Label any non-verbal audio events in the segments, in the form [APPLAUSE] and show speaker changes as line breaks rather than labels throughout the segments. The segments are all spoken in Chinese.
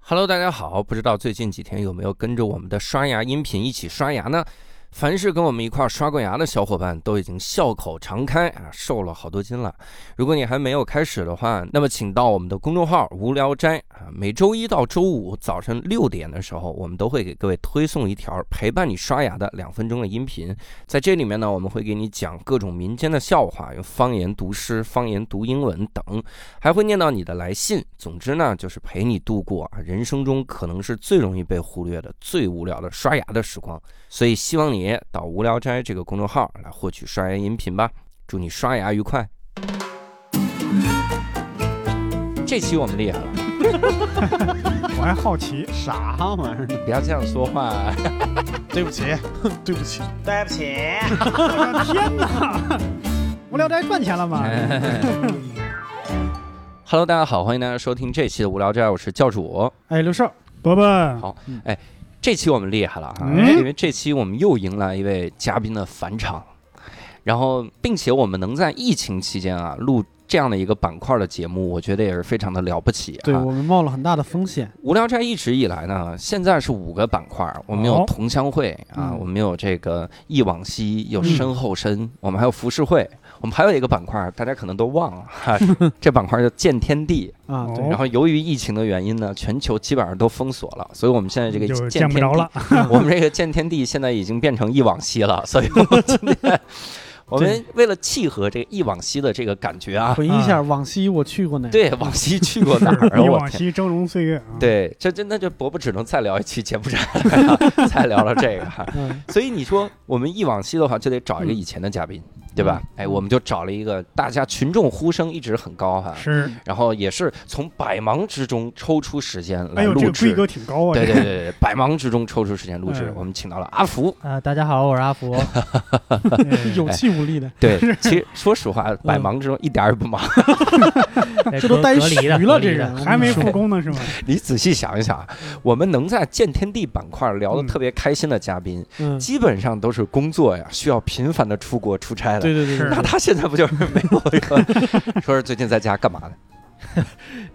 Hello，大家好！不知道最近几天有没有跟着我们的刷牙音频一起刷牙呢？凡是跟我们一块儿刷过牙的小伙伴，都已经笑口常开啊，瘦了好多斤了。如果你还没有开始的话，那么请到我们的公众号“无聊斋”啊，每周一到周五早晨六点的时候，我们都会给各位推送一条陪伴你刷牙的两分钟的音频。在这里面呢，我们会给你讲各种民间的笑话，有方言读诗、方言读英文等，还会念到你的来信。总之呢，就是陪你度过啊人生中可能是最容易被忽略的、最无聊的刷牙的时光。所以希望你到无聊斋这个公众号来获取刷牙音频吧。祝你刷牙愉快。这期我们厉害了，
我还好奇，
啥玩意儿？
不要这样说 [LAUGHS] 话、
对不起，对不起，
对不起，
我的天哪！无聊斋赚钱了吗？
Hello，大家好，欢迎大家收听这期的无聊斋，我是教主。
哎，刘少，伯伯，
好这期我们厉害了哈、
嗯
因为这期我们又迎来一位嘉宾的返场，然后并且我们能在疫情期间啊录这样的一个板块的节目，我觉得也是非常的了不起
对
啊。
我们冒了很大的风险，
无聊斋一直以来呢，现在是五个板块，我们有
哦
同乡会、啊
嗯，
我们有这个忆往昔，有身后身，我们还有浮世绘，我们还有一个板块大家可能都忘了，
[LAUGHS]
哈，这板块叫见天地。
啊，
哦
对，
然后由于疫情的原因呢，全球基本上都封锁了，所以我们现在这个
就
见
见不
天
着
地 [LAUGHS]
了。
我们这个见天地现在已经变成忆往昔了，所以我们今天我们为了契合这个忆往昔的这个感觉啊，
回忆一下往昔，我去过哪？，
对往昔去过哪
[LAUGHS]
儿啊？
忆
我
往
天！
昔峥嵘岁月啊。，
对，这真的就伯伯只能再聊一期柬埔寨了啊，再聊聊这个哈。
嗯，
所以你说我们忆往昔的话，就得找一个以前的嘉宾，对
嗯
吧？哎，我们就找了一个大家群众呼声一直很高哈，
是，
然后也是从百忙之中抽出时间来
哎呦，这
录
个规
制。
格挺高啊。
对
这
对
个
对对，百忙之中抽出时间录制
嗯，
我们请到了阿福。
呃，大家好，我是阿
[LAUGHS]
福。
有气无力的， [LAUGHS]
对，其实说实话，百忙之中一点儿也不忙。
[LAUGHS]
哎
这都
隔
待
隔离
徐
的，
了，
隔
这
离的
人还没
嗯
复工呢，是吗？
你仔细想一想，我们能在见天地板块聊得特别开心的嘉宾，
嗯，
基本上都是工作呀，需要频繁的出国出差的。
对对对对，
那
对
他现在不就是没有一个？ [LAUGHS] 说是最近在家干嘛呢？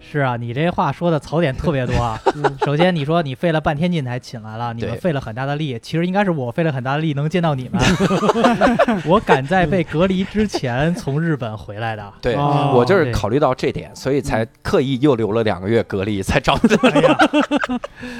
是啊，你这话说的槽点特别多
[LAUGHS]
啊。
嗯
首先，你说你费了半天劲才请来了，你
对
们费了很大的力，其实应该是我费了很大的力能见
[LAUGHS]
到你们。我赶在被隔离之前从日本回来的。
对、
哦嗯
我就是考虑到这点，所以才刻意又留了两个月隔离，才找的。
哎呀，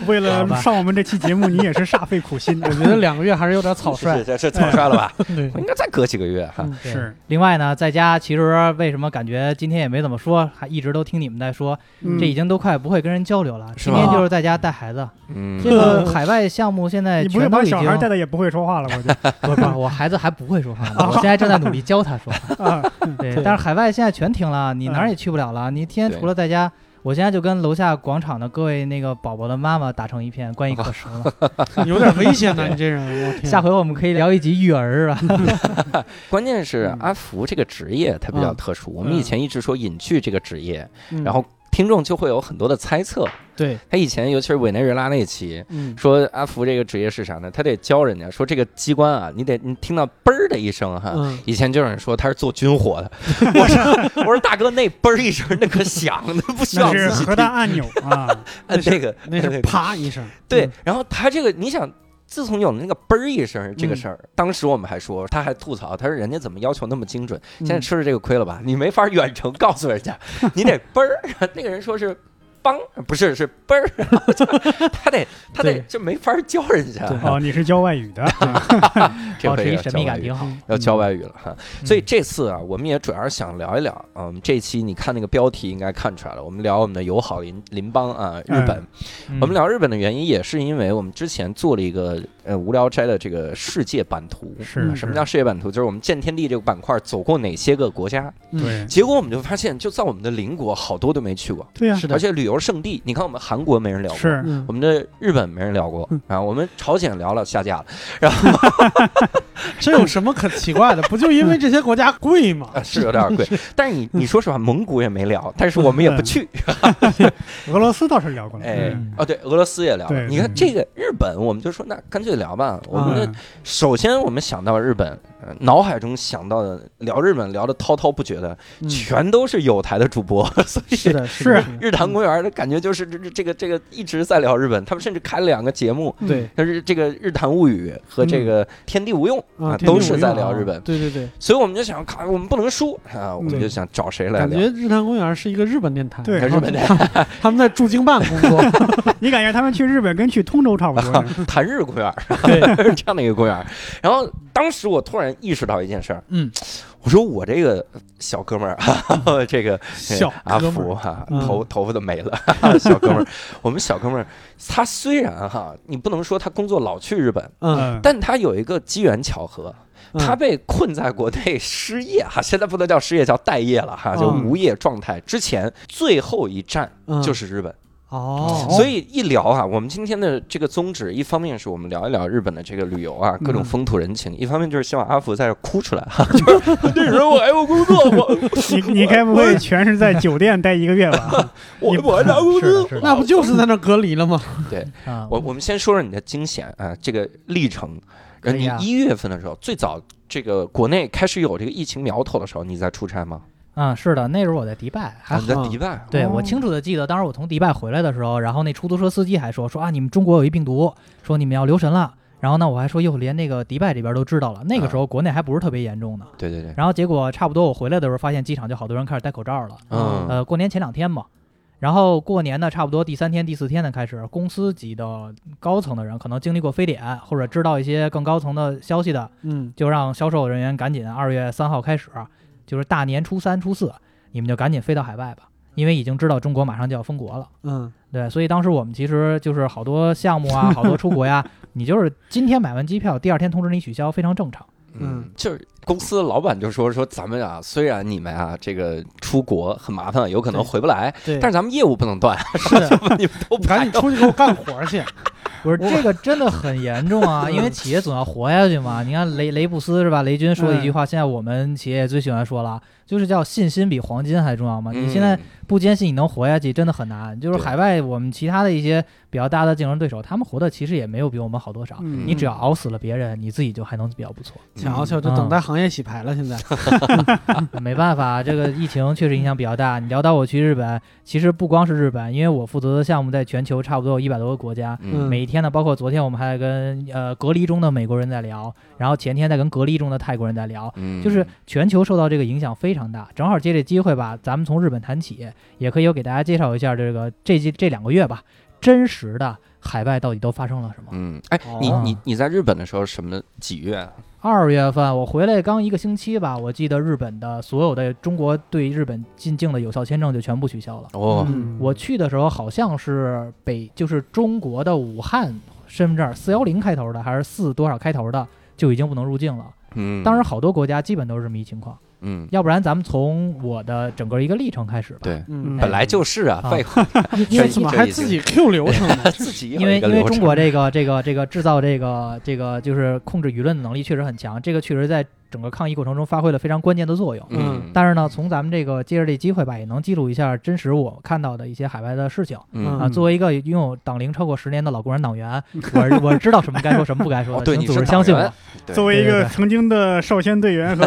为
好
了
吧
上我们这期节目，你也是煞费苦心。我觉
觉得两个月还是有点草率
是。是是草率了吧？
对
哎
我应该再隔几个月哈。
对
是，
另外呢，在家其实为什么感觉今天也没怎么说，还一直都听你们在说，
嗯
这已经都快不会跟人交流了。
是
今
吗
天就是在家带孩子，
嗯
这个海外项目现在
你不会
全都
把
已
小
经
孩带的也不会说话了，我觉得
不是不是，我孩子还不会说
[LAUGHS]
话呢，我现在正在努力教他说话。
啊，
[LAUGHS]
对，但是海外现在全停了，你哪儿也去不了了。你
嗯
天
对
天除了在家，我现在就跟楼下广场的各位那个宝宝的妈妈打成一片，
哦
关系可
[LAUGHS]
熟了。
嗯有点危险呢，你这人，我天！
下回我们可以聊一集育儿啊。
关键是
嗯
阿福这个职业它比较特殊，我们以前一直说隐去这个职业，
嗯
然后听众就会有很多的猜测。
对，
他以前尤其是委内瑞拉那期
嗯，
说阿福这个职业是啥呢？他得教人家说这个机关啊，你得你听到嘣儿的一声哈。
嗯，
以前就有人说他是做军火
[LAUGHS]
的，我说我说大哥那嘣儿一声那可响，那不需要
那
自
是
己
核弹按钮啊，
摁那个 [LAUGHS]
那
摁
是啪一声，
对
嗯。
然后他这个你想。自从有了那个嘣儿一声
嗯
这个事儿，当时我们还说，他还吐槽，他说人家怎么要求那么精准？现在
嗯
吃了这个亏了吧？你没法远程告诉人
[LAUGHS]
家，你得嘣儿。那个人说是梆，不是是嘣儿， [LAUGHS] 然后就他得他得
对
就没法教人家。
哦，你是教外语的，
[LAUGHS] 这
保
回
持一
要
神
教
秘
外
感
语
挺好。
要
嗯
教外语了哈。所以
嗯
这次啊，我们也主要是想聊一聊，嗯，这期你看那个标题应该看出来了，我们聊我们的友好邻邻邦啊，日本。
嗯
我们聊日本的原因也是因为我们之前做了一个呃无聊斋的这个世界版图。
是
什么叫世界版图？就是我们见天地这个板块走过哪些个国家，
嗯
对
结果我们就发现，就在我们的邻国好多都没去过，
对呀，
是
而
的，
且旅游胜地，你看我们韩国没人聊过，
是
嗯
我，们的日本没人聊过
嗯
啊，我们朝鲜聊了下架
[LAUGHS]
了，
这有什么可奇怪的？不就因为这些国家贵吗？
啊是有点贵，但
[LAUGHS]
是你你说实话，蒙古也没聊，但是我们也不去，
俄罗斯倒是聊过了，
哎
嗯，
哦，对，俄罗斯也聊了。
对
你看
嗯
这个日本，我们就说那干脆聊吧。我们
嗯
的首先我们想到日本，呃脑海中想到的聊日本聊的滔滔不绝的，
嗯 [LAUGHS]
全都是有台的主播，所以
是的，
是
的
日坛公园的感觉就是这这这个这个一直在聊日本，他们甚至开了两个节目，
对
但是这个《日谈物语》和这个《天地无用》啊，
天地
都
无
是
用
在
嗯啊嗯
聊日本，
对对对，
所以我们就想，看我们不能输啊，我们
对
就想找谁来
感
聊
觉。日坛公园是一个日本电台，
对
然后
日本电
他他们在驻京办工作，
你感觉他们去日本跟去通州差不
[LAUGHS]
多呢？
[LAUGHS] 谈日公园
[LAUGHS]
儿，这样的一个公园儿。然后当时我突然意识到一件事儿，
嗯，
我说我这个小哥们儿，哈哈， [LAUGHS] 这个
小
阿
哥们
福
儿，
哈，
嗯
头头发都没了， [LAUGHS] 哈哈小哥们儿，我们小哥们儿，他虽然哈，你不能说他工作老去日本，
嗯，
嗯，
但他有一个机缘巧合，
嗯
他被困在国内失业哈，现在不能叫失业，叫待业了哈，就
嗯
无业状态。之前最后一站
嗯
就是日本，
哦，
所
以
以一聊啊，我们今天的这个宗旨，一方面是我们聊一聊日本的这个旅游啊，各
嗯
种风土人情；一方面就是希望阿福在这哭出来
[LAUGHS]
哈，就是 [LAUGHS] 那时候我还有工作，我
你你该不会全是在酒店待一个月
[LAUGHS]
吧？
我我还
[LAUGHS]
拿工
是的
资。
是
嗯
的
那不就是在那儿隔离
[LAUGHS]
了吗？
啊，
我我们先说说你的惊险啊，这个历程。呃，
可以
你
啊
一月份的时候，最早这个国内开始有这个疫情苗头的时候，你在出差吗？
啊，是的，那时候我在迪拜，还
啊，你在
好
迪拜啊。
对
哦
我清楚的记得，当时我从迪拜回来的时候，然后那出租车司机还说说啊，你们中国有一病毒，说你们要留神了。然后呢，我还说哟，连那个迪拜这边都知道了。那个时候国内还不是特别严重呢。
对对对，
然后结果差不多我回来的时候，发现机场就好多人开始戴口罩了。
嗯，
呃，过年前两天嘛，然后过年呢，差不多第三天、第四天呢开始，公司级的高层的人可能经历过非典，或者知道一些更高层的消息的，
嗯，
就让销售人员赶紧二月三号开始，就是大年初三、初四，你们就赶紧飞到海外吧，因为已经知道中国马上就要封国了。
嗯，
对，所以当时我们其实就是好多项目啊，好多出国呀， [LAUGHS] 你就是今天买完机票，第二天通知你取消，非常正常。
嗯
嗯，
就是公司老板就说说咱们啊，虽然你们啊这个出国很麻烦，有可能
对
回不来，
对
但是咱们业务不能断，
是的，
你们都
赶
排
紧出去给我干活
[LAUGHS]
去，
不是这个真的很严重啊，因为企业总要活下去嘛。你看雷雷布斯是吧？雷军说一句话，现在我们企业也最喜欢说了，就是叫信心比黄金还重要嘛。啊你现在
嗯
不坚信你能活下去，真的很难。就是
对
海外我们其他的一些比较大的竞争对手，他们活的其实也没有比我们好多少。
嗯
你只要熬死了别人，你自己就还能比较不错。
瞧
嗯
[LAUGHS] 嗯
瞧，这等待行业洗牌了，现在，
啊没办法，这个疫情确实影响比较大。你聊到我去日本，其实不光是日本，因为我负责的项目在全球差不多有一百多个国家。
嗯
嗯
每一天呢，包括昨天我们还在跟呃隔离中的美国人在聊，然后前天在跟隔离中的泰国人在聊，
嗯
就是全球受到这个影响非常大。正好借这机会吧，咱们从日本谈起，也可以有给大家介绍一下这个这这这两个月吧，真实的海外到底都发生了什么。
嗯，哎，你
哦
你你在日本的时候什么几月啊？
二月份我回来刚一个星期吧，我记得日本的所有的中国对日本进境的有效签证就全部取消了。
哦，
嗯
我去的时候好像是北，就是中国的武汉身份证四幺零开头的，还是四多少开头的，就已经不能入境了。
嗯，
当时，好多国家基本都是这么一情况，
嗯，
要不然咱们从我的整个一个历程开始吧。
对，
嗯，
本来就是啊，
啊
废话，
因为怎么还自己 Q 流
[LAUGHS]
程呢？
自己有
因为
一个
因为
流
中
程
国这个这个这个制造这个这个就是控制舆论的能力确实很强，这个确实在整个抗疫过程中发挥了非常关键的作用。
嗯，
但是呢，从咱们这个借着这机会吧，也能记录一下真实我看到的一些海外的事情。
嗯
啊，
嗯
作为一个拥有党龄超过十年的老共产
[LAUGHS]
党员，我我知道什么该说，什么不该说
哦
的，
对
请
你
组
是
织
党
相信
员
我。
对
作为一
对对
个
对
曾经的少先队
[LAUGHS]
员和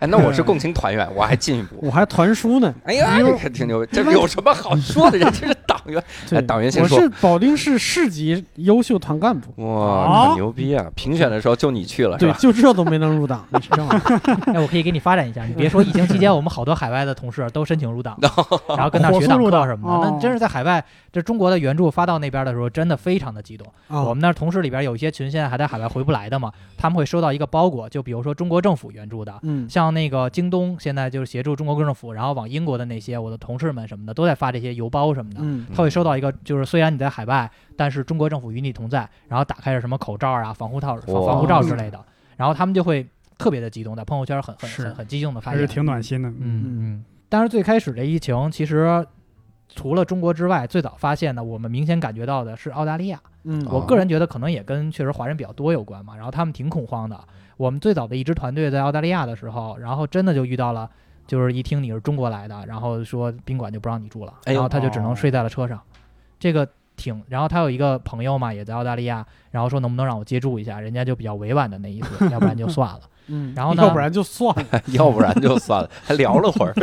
哎，那我是共青团员，我还进一步。
我还团书呢，
哎呀，
因为
这可挺牛，这有什么好说的？人家是党员，
对
哎，党员先
我
说
是保定市市级优秀团干部，
哇，很
哦
牛逼啊！评选的时候就你去了是
对，
吧？
就这都没能
[LAUGHS]
入党，你知道吗？
哎，我可以给你发展一下，你别说疫情期间，我们好多海外的同事都申请入党，
哦
然后跟那儿
火
学
速
党
入
课
党
什么的。
哦
那真是在海外，这中国的援助发到那边的时候，真的非常的激动。
哦
啊，
我们那儿同事里边有一些群现在还在海外回不来的嘛，他们会收到一个包裹，就比如说中国政府援助的。
嗯
像那个京东现在就是协助中国政府，然后往英国的那些我的同事们什么的都在发这些邮包什么的，
嗯
他会收到一个，就是虽然你在海外，但是中国政府与你同在，然后打开了什么口罩啊、防护套、防
哇
防护罩之类的，然后他们就会特别的激动，在朋友圈很很
是
很很激动的发
还
言
是。挺暖心的。
嗯嗯。但是最开始这疫情，其实除了中国之外，最早发现的，我们明显感觉到的是澳大利亚。
嗯，
我
哦
个人觉得可能也跟确实华人比较多有关嘛，然后他们挺恐慌的。我们最早的一支团队在澳大利亚的时候，然后真的就遇到了，就是一听你是中国来的，然后说宾馆就不让你住了，
哎呦
然后他就只能
哦
睡在了车上，这个挺。然后他有一个朋友嘛，也在澳大利亚，然后说能不能让我接住一下，人家就比较委婉的那意思，要不然就算了。 [LAUGHS]
嗯
然后呢
要不然就算
[LAUGHS]
了，
要不然就算了，还聊了会儿。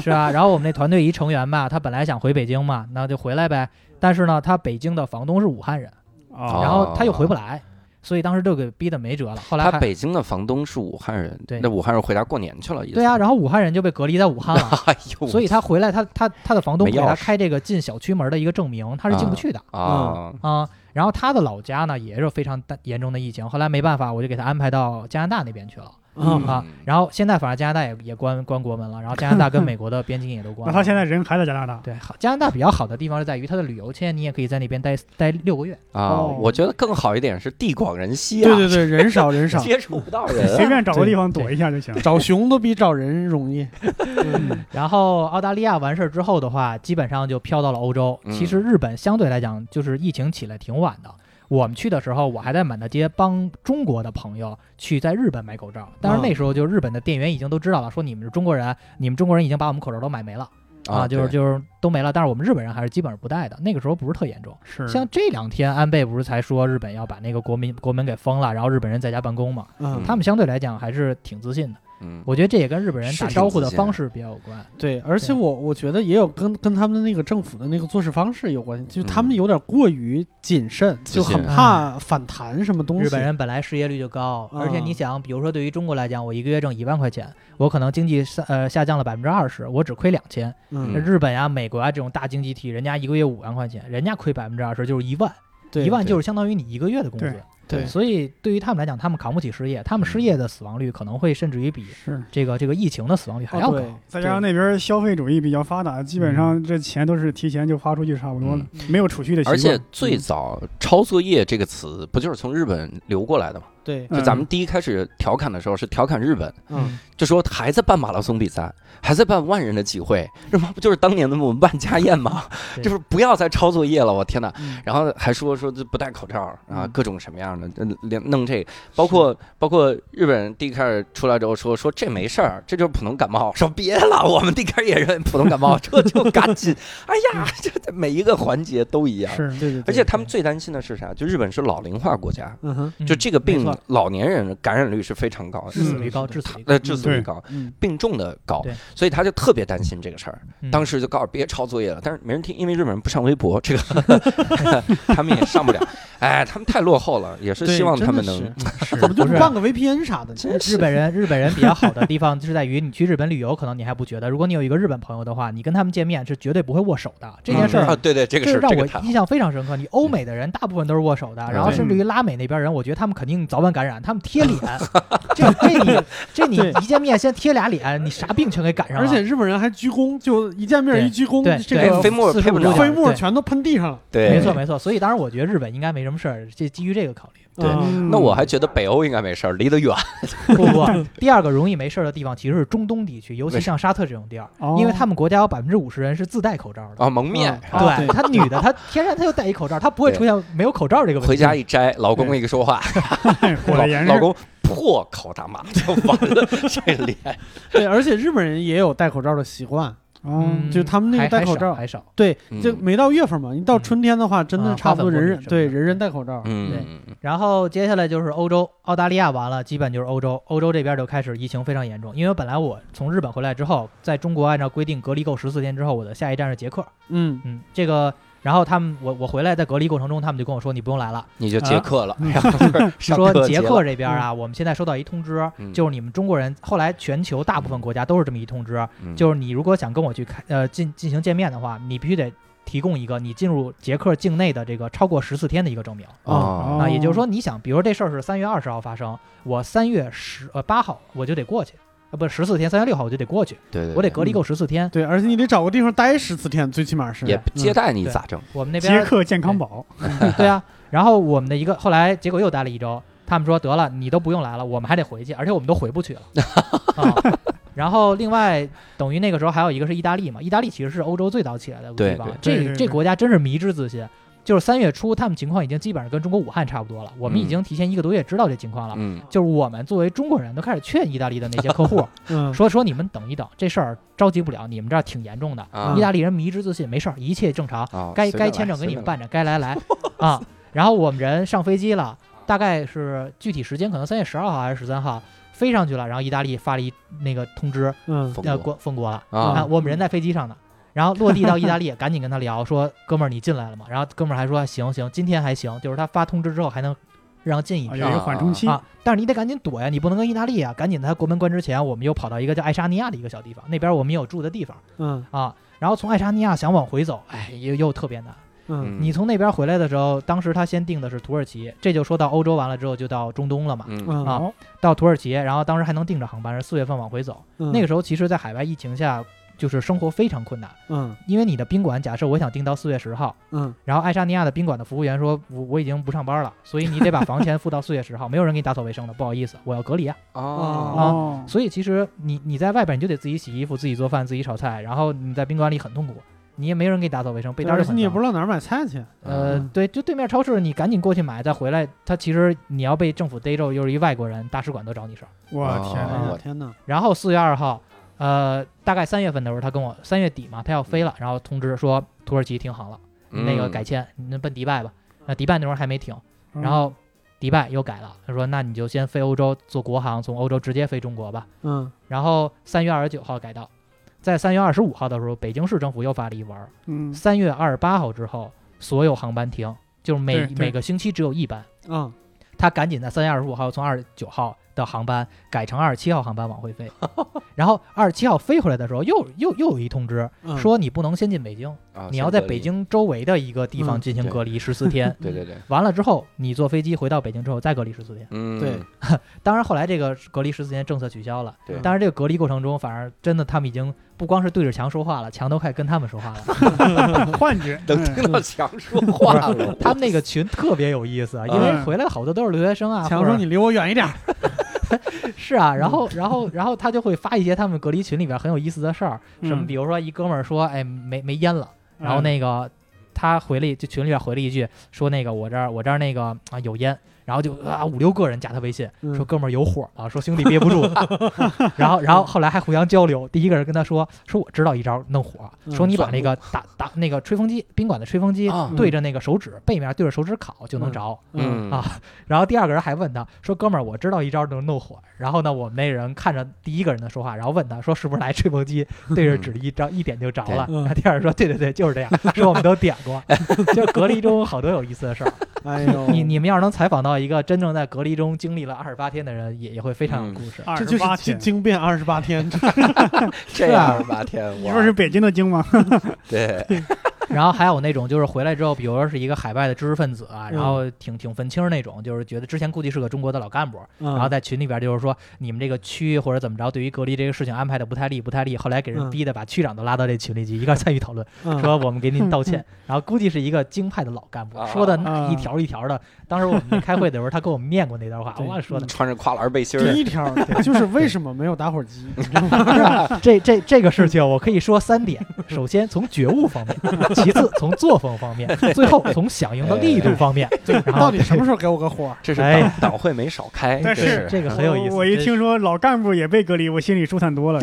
是啊，然后我们那团队一成员吧，他本来想回北京嘛，那就回来呗。但是呢，他北京的房东是武汉人，
哦
然后他又回不来，所以当时就给逼得没辙了。后来
他
还
北京的房东是武汉人，
对
那武汉人回家过年去了，意思，
对啊，然后武汉人就被隔离在武汉了
[LAUGHS] 哎呦，
所以他回来，他他他的房东
没
给
钥
他
匙
开这个进小区门的一个证明，他是进不去的
啊，
啊。然后他的老家呢也是非常大严重的疫情，后来没办法，我就给他安排到加拿大那边去了
嗯
啊。然后现在反正加拿大也也关关国门了，然后加拿
[LAUGHS]
大跟美国的边境也都
那
关了。
他现在人还在加拿大，
对，好，加拿大比较好的地方是在于它的旅游签，你也可以在那边待待六个月。
啊，
哦
我觉得更好一点是地广人稀啊，
对对对，人少
[LAUGHS]
人少，
接触不到
[LAUGHS] 随
人。啊
便找个地方躲一下就行。
找熊都比找人容易。嗯
然后澳大利亚完事儿之后的话，基本上就飘到了欧洲。
嗯
其实日本相对来讲，就是疫情起来挺晚的。我们去的时候，我还在满大街帮中国的朋友去在日本买口罩，
啊
但是那时候就日本的店员已经都知道了，说你们是中国人，啊你们中国人已经把我们口罩都买没了啊，就是
对
就是都没了。但是我们日本人还是基本上不戴的，那个时候不是特严重。
嗯
是
像这两天安倍不是才说日本要把那个国民国门给封了，然后日本人在家办公嘛，
嗯，
他们相对来讲还是挺自信的。
嗯
我觉得这也跟日本人
是
打
挺
招呼
自
的
信
方
的
式比较有关。
对，而且
对
我我觉得也有跟跟他们的那个政府的那个做事方式有关系，就他们
嗯
有点过于谨慎，
自
就很
信啊
怕反弹什么东西。
日本人本来失业率就高，而且
啊
你想，比如说对于中国来讲，我一个月挣一万块钱，我可能经济下呃下降了百分之二十，我只亏两千。
嗯
嗯，
日本呀、美国啊这种大经济体，人家一个月五万块钱，人家亏百分之二十就是一万，
对
一万
对
就是相当于你一个月的工资。
对
所以对于他们来讲，他们扛不起失业，他们失业的死亡率可能会甚至于比
是，
这个这个疫情的死亡率还要高。
哦
再加上那边消费主义比较发达，基本上
嗯
这钱都是提前就花出去差不多了，没有储蓄的习惯。嗯
而且最早“抄作业”这个词不就是从日本流过来的吗？
对对，
就
嗯
咱们第一开始调侃的时候是调侃日本，
嗯，
就说还在办马拉松比赛，还在办万人的集会，这不就是当年的我们万家宴吗？
对
就是不要再抄作业了，我天哪！
嗯
然后还说说这不戴口罩啊
嗯，
各种什么样的，这连弄这个，包括包括日本人第一开始出来之后说说这没事儿，这就是普通感冒，说别了，我们第一开始也认普通感冒，这就赶紧，哎呀，这这每一个环节都一样。
嗯
嗯
是
对对，
而
对
且他们最担心的是啥？就日本是老龄化国家，
嗯哼，
嗯
就这个
没
病
错，
老年人感染率是非常高的，
致死率
嗯
高，
是的
致死率高。
呃，致死率
对
高，
嗯
病重的高
对，
所以他就特别担心这个事儿。
嗯
当时就告诉别抄作业了，但是没人听，因为日本人不上微博，这个 [LAUGHS] 他们也上不了。哎，他们太落后了，也是
对
希望
真
他们
的
能
是
是
怎么就
不
不
是
办个 VPN 啥的
[LAUGHS]
呢？
真是
日本人日本人比较好的地方就是在于，你去日本旅游，可能你还不觉得。如果你有一个日本朋友的话，你跟他们见面是绝对不会握手的。这件事儿，
啊，对对，这个
这
是
让
这个
我
太好嗯
印象非常深刻。你欧美的人大部分都是握手的，然后
对
甚至于拉美那边人，我觉得他们肯定早晚感染，他们贴脸，这
[LAUGHS]
这你这你一见面先贴俩脸，你啥病全给赶
啊
上了。
而且日本人还鞠躬，就一见面
对
一鞠躬
对，
这
对
个
哎飞沫
四十
拍不
五
着
度
飞沫
对
全都喷地上了。
对，
没错。没错。所以当然，我觉得日本应该没什么事儿，这基于这个考
[LAUGHS]
虑。
对
嗯
那我还觉得北欧应该没事儿，离得远。
不不，第二个容易没事儿的地方其实是中东地区，尤其
为啥
像沙特这种地儿，
哦
因为
[LAUGHS]
他们国家有百分之五十人是自带口罩的。
啊，蒙面。
啊对
对她女的，她天然她就戴一口罩，她不会
对
出现没有口罩这个问题。
[LAUGHS] 回家一摘，老公一个
[LAUGHS]
说话，
火
老
的严
老
实，
公破口大骂就完
[LAUGHS]
了，这脸
对，而且日本人也有戴口罩的习惯，
嗯，
嗯，
哦就他们那个
还
戴口
还少
罩
还少。
对
嗯，
就没到月份嘛，一到
嗯
春天的话，真
啊
的差不多
花粉
人
末
人
什么
对
的
人人戴口罩。
嗯，嗯
然后接下来就是欧洲，澳大利亚完了，基本就是欧洲。欧洲这边就开始疫情非常严重，因为本来我从日本回来之后，在中国按照规定隔离够十四天之后，我的下一站是捷克。
嗯，
嗯，这个，然后他们我我回来在隔离过程中，他们就跟我说你不用来了，
你就接客 [LAUGHS] 了，上
啊嗯 [LAUGHS] 说
课
捷
结
克
了
这边啊，我们现在收到一通知，
嗯
就是你们中国人后来全球大部分国家都是这么一通知，
嗯
就是哦你如果想跟我去开呃进进行见面的话，你必须得提供一个你进入捷克境内的这个超过十四天的一个证明
哦
哦
啊，也就是说你想，比如这事儿是三月二十号发生，我三月十呃八号我就得过去，啊不十四天，三月六号我就得过去，
对嗯对，
我得
对
隔离够十四天。
对，而且你得找个地方待十四天，最起码是
也接待你
对
咋整？
我们那
捷
边
克健康宝，
[LAUGHS]
对啊，然后我们的一个后来结果又待了一周，他们说得了，你都不用来了，我们还得回去，而且我们都回
[LAUGHS]
不去了。啊然后另外等于那个时候还有一个是意大利嘛，意大利其实是欧洲最早起来的
对
地方
对，
对
这
对
这
对
国家真是迷之自信。就是三月初，他们情况已经基本上跟中国武汉差不多了。我们已
嗯
经提前一个多月知道这情况了。
嗯，
就是我们作为中国人都开始劝意大利的那些客
[LAUGHS]
户
嗯
说说你们等一等，这事儿着急不了，你们这儿挺严重的。
啊
意大利人迷之自信，没事儿，一切正常。
啊，
该
随
该
便
签
来
证给
随
你
便
们
来
办着，该来来啊。然后我们人上飞机了，大概是具体时间可能三月十二号还是十三号，飞上去了，然后意大利发了一那个通知，
嗯，
封
呃，
国
关封国了
啊
我们人在飞机上呢，然后落地到
[LAUGHS]
意大利，赶紧跟他聊说，哥们儿你进来了吗？然后哥们儿还说行行，今天还行，就是他发通知之后还能让进一
啊，有一
票
个缓冲期，
啊，但是你得赶紧躲呀，你不能跟意大利啊，赶紧在他国门关之前，我们又跑到一个叫爱沙尼亚的一个小地方，那边我们也有住的地方
嗯
啊，然后从爱沙尼亚想往回走，哎，又又特别难。
嗯
你从那边回来的时候，当时他先定的是土耳其，这就说到欧洲完了之后就到中东了嘛，
嗯
嗯
啊
好，
到土耳其，然后当时还能订着航班，是四月份往回走。那个
时
时候其实，在海外疫情下，就是生活非常困难，
候，嗯
因为你的宾馆，假设我想订到四月十号，
嗯
然后爱沙尼亚的宾馆的服务员说，我我已经不上班了，所以你得把房钱付到四月十号，没有人给你打扫卫
[LAUGHS]
生的，不好意思，我要隔离啊。
哦
啊
哦，
所以其实你你在外边你就得自己洗衣服、自己做饭、自己炒菜，然后你在宾馆里很痛苦，你也没人给你打扫卫生，被单
而
儿
且你也不
不
知道哪儿买菜去，
呃，对，就对面超市，你赶紧过去买，再回来，他其实你要被政府逮着，又是一外国人，大使馆都找你事儿。
我天
哎
哪，
我
我天哪，
然后四月二号，呃，大概三月份的时候，他跟我三月底嘛，他要飞了，然后通知说土耳其停航了，
嗯
那个改签，你那奔迪拜吧。那迪拜那时候还没停，
嗯
然后迪拜又改了，他说那你就先飞欧洲坐国航，从欧洲直接飞中国吧。
嗯
然后三月二十九号改道，在三月二十五号的时候，北京市政府又发了一文儿，
嗯，
三月二十八号之后所有航班停，就是每
对对
每个星期只有一班。
啊
他赶紧在三月二十五号从二十九号的航班改成二十七号航班往回飞，然后二十七号飞回来的时候，又又又有一通知
嗯
说你不能先进北京，
啊
你要在北，京周围的一个地方
嗯
进行
对
隔离十
[LAUGHS]
四天。
先隔离对对对，
完了之后，你坐飞机回到北京之后再隔离十四天。
嗯
对
当然，后来这个隔离十四天政策取消了。
对
当然这个隔离过程中，反而真的他们已经不光是对着墙说话了，墙都快跟他们说话了。
幻觉，
[LAUGHS] 能
嗯
听到强说话了，
[LAUGHS]
嗯
他们那个群特别有意思，啊因为
嗯
回来好多都是留学生啊，
强
或
说
者
你离我远一点儿，
是啊，然后然后然后他就会发一些他们隔离群里边很有意思的事儿，
嗯
什么比如说一哥们儿说，哎，没没烟了，然后那个他回了一就群里边回了一句，说那个我这儿我这儿那个啊有烟，然后就啊五六个人加他微信，
嗯
说哥们儿有火了，说兄弟憋不住，
[LAUGHS]
然后然后后来还互相交流，第一个人跟他说，说我知道一招弄火，
嗯
说你把
算
那个打打那个吹风机宾馆的吹风机
啊
对着那个手指背面对着手指烤就能
嗯
着。
嗯
啊然后第二个人还问他说：“哥们儿，我知道一招能弄火。”然后呢，我们那人看着第一个人的说话，然后问他说：“是不是拿吹风机 [LAUGHS] 对着指一张一点就着了？”
嗯
然后第二人说：“对对对，就是这样，说我们都点 [LAUGHS] 过。”就隔离中好多有意思的事儿。
哎呦，
[LAUGHS] 你你们要是能采访到一个真正在隔离中经历了二十八天的人，也也会非常有故事。
二
这
十
就
八
是惊
天，
惊变二十八天，
这
啊
样吧，天，
你
我
说是北京的京吗？
对，
[LAUGHS] 然后还有那种就是回来之后，比如说是一个海外的知识分子啊，然后挺挺愤青儿那种，就是觉得之前估计是个中国的老干部，
然
嗯
然后在群里边就是说你们这个区或者怎么着，对于隔离这个事情安排的不太利，不太利。后来给人
嗯
逼的把区长都拉到这群里去，一块儿参与讨论，
嗯
说
[LAUGHS] 说我们给您道歉。然后估计是一个京派的老干部
啊，
说的
嗯
那一条一条的。当时我们开会的时候，他给我们念过那段话，
对
哇，说
嗯
的
穿着跨栏背心
第
儿，
一条对就是为什么没有打火机，你知道吗
[LAUGHS]
这这这个事情，我可以说三点：首先从觉悟方面，其次从作风方面，最后从响应的力度方面。然后
到底什么时候给我个火？
这是
哎
党党会没少
[LAUGHS]
开，
但
真
这个很有意思。
[LAUGHS] 我我一
这
听说老干部也被隔离，我心里舒
[LAUGHS]
坦多了。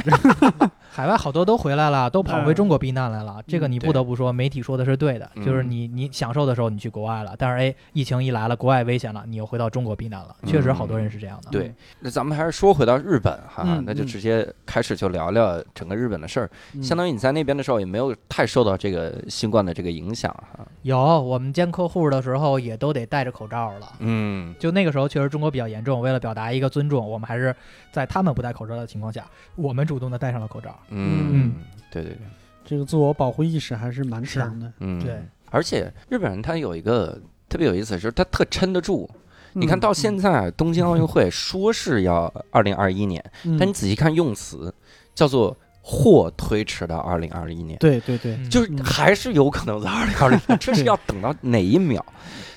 海外好多都回来了，都跑回中国避难来了。这个你
嗯对
不得不说，媒体说的是对的，
嗯
就是你你享受的时候你去国外了，但是哎，疫情一来了，国外危险了，你又回到中国避难了。
嗯
确实好多人是这样的。
对，那咱们还是说回到日本哈，
嗯
那就
嗯
直接开始就聊聊整个日本的事儿。
嗯
相当于你在那边的时候也没有太受到这个新冠的这个影响哈。
有我们见客户的时候也都得戴着口罩了。
嗯
就那个时候确实中国比较严重，为了表达一个尊重，我们还是在他们不戴口罩的情况下，我们主动的戴上了口罩。
嗯，对对对，
这个自我保护意识还是蛮强的。
嗯
对。
而且日本人他有一个特别有意思的是，他特撑得住。
嗯
你
嗯
看到现在东京奥运会说是要二零二一年，
嗯
啊但你仔细看用词，叫做或推迟到二零二一年。
对对对，
嗯
就是
嗯
还是有可能在二零二零，这是要等到哪一秒？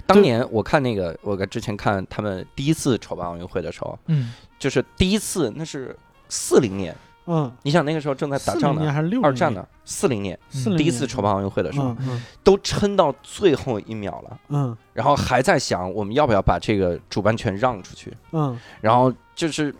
当年我看那个，我之前看他们第一次筹办奥运会的时候，
嗯，
就是第一次那是四零年，
嗯，
你想那个时候正在打
四
仗
零年
呢，
还是六
二战，呢，四零年
四零
第一次筹办奥运会的时候，
嗯嗯
都撑到最后一秒了，
嗯
然后还在想我们要不要把这个主办权让出去，
嗯，
然后就是嘖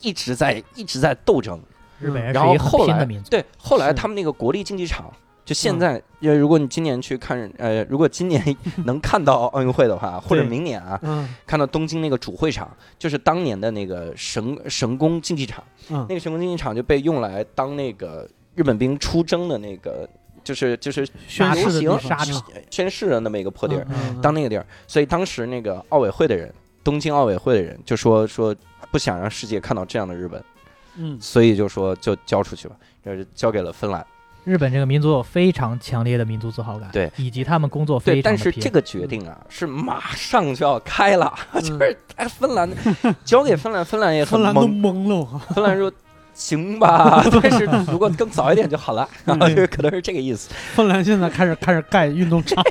一直在一直在斗争，
日本人
然
是
后
一个
后
很拼
来
的民族。
对后来
是
他们那个国立竞技场。就现在，要如果你今年去看，呃，如果今年能看到奥运会的话，或者
对
明年啊，
嗯
看到东京那个主会场，就是当年的那个神神宫竞技场，
嗯
那个神宫竞技场就被用来当那个日本兵出征的那个，就是就是
宣
游
誓的地
行
方嗯
沙场，
宣誓的那么一个破地儿，
嗯嗯
当那个地儿，所以当时那个奥委会的人，东京奥委会的人就说说不想让世界看到这样的日本， [LAUGHS]
嗯
所以就说就交出去吧，这是交给了芬兰。
日本这个民族有非常强烈的民族自豪感，
对，
以及他们工作
对，
非常
但
的
是
拼
这个决定啊，是马上就要开了，就是哎，芬兰交给芬兰，芬兰也很
嗯芬兰都
懵，
懵了，我
芬兰说。行吧，但是如果更早一点就好了，然 [LAUGHS] 后就可能是这个意思，
芬兰现在开始开始盖运动场，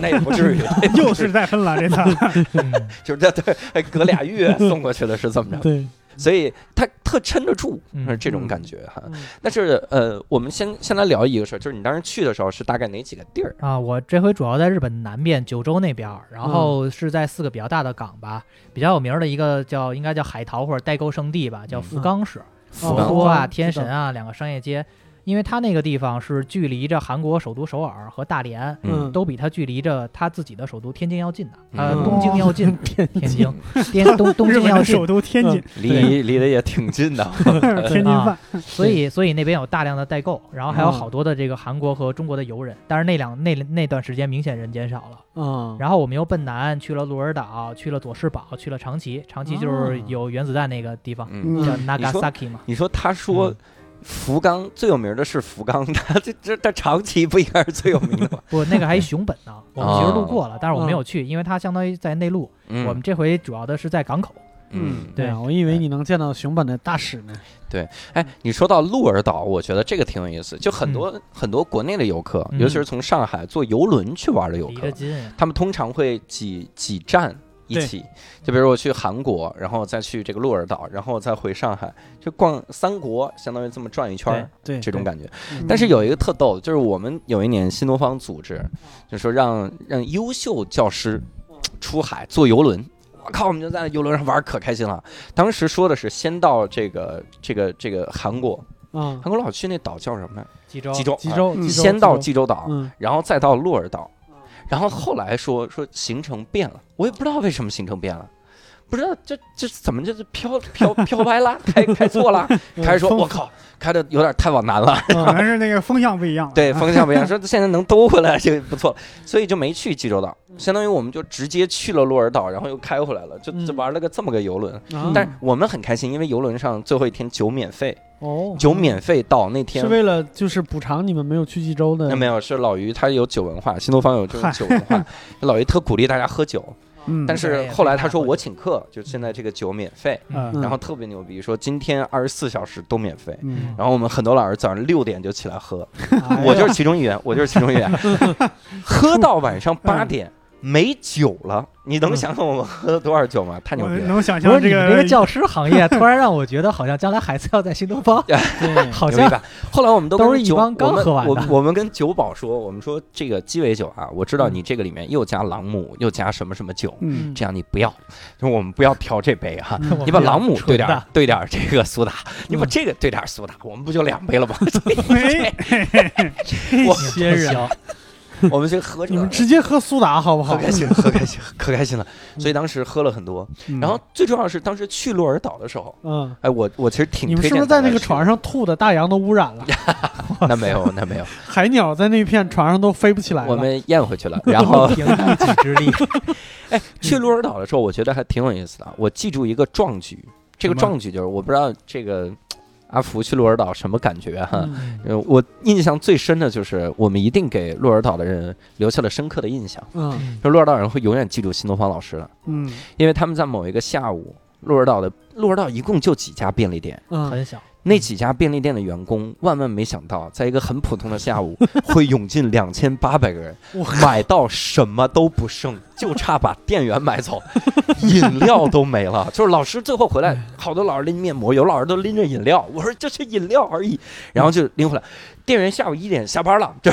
那也不至于，
又是在芬兰这趟，
嗯
就是这对，哎隔俩月送过去的是怎 [LAUGHS] 么着？
对，
所以他特撑得住， [LAUGHS]
嗯
是这种感觉哈。
嗯
但是呃，我们先先来聊一个事儿，就是你当时去的时候是大概哪几个地儿？
啊，我这回主要在日本南边九州那边儿，然后是在四个比较大的港吧，比较有名儿的一个叫应该叫海淘或者代购圣地吧，叫福
嗯
冈市，
福
福
冈
冈啊、
知
天
道
神啊两个商业街，因为它那个地方是距离着韩国首都首尔和大连
嗯
都比它距离着它自己的首都天津要近的，它
嗯
东京要近，
天
天津，天东东
日
京
本
要嗯
的
近
首，都天津，
离离得也挺近的，
[LAUGHS] 天津饭，
所以所以那边有大量的代购，然后还有
嗯
好多的这个韩国和中国的游人，但是那两那那段时间明显人减少了。
啊，
然后我们又奔南，去了鹿儿岛，去了佐世保，去了长崎。长崎就是
哦
有原子弹那个地方，
嗯，
叫
嗯
Nagasaki 嘛。
你说他说
嗯
福冈最有名的是福冈， [LAUGHS] 他这这这长崎不应该是最有名的吗？
不，那个还熊本
[LAUGHS]
呢。我们其实路过了，但是我没有去，因为它相当于在内陆。
哦嗯
我们这回主要的是在港口。
嗯，
对
哎呀我以为你能见到熊本的大使呢，
哎，你说到鹿儿岛，我觉得这个挺有意思，就很多、很多国内的游客，
嗯
尤其是从上海坐游轮去玩的游
离
客
得，近呀，
他们通常会几几站一起，就比如我去韩国，然后再去这个鹿儿岛，然后再回上海，就逛三国，相当于这么转一圈儿，
对，
这种
对
感觉。
嗯
但是有一个特逗的，就是我们有一年新东方组织，就说让让优秀教师出海坐游轮。我靠，我们就在游轮上玩儿可开心了。当时说的是先到这个这个这个韩国，
啊
韩，国老去那岛叫什么来？
济州。
济州，
济
啊
州
嗯
济州
先到
济
济州岛，
州，嗯
然后再到鹿儿岛，然后后来说说行程变了，我也不知道为什么行程变了。不知道这这怎么这这飘
[LAUGHS]
飘飘歪了，开开错了，
嗯
开始说
风
我靠，开的有点太往南了，
啊
可能是那个风向不一样了。
[LAUGHS]
对，方向不一样，说现在能兜回来就不错了，所以就没去济州岛，
嗯
相当于我们就直接去了鹿儿岛，然后又开回来了，就就
嗯
玩了个这么个游轮， [LAUGHS]
啊
但是我们很开心，因为游轮上最后一天酒免费，
哦，
酒免费到那天
是为了就是补偿你们没有去济州的
嗯
那没有，是老于他有酒文化，新东方有这种酒文
[LAUGHS]
化，老于特鼓励大家喝酒，
嗯，
但
对
是
也
后来
非常
他说
好
我请客，就现在这个酒免费，
嗯
嗯
然后特别牛逼，说今天二十四小时都免费。
嗯，
然后我们很多老师早上六点就起来喝，
哎
我
呀
就是其中一员，我就是其中一
[LAUGHS]
员，喝到晚上
嗯
八点没酒了，你能想想我们喝了多少酒吗？太牛
我
逼了！
能想
不是
象
你
这
们这个教师行业，突然让我觉得好像将来孩子要在新东方，
对
好
牛逼
像
吧？后来我们都
都
跟
是一
酒
帮刚
我们
喝完
我
的
们我们跟酒保说，我们说这个鸡尾酒啊，我知道
嗯
你这个里面又加朗姆，又加什么什么酒，
嗯，
这样你不要，就是我们不要调这杯哈、
嗯
我们
你把
这样
朗姆兑
纯
点
的
儿兑点儿这个苏打，你把这个兑点儿苏打，我们不就两杯了吗？
[LAUGHS]
哎，
我
不
些人
行
我们就喝这
嗯你
个
们，直接喝苏打好不
好
好？
开心，喝开心，可开心了。
嗯
所以当时喝了很多， [LAUGHS] 然后最重要的是当时去鹿儿岛的时候，
嗯，
哎，我我其实挺
你们
推
是不
荐
是在
大家
那个啊
去
船上吐的大洋都
[LAUGHS]
污染了？
的？那没有，那没有，
海鸟在那片船上都飞不起 [LAUGHS] 来了。
我们咽回去
[LAUGHS]
了。然后
凭一己之力，
哎，去
嗯
鹿儿岛的时候，我觉得还挺有意思的。我记住一个壮举，这个
什么
壮举就是我不知道这个阿福去鹿儿岛什么感觉哈、
嗯
呃，我印象最深的就是我们一定给鹿儿岛的人留下了深刻的印象。
嗯
就鹿儿岛人会永远记住新东方老师的，
嗯，
因为他们在某一个下午，鹿儿岛的鹿儿岛一共就几家便利店，
嗯，
很小。
那几家便利店的员工万万没想到，在一个很
[LAUGHS]
普通的下午，会涌进两千八百个人，
我
买到什么都不剩，就差把店员买走，饮料都没了。就是老师最后回来，
哎
好多老师拎面膜，有老师都拎着饮料。我说这是饮料而已，然后就拎回来。店员下午一点下班了，这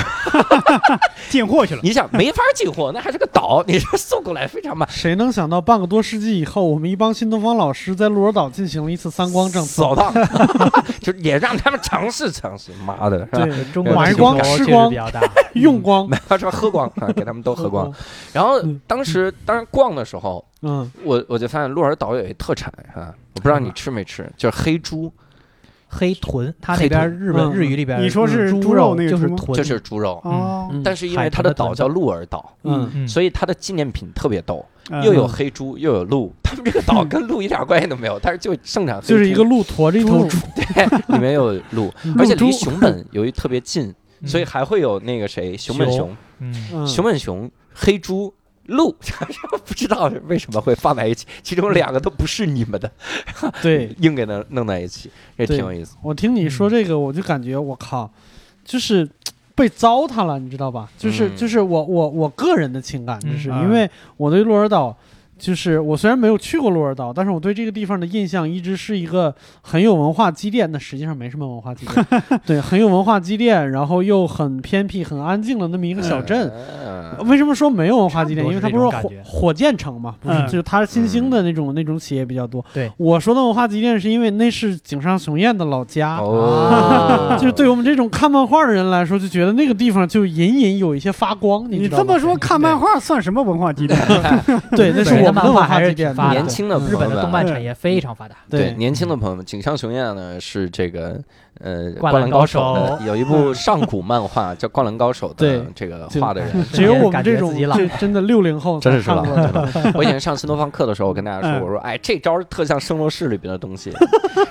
进货去了。
你想没法进货，那还是个岛，你这送过来非常慢。
谁能想到半个多世纪以后，我们一帮新东方老师在鹿儿岛进行了一次三光政策？
扫荡， [LAUGHS] 就也让他们尝试尝试。妈的，是吧？
对，
中国
买
的需
光
求
吃
确实
光
比较大，
嗯
用光，
买完之后喝光啊，给他们都喝光。然后当时当然逛的时候，
嗯。
我我就发现鹿儿岛有一特产哈、我不知道你吃没吃，就是黑猪，
黑豚，它
黑
那边日本
嗯
日语里边
你说是
猪
猪肉那个
就是
猪吗
豚，
就是猪肉。
哦，
嗯
但是因为它的岛叫鹿儿岛，
嗯
嗯
所以它的纪念品特别逗，
嗯
又有黑猪又有鹿。他们这个岛跟鹿一点关系都没有，但是就盛产黑猪，
就是一个鹿驮着一头
猪对，里面有鹿，而且离熊本由于特别近，
嗯
所以还会有那个谁，熊本熊、
嗯
嗯
熊本熊、黑猪。鹿 [LAUGHS] 不知道为什么会放在一起，其中两个都不是你们的，
对
硬给它弄在一起，也挺有意思。
我听你
嗯
说这个，我就感觉我靠，就是被糟蹋了，你知道吧？就是
嗯
就是我我我个人的情感，就
嗯
是
嗯
因为我对鹿儿岛。就是我虽然没有去过鹿儿岛，但是我对这个地方的印象一直是一个很有文化积淀，那实际上没什么文化积淀，
[LAUGHS]
对，很有文化积淀，然后又很偏僻、很安静的那么一个小镇。
嗯，
为什么说没有文化积淀？
差
因
不多
为它
是
不是火
这种感觉
火箭城嘛，不是，
嗯
就是它是新兴的那种、那种企业比较多。
对
我说的文化积淀是因为那是井上雄彦的老家，
哦，
[LAUGHS] 就是对我们这种看漫画的人来说，就觉得那个地方就隐隐有一些发光。
你
知道
这
吗
么说，看漫画算什么文化积
[LAUGHS]
淀？
对，那是我们的
日本的漫画
文化
还是
积淀
挺发达的
年轻的朋
日
友
本的
们
动漫产业非常发达，
对
对
年轻的朋友们，井上雄彦呢是这个呃《
灌
灌
篮
篮高
高
手》的
手
[LAUGHS]
有一部上古漫画叫《灌篮高手》的
对
这个
就
画的人。
只有我们这
感觉
种
自己老
这真的六零后
真
才
的是
看
老
过 [LAUGHS] 的。
[LAUGHS] 我以前上新东方课的时候，我跟大家说，
嗯
我说，哎，这招特像圣斗士里边的东
[LAUGHS]
西，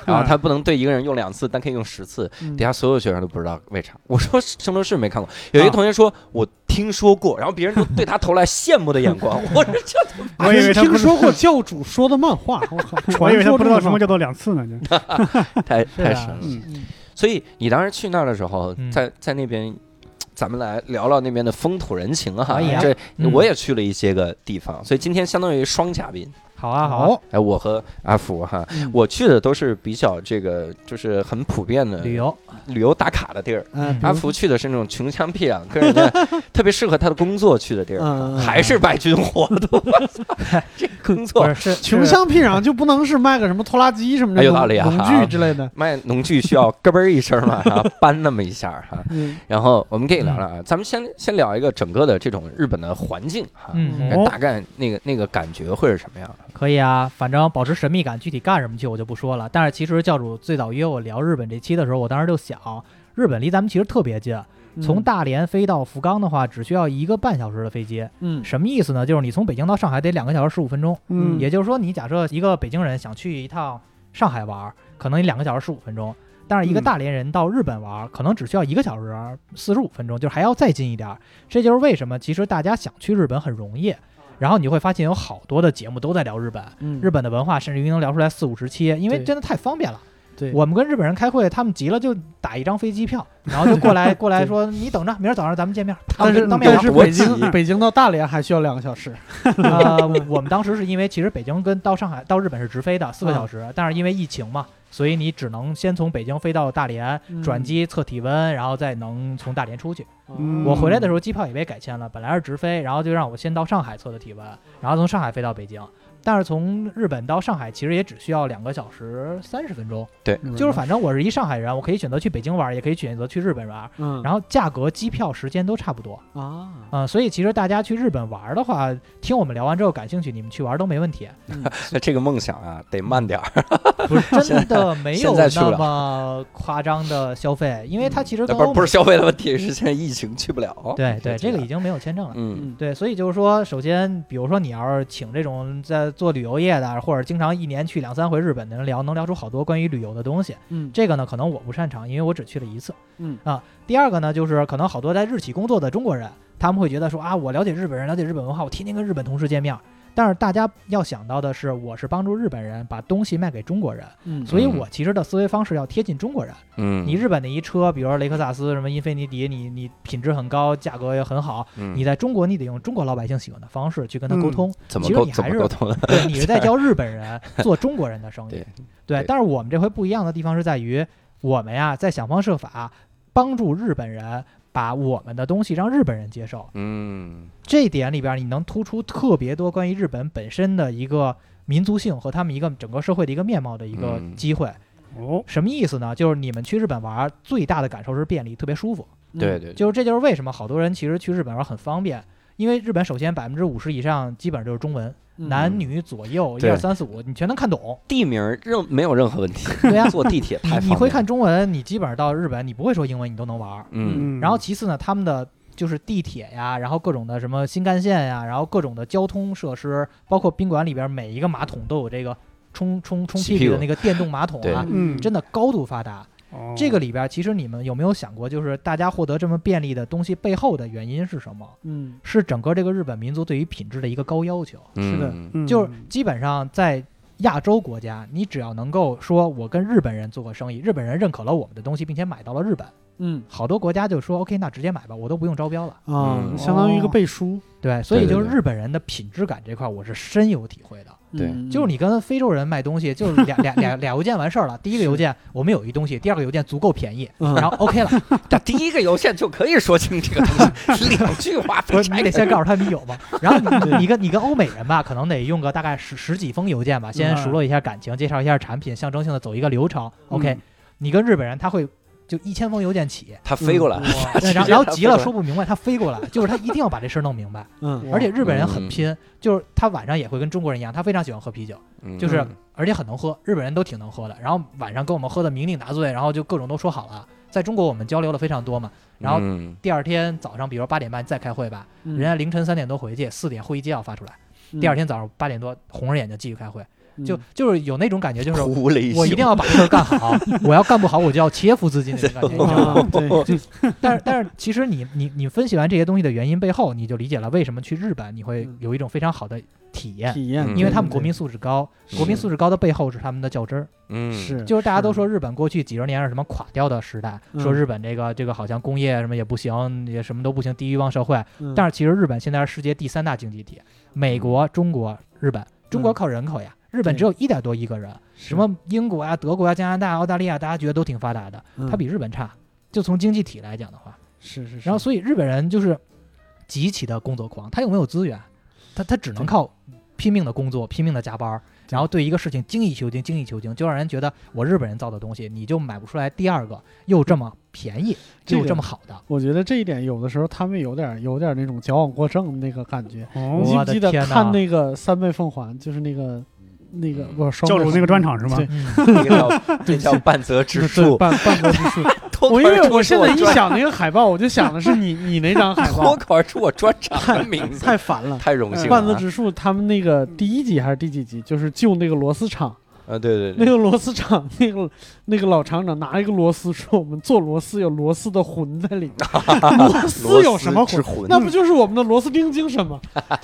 然后
嗯
他不能对一个人用两次，但可以用十次。
嗯
底下所有学生都不知道为啥。我说圣斗士没看过，有一
啊
个同学说我听说过，然后别人都对他投来羡慕的眼
[LAUGHS]
光。我说这
我以为他不
听说过教主说的漫画，我靠，
我以为他不知道
[LAUGHS] 传说中的漫画
什么叫做两次呢。就
太
是
太神
啊
了。，
嗯
所以你当时去那儿的时候，
嗯
在在那边，咱们来聊聊那边的风土人情啊。
可以啊
这
嗯
我也去了一些个地方，所以今天相当于双嘉宾。
好啊好啊，
好，
哎，我和阿福哈，
嗯
我去的都是比较这个就是很普遍的
旅游
旅游打卡的地儿。
嗯，
阿福去的是那种穷乡僻壤，跟人家特别适合他的工作去的地儿，
嗯，嗯
还是卖军火的。
[LAUGHS]
我操这工作
不是是
穷乡僻壤就不能是卖个什么拖拉机什么
哎
的
有
农
道理啊
农具之类的。
卖农具需要咯嘣儿一声
[LAUGHS]
嘛，然后搬那么一下哈。 [LAUGHS]
嗯，
然后我们可以聊
嗯
聊啊，咱们先先聊一个整个的这种日本的环境哈，
嗯
哎
哦
大概那个那个感觉会是什么样？
可以啊，反正保持神秘感，具体干什么去我就不说了。但是其实教主最早约我聊日本这期的时候，我当时就想，日本离咱们其实特别近，从大连飞到福冈的话，只需要一个半小时的飞机。
嗯
什么意思呢？就是你从北京到上海得两个小时十五分钟，
嗯
也就是说，你假设一个北京人想去一趟上海玩，可能你两个小时十五分钟。但是一个
嗯
大连人到日本玩，可能只需要一个小时四十五分钟，就是还要再近一点儿。这就是为什么其实大家想去日本很容易。然后你会发现有好多的节目都在聊日本，
嗯
日本的文化，甚至于能聊出来四五十期，因为
对
真的太方便了。
对
我们跟日本人开会，他们急了就打一张飞机票，然后就过
[LAUGHS]
来过来说：“你等着，明儿早上咱们见面。”他
但
们
是
当面
但
聊
是
我
北
急
京北京到大连还需要两个小时。
[LAUGHS] 呃，我们当时是因为其实北京跟到上海到日本是直飞的四个小时，但是因为疫情嘛，所以你只能先从北京飞到大连，
嗯
转机测体温，然后再能从大连出去。
嗯
我回来的时候机票也被改签了，本来是直飞，然后就让我先到上海测的体温，然后从上海飞到北京。但是从日本到上海其实也只需要两个小时三十分钟， [LAUGHS]
嗯
就是反正我是一上海人，我可以选择去北京玩，也可以选择去日本玩，
嗯，
然后价格、机票、时间都差不多。
后啊，
嗯，所以其实大家去日本玩的话，听我们聊完之后感兴趣，你们去玩都没问题。
那这个梦想啊，得慢点儿，[LAUGHS]
不是真的没有
现在去不
那
了嗯
么夸张的消费，因为它其实跟
不
欧
是不
美
是消费的问题，是现在疫情去不了。
对对，这个已经没有签证了。
嗯，
对，所以就是说，首先，比如说你要是请这种在做旅游业的，或者经常一年去两三回日本的人聊，能聊出好多关于旅游的东西。
嗯
这个呢，可能我不擅长，因为我只去了一次。
嗯
啊，第二个呢，就是可能好多在日企工作的中国人，他们会觉得说啊，我了解日本人，了解日本文化，我天天跟日本同事见面儿。但是大家要想到的是，我是帮助日本人把东西卖给中国人，
嗯
所以我其实的思维方式要贴近中国人。
嗯，
你日本的一车，比如说雷克萨斯、什么英菲尼迪，你你品质很高，价格也很好，
嗯
你在中国你得用中国老百姓喜欢的方式去跟他沟通。
怎么
其实
沟
你
怎
还
么
是
沟通的？ [LAUGHS]
对，你是在教日本人做中国人的生意。
对对
对但是我们这回不一样的地方是在于，我们呀在想方设法帮助日本人把我们的东西让日本人接受。
嗯
这一点里边，你能突出特别多关于日本本身的一个民族性和他们一个整个社会的一个面貌的一个
嗯
机会。
哦，
什么意思呢？就是你们去日本玩最大的感受是便利，特别舒服。
嗯
对对，
就是这就是为什么好多人其实去日本玩很方便，因为日本首先百分之五十以上基本上就是中文，
嗯
男女左右一
嗯对
二三四五你全能看懂。
地名儿任没有任何问题，
对呀、
坐地铁太
你
方
你会
便
看中文，你基本上到日本你不会说英文你都能玩儿。
嗯
然后其次呢，他们的就是地铁呀，然后各种的什么新干线呀，然后各种的交通设施，包括宾馆里边每一个马桶都有这个冲冲冲
洗
屁
屁
股的
股
那个电动马桶啊，
嗯，
真的高度发达。
哦
这个里边其实你们有没有想过，就是大家获得这么便利的东西背后的原因是什么？
嗯
是整个这个日本民族对于品质的一个高要求，
是的
嗯
嗯
就是基本上在亚洲国家，你只要能够说我跟日本人做过生意，日本人认可了我们的东西，并且买到了日本，
嗯
好多国家就说 OK，那直接买吧，我都不用招标了。
啊
嗯，
相当于一个背书，
对，所以
对对
就是
对
日本人的品质感这块，我是深有体会的。
对
嗯
就是你跟非洲人卖东西，就是俩俩俩俩邮件完事儿了，第一个邮件我们有一东西，第二个邮件足够便宜，
嗯
然后 OK 了，
但第一个邮件就可以说清这个东西，两句话
不
分
是
拆
你得先告诉他你有吗？然后你你跟你跟欧美人吧，可能得用个大概十十几封邮件吧，先熟络一下感情，介绍一下产品，象征性的走一个流程。OK，你跟日本人他会就一千封邮件起，
他飞过来， [LAUGHS]
对然
直接
后然后
他
急
飞过
了
来
说不明白，他飞过来，
[LAUGHS]
就是他一定要把这事儿弄明白。
嗯
而且日本人很
嗯
拼，就是他晚上也会跟中国人一样，他非常喜欢喝啤酒，就是
嗯
而且很能喝，日本人都挺能喝的。然后晚上跟我们喝的酩酊大醉，然后就各种都说好了。在中国我们交流了非常多嘛，然后
嗯
第二天早上，比如八点半再开会吧，
嗯
人家凌晨三点多回去，四点会议纪要发出来，
嗯
第二天早上八点多红着眼睛继续开会，
嗯 [LAUGHS]
就就是有那种感觉，就是
哭了一宿
我一定要把事儿干好，我要干不好我就要切腹自尽那种感觉，你知
[LAUGHS]
道吗？
啊对，
但是但是其实你你你分析完这些东西的原因背后，你就理解了为什么去日本你会
嗯
有一种非常好的体验，
体验
嗯，
因为他们国民素质高，
是
国民素质高的背后是他们的较真儿。
嗯
是
就是大家都说日本过去几十年是什么垮掉的时代，
嗯
说日本这个这个好像工业什么也不行，也什么都不行，低欲望社会。
嗯
但是其实日本现在是世界第三大经济体，美国、中国、日本。
嗯
中国靠人口呀，日本只有一点多亿个人。
是
什么英国呀、啊德国呀、加拿大、澳大利亚，大家觉得都挺发达的，
嗯
它比日本差。就从经济体来讲的话，
是是，是
然后所以日本人就是极其的工作狂，他又没有资源，他他只能靠拼命的工作、拼命的加班儿，然后对一个事情精益求精、精益求精，就让人觉得我日本人造的东西你就买不出来第二个又这么便宜
这
又
个
这么好的。
我觉得这一点有的时候他们有点有点那种矫枉过正的那个感觉。
哦
你记
我
不
的
记得
天哪
看那个三倍奉还，就是那个那个不是双
教
倍
主
奉
那个
还
专场是吗
对
[LAUGHS]
嗯，
这叫这叫半泽直树，
半半泽直树。
[LAUGHS] 脱
[LAUGHS] 我
口
因
而
为
出
我现在一
是我专
想那个海报，我就想的是你你那张海 [LAUGHS]
脱
报，
口而出我专场的名字，
太烦了。
太荣幸了
半泽
啊。
直树他们那个第一集还是第几集，就是救那个螺丝厂，
啊，对对
那
对，
个螺丝厂那个那个老厂长拿一个螺丝说：“我们做螺丝有螺丝的魂在里面，螺丝有什么
之
魂？”
魂？
那不就是我们的螺丝钉精神吗？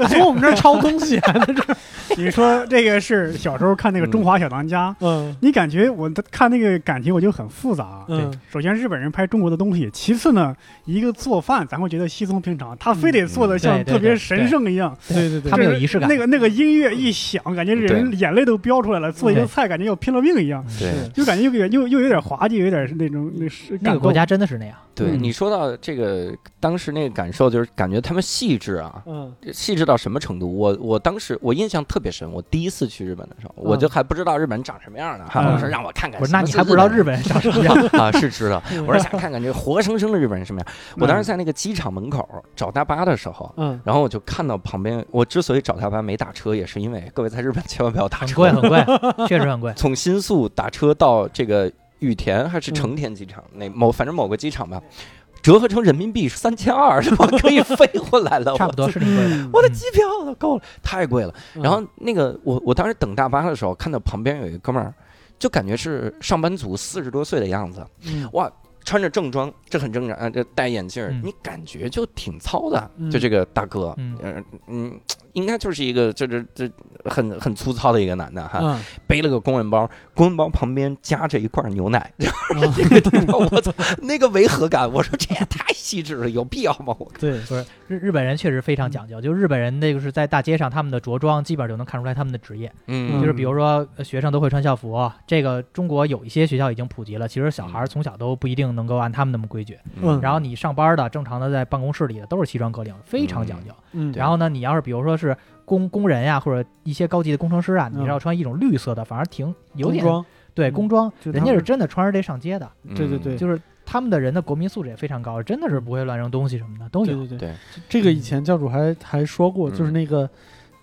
从我们这儿抄东西还在这儿，
你说这个是小时候看那个《中华小当家》
嗯
你感觉我的看那个感情我就很复杂。啊
嗯
对，首先日本人拍中国的东西，其次呢，一个做饭咱会觉得稀松平常，他非得做的
嗯
像
对
特别
对对
神圣一样。
对对对，
他们有仪式感
那个那个音乐一响，感觉人
对
眼泪都飙出来了。做一个
对
菜，感觉要拼了命一样，
对
就感觉又又又有点滑稽，有点是那种那是
那
感
个
动
国家真的是那样。
对，
嗯
你说到这个当时那个感受，就是感觉他们细致啊，
嗯
细致到什么程度？我我当时我印象特别深，我第一次去日本的时候，我就还不知道日本长什么样呢哈，
嗯
我说让我看看
嗯啊我
什么是本人。
说那你还不知道日本人长什么
[LAUGHS]
样？
啊？是知
[LAUGHS]
道，我说想看看这活生生的日本人什么样。
嗯
我当时在那个机场门口找大巴的时候。
嗯
然后我就看到旁边，我之所以找大巴没打车，也是因为各位在日本千万不要打
很
车，
贵很贵，确实很贵。
从新宿打车到这个羽田还是
嗯
成田机场，那某反正某个机场吧，折合成人民币是三千二， [LAUGHS] 我可以飞回来了。
差
[LAUGHS]
不
我
多是挺
[LAUGHS]
贵的。
我的
嗯
机票都够了，太贵了。[LAUGHS]
嗯
然后那个我我当时等大巴的时候，看到旁边有一个哥们儿，就感觉是上班族，四十多岁的样子，
嗯
哇，穿着正装，这很正常啊，这戴眼镜儿，
嗯
你感觉就挺糙的，
嗯
就这个大哥，
嗯
呃嗯，应该就是一个就是这很很粗糙的一个男的哈，
嗯，
背了个公文包，公文包旁边夹着一罐牛奶， [LAUGHS]
啊
哦
这个地方我操，那个违和感，我说这也太细致了，有必要吗？我
[LAUGHS]
对，
日日本人确实非常
嗯
讲究，就日本人那个是在大街上他们的着装，基本上就能看出来他们的职业。
嗯
就是比如说呃学生都会穿校服，这个中国有一些学校已经普及了，其实小孩儿从小都不一定能够按他们那么规矩。
嗯
然后你上班的正常的在办公室里的都是西装革领，非常讲究。
嗯，
然后呢，你要是比如说是工工人呀、或者一些高级的工程师啊，你
嗯
要穿一种绿色的，反而挺有
工
点
装，嗯
对工装，
就
人
他
家
们
是真的穿着这上街的，
对对
嗯
对
就是他们的人的国民素质也非常高，真的是不会乱扔东西什么的都
对
有。
对对
对，
这个以前教主还还说过，
嗯
就是那个。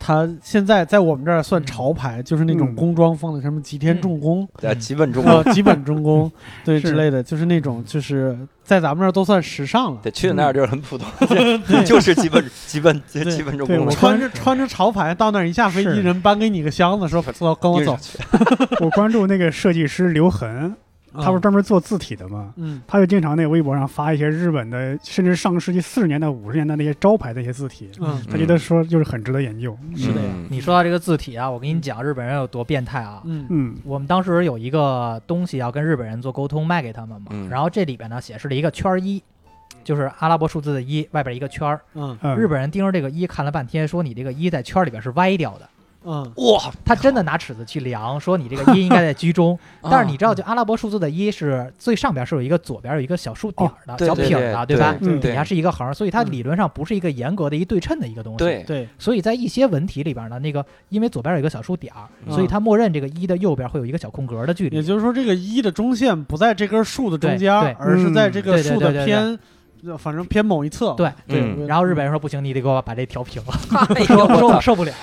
他现在在我们这儿算
嗯
潮牌，就是那种
嗯
工装风的，什么吉田
嗯
重工，
呃，基本中
啊，基本中工，对
是
之类的，就是那种就是在咱们这儿都算时尚了。
对，去那儿就是很普通，[LAUGHS]
嗯
就是基本基本基本中
对
功了。
我
穿着穿着潮牌到那儿一下飞机，
是
人搬给你个箱子，说走跟我走。
我关注那个设计师刘恒，
嗯
啊
他不是专门做字体的吗？
嗯
他就经常那微博上发一些日本的，甚至上世纪四十年代、五十年代那些招牌的一些字体，
嗯
他觉得说就是很值得研究。
是的呀
嗯
你说到这个字体啊，我跟你讲，日本人有多变态啊！
嗯
嗯
我们当时有一个东西要跟日本人做沟通，卖给他们嘛。
嗯
然后这里边呢显示了一个圈儿一，就是阿拉伯数字的一，外边一个圈儿。
嗯
嗯，
日本人盯着这个一看了半天，说你这个一在圈儿里边是歪
[LAUGHS]
掉的。
嗯
哇，
他真的拿尺子去量，说你这个一应该在居
[LAUGHS]
中。但
啊
是你知道，就阿拉伯数字的一是最上边是有一个左边有一个小竖点儿的、
对
小
对
撇儿
对
的，
对
吧？
对
嗯
底下是一个横，所以它
嗯
理论上不是一个严格的一对称的一个东西。
对，
对，
所以在一些文体里边呢，那个因为左边有一个小数点儿，
嗯
所以它默认这个一的右边会有一个小空格的距
也
离。
就是说这个一的中线不在这根树的中间
对对，
而是在这个
嗯
树
对对对
的
对
偏，呃反正偏某一侧。
对
嗯
对，
然后日本人说不行，你得给我把这调
[LAUGHS]
平了，说我说我受不了。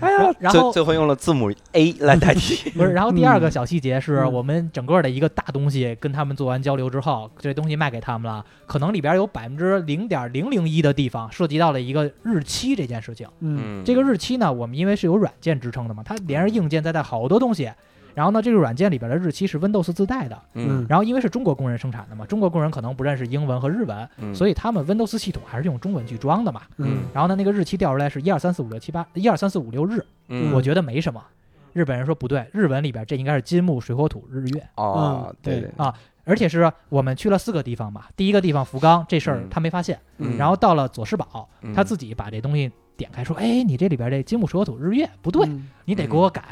哎然
最
后
最后用了字母 A 来代替。
不是，然后第
嗯
二个小细节是
嗯
我们整个的一个大东西，跟他们做完交流之后，这东西卖给他们了，可能里边有百分之零点零零一的地方涉及到了一个日期这件事情。
嗯
这个日期呢，我们因为是有软件支撑的嘛，它连着硬件在带好多东西。然后呢，这个软件里边的日期是 Windows 自带的。
嗯，
然后因为是中国工人生产的嘛，中国工人可能不认识英文和日文，
嗯
所以他们 Windows 系统还是用中文去装的嘛。
嗯
然后呢，那个日期调出来是一二三四五六七八，一二三四五六日。
嗯
我觉得没什么。日本人说不对，日文里边这应该是金木水火土日月，
哦
嗯，
对
对
对，
而且是我们去了四个地方嘛。第一个地方福冈这事儿
嗯
他没发现，
嗯
然后到了佐世保，
嗯
他自己把这东西点开说：“哎，你这里边这金木水火土日月不对，
嗯
你得给我改。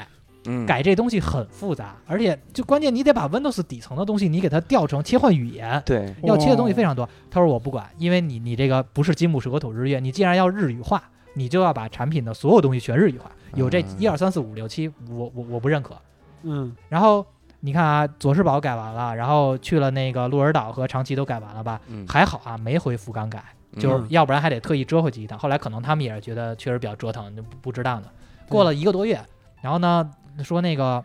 嗯
改这东西很复杂，而且就关键你得把 Windows 底层的东西你给它调成切换语言。
对，
要切的东西
哦
非常多，他说我不管，因为你你这个不是金木水火土日月，你既然要日语化，你就要把产品的所有东西全日语化。有这
嗯
一二三四五六七，我我我不认可。
嗯
然后你看啊，佐世保改完了，然后去了那个鹿儿岛和长崎都改完了吧？
嗯
还好啊，没回福冈改，就是要不然还得特意折回去一趟。后来可能他们也是觉得确实比较折腾，就不不值当的。过了一个多月，然后呢说那个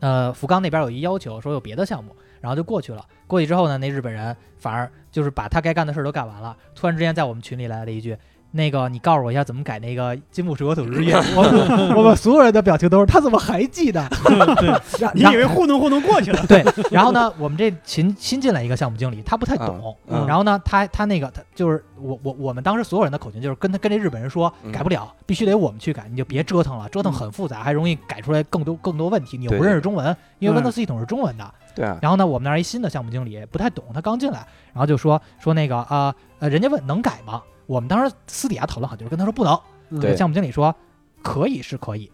呃福冈那边有一要求，说有别的项目，然后就过去了。过去之后呢，那日本人反而就是把他该干的事儿都干完了，突然之间在我们群里来了一句。那个，你告诉我一下怎么改那个金木水火土日月？我我们所有人的表情都是他怎么还记得？对，
[LAUGHS] 你以为糊弄糊弄过去
[LAUGHS]
了？
对，然后呢，我们这新新进来一个项目经理，他不太懂。
啊
嗯嗯
然后呢，他他那个他就是我我我们当时所有人的口径就是跟他跟这日本人说
嗯
改不了，必须得我们去改，你就别折腾了，折腾很复杂，还容易改出来更多更多问题。你又不
对
认识中文，因
嗯
为 Windows 系统是中文的。
对啊，
然后呢，我们那儿一新的项目经理不太懂，他刚进来，然后就说 [LAUGHS] 说那个啊呃，人家问能改吗？我们当时私底下讨论好，就是跟他说不能。
嗯
对
项目经理说可以是可以，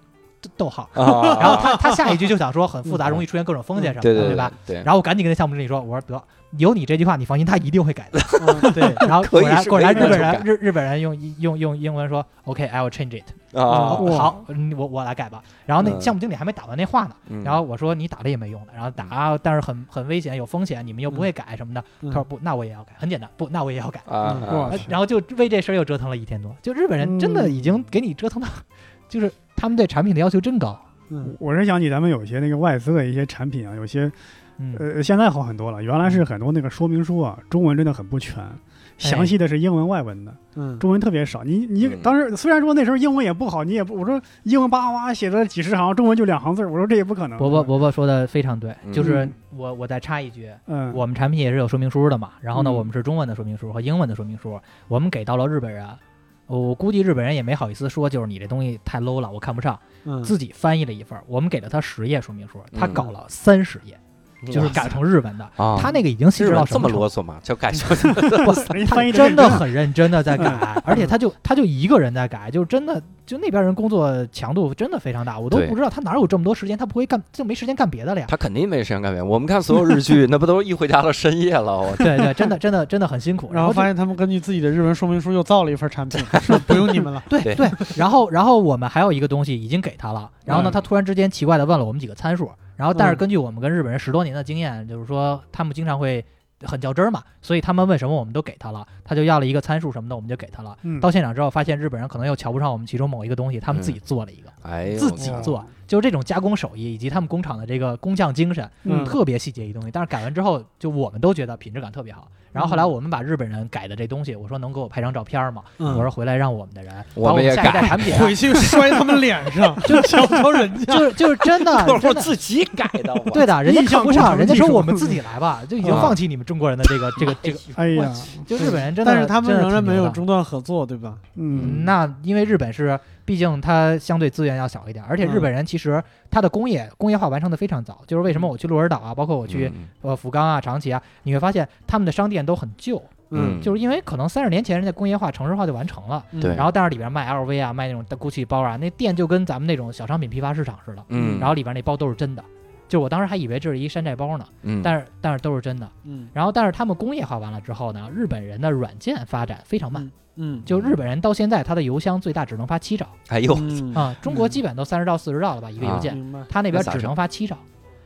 逗号。
啊
然后他他下一句就想说很复杂，
嗯
容易出现各种风险什么
对
的，
对
吧？？
对，
然后我赶紧跟那项目经理说，我说得有你这句话，你放心，他一定会改的。
嗯
[LAUGHS]
对，
然后
可
果
以
然
是
果然
没
日
人
本
就改
人日日本人用英用用英文说 OK，I、will change it，、
啊
哦，好，嗯我我来改吧。然后那
嗯
项目经理还没打完那话呢，
嗯
然后我说你打了也没用的，然后打啊但是很很危险，有风险，你们又不会改什么的。
嗯
他说不，那我也要改，很简单，不，那我也要改。
啊，
哇
呃然后就为这事儿又折腾了一天多，就日本人真的已经给你折腾到，
嗯
[LAUGHS] 就是他们对产品的要求真高。
嗯
我是想起咱们有些那个外资的一些产品啊，有些
嗯，哎
呃现在好很多了，原来是很多那个说明书啊，中文真的很不全。详细的是英文外文的，
嗯，
中文特别少。你你
嗯
当时虽然说那时候英文也不好，你也不我说英文叭叭写了几十行，中文就两行字儿，我说这也不可能。
伯伯伯伯说的非常对，
嗯
就是我我再插一句，
嗯，
我们产品也是有说明书的嘛，然后呢，
嗯
我们是中文的说明书和英文的说明书，我们给到了日本人。我我估计日本人也没好意思说，就是你这东西太 low 了，我看不上，
嗯
自己翻译了一份儿。我们给了他十页说明书，他
嗯
搞了三十页，就是改成日文的。
啊，
他那个已经细
日
致到
本
什
这
么
么
程度
啰嗦吗？就改成
[LAUGHS]
人家翻译
真
的
的很认真的在改， [LAUGHS] 而且他就他就一个人在改，就真的就那边人工作强度真的非常大，我都
对
不知道他哪有这么多时间，他不会干就没时间干别的了呀。
他肯定没时间改变。我们看所有日剧，那不都一回家到深夜了？
[LAUGHS]
我
对对，真的真的真的很辛苦。
然后
就
发现他们根据自己的日文说明书又造了一份产品，说不用你们
[LAUGHS]
了。
对
对
对，然后然后我们还有一个东西已经给他了，然后呢，
嗯
他突然之间奇怪的问了我们几个参数，然后但是
嗯
根据我们跟日本人十多年的经验，就是说他们经常会很较真儿嘛，所以他们问什么我们都给他了，他就要了一个参数什么的，我们就给他了。
嗯
到现场之后，发现日本人可能又瞧不上我们其中某一个东西，他们自己做了一个。
哎呦，
自己
我操
做，
哦
就是这种加工手艺以及他们工厂的这个工匠精神，
嗯
特别细节一东西。但是改完之后，就我们都觉得品质感特别好。然后后来我们把日本人改的这东西，我说能给我拍张照片吗？
嗯
我说回来让我们的人把
我们也
们下一代产品啊，
回去摔他们脸上，就瞧不瞧人家。
[LAUGHS] 就是就是真
[LAUGHS]
的，
我
真
说
的
自己改的，我
对的，人家
印象
看不
工
上，
程
人家
技
说
术
我们
[LAUGHS]
自己来吧，就已经
嗯
放弃你们中国人的这个这个这个，
哎呀，
就日本人真的，
但是他们
真的
仍然
挺
没
牛
有
的
中断合作，对吧？
嗯，
那因为日本是，毕竟它相对资源要少一点，
嗯
而且日本人其实它的工业工业化完成的非常早，就是为什
嗯
么我去鹿儿岛啊，包括我去、
嗯
呃福冈啊、长崎啊，你会发现他们的商店都很旧，
嗯，
就是因为可能三十年前人家工业化、城市化就完成了，
嗯
对
然后但是里边卖 LV 啊、卖那种 GUCCI 包啊，那店就跟咱们那种小商品批发市场似的，
嗯，
然后里边那包都是真的，就我当时还以为这是一山寨包呢，
嗯，
但是但是都是真的。
嗯
然后但是他们工业化完了之后呢，日本人的软件发展非常慢。
嗯，
就日本人到现在，他的邮箱最大只能发七兆
哎呦，
嗯
啊、中国基本都三十兆、四十兆了吧，一个邮
啊
件，
明白。
他那边
那咋
只能发七兆，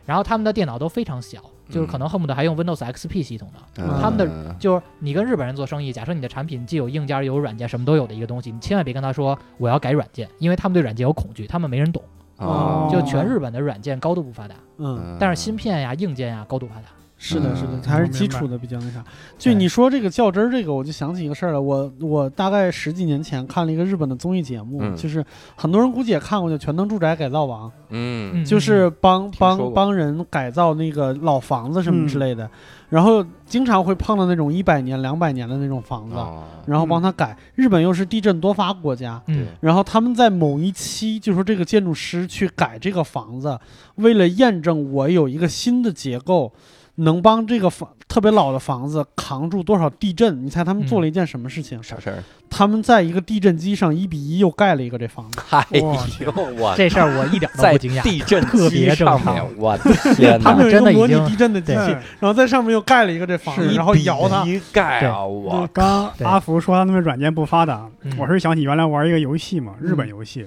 然后他们的电脑都非常小，
嗯
就是可能恨不得还用 Windows XP 系统呢。
啊
他们的
的
就是你跟日本人做生意，假设你的产品既有硬件又有软件，什么都有的一个东西，你千万别跟他说我要改软件，因为他们对软件有恐惧，他们没人懂。
哦，
嗯就全日本的软件高度不发达，
嗯，
啊
但是芯片呀、硬件呀高度发达。
是的，是的
嗯，
还是
我明
基
白
础的比较那啥。就你说这个较真儿这个，我就想起一个事儿了。我我大概十几年前看了一个日本的综艺节目，
嗯
就是很多人估计也看过，叫《全能住宅改造王》。
嗯
嗯，
就是帮
听说
帮
过
帮人改造那个老房子什么之类的，然后经常会碰到那种一百年、两百年的那种房子，
哦
然后帮他改。日本又是地震多发国家，
嗯，
然后他们在某一期就说这个建筑师去改这个房子，为了验证我有一个新的结构。能帮这个房特别老的房子扛住多少地震？你猜他们做了一件什么事情？
啥事儿？
他们在一个地震机上一比一又盖了一个这房子。
哎呦
哇，
我
这事儿我一点都
在
不惊讶。
地震
特
机
别正
上
常
面，我啊的天
他
哪！
们
有一个
真的已
模拟
经
地震的机器，
对
然后在上面又盖了一个这房子，然后摇它。
一盖
对
啊，我
刚
对
阿福说他们软件不发达
嗯，
我是想起原来玩一个游戏嘛，日本游戏，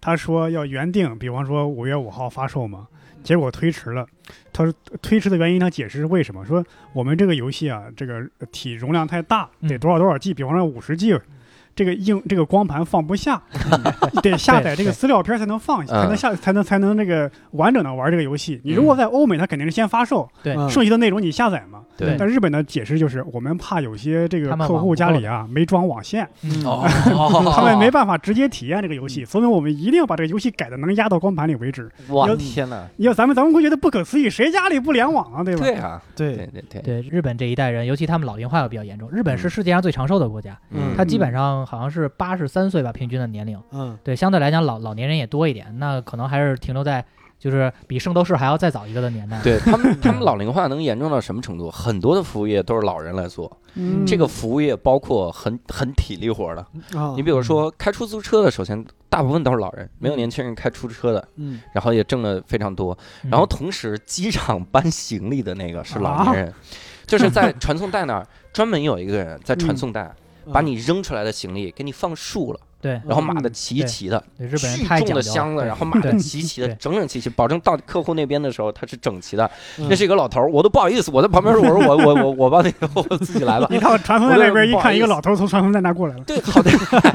他说要原定，比方说五月五号发售嘛，结果推迟了。他说推迟的原因，他解释是为什么？说我们这个游戏啊，这个体容量太大，
嗯
得多少多少 G，比方说五十 G。这个硬这个光盘放不下，
嗯
得
[LAUGHS]
下载这个资料片才能放，
嗯
才能下才能才能这个完整的玩这个游戏。你如
嗯
果在欧美，它肯定是先发售，
对
嗯
剩下的内容你下载嘛。
对
但日本的解释就是，我们怕有些这个
他们
客
网
户
不
家
够
里啊没装网线，
嗯 [LAUGHS]
哦，
他们没办法直接体验这个游戏，所以我们一定要把这个游戏改的能压到光盘里为止。
我
有
天哪！
你要咱们咱们会觉得不可思议，谁家里不联网啊？对吧？
对啊，对
对，
对对，
对日本这一代人，尤其他们老龄化又比较严重。日本
嗯
是世界上最长寿的国家，
嗯
它基本上好像是八十三岁吧，平均的年龄。
嗯，
对，相对来讲老老年人也多一点，那可能还是停留在就是比圣斗士还要再早一个的年代。
对他们，他们老龄化能严重到什么程度？很多的服务业都是老人来做，
嗯，
这个服务业包括很很体力活的。
啊
你，比如说开出租车的，首先大部分都是老人，没有年轻人开出租车的，
嗯，
然后也挣的非常多。
嗯，
然后同时，机场搬行李的那个是老年人，就是在传送带那儿专门有一个人在传送带把你扔出来的行李给你放竖了，
对，
然后码的齐
对
齐的，
对日本人
巨
太
重
讲究
的
了
箱子，
对
然后码的
对
齐齐的，
对
整整齐齐，保证到客户那边的时候它是整齐的。
嗯
那是一个老头儿，我都不好意思，我在旁边说，我说我我我我帮那个 [LAUGHS] 我自己来吧。
一到传送带那边一看，一个老头从传送带那过来了，
对，好的，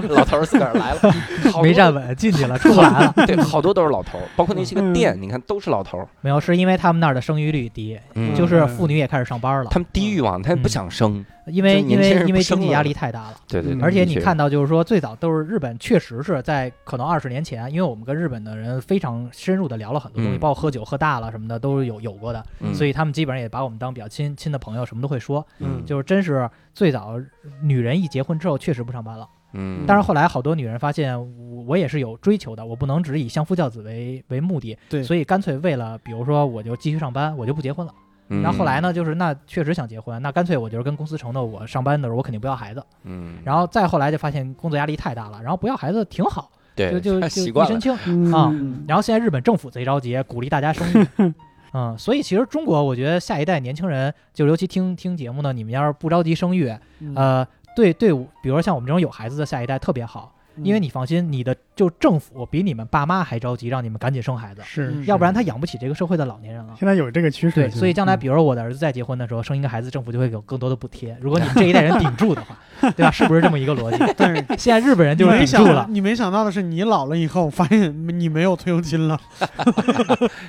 老头儿自个儿来了，
[LAUGHS]
好多
没站稳进去了，出不
[LAUGHS]
来了。
对，好多都是老头儿，包括那些个
嗯
店，你看都是老头儿，
没有，是因为他们那儿的生育率低，
嗯
就是嗯妇女也开始上班了
他，们低欲望，他也不想生。
因为
就年轻
因为
人
因为
不生
经济
了
压力太大了。
对对对，
嗯
而且
的
你
确
看，到，就是说，最早都是日本，确实是在可能二十年前，因为我们跟日本的人非常深入的聊了很多东西，
嗯
包括喝酒喝大了什么的，都是有有过的，
嗯
所以他们基本上也把我们当比较亲亲的朋友，什么都会说。
嗯
就是真是最早女人一结婚之后，确实不上班了。
嗯，
但是后来好多女人发现，我我也是有追求的，我不能只以相夫教子为为目的，
对
所以干脆为了，比如说我就继续上班，我就不结婚了。
嗯
然后后来呢，，就是那确实想结婚，那干脆我就是跟公司承诺，我上班的时候我肯定不要孩子。
嗯，
然后再后来就发现工作压力太大了，然后不要孩子挺好，就
对， [LAUGHS]
就
他
就
习
一
惯了
身，轻。啊
嗯，
然后现在日本政府贼着急，鼓励大家生育。
[LAUGHS]
嗯，所以其实中国，我觉得下一代年轻人，就尤其听听节目呢，你们要是不着急生育，
嗯
嗯
呃，对对我，比如说像我们这种有孩子的下一代特别好，
嗯，
因为你放心，你的就政府比你们爸妈还着急，让你们赶紧生孩子，
是，嗯
嗯
要不然他养不起这个社会的老年人了。
现在有这个趋势
对，
了。
所以将来比如说我的儿子再结婚的时候生一个孩子，政府就会有更多的补贴。如果你们这一代人顶住的话，对吧？是不是这么一个逻辑？
对，
现在日本人
你
[LAUGHS] 就是
没
顶住
想到
了，
你没想到的是，你老了以后发现你没有退休金
[LAUGHS]
了。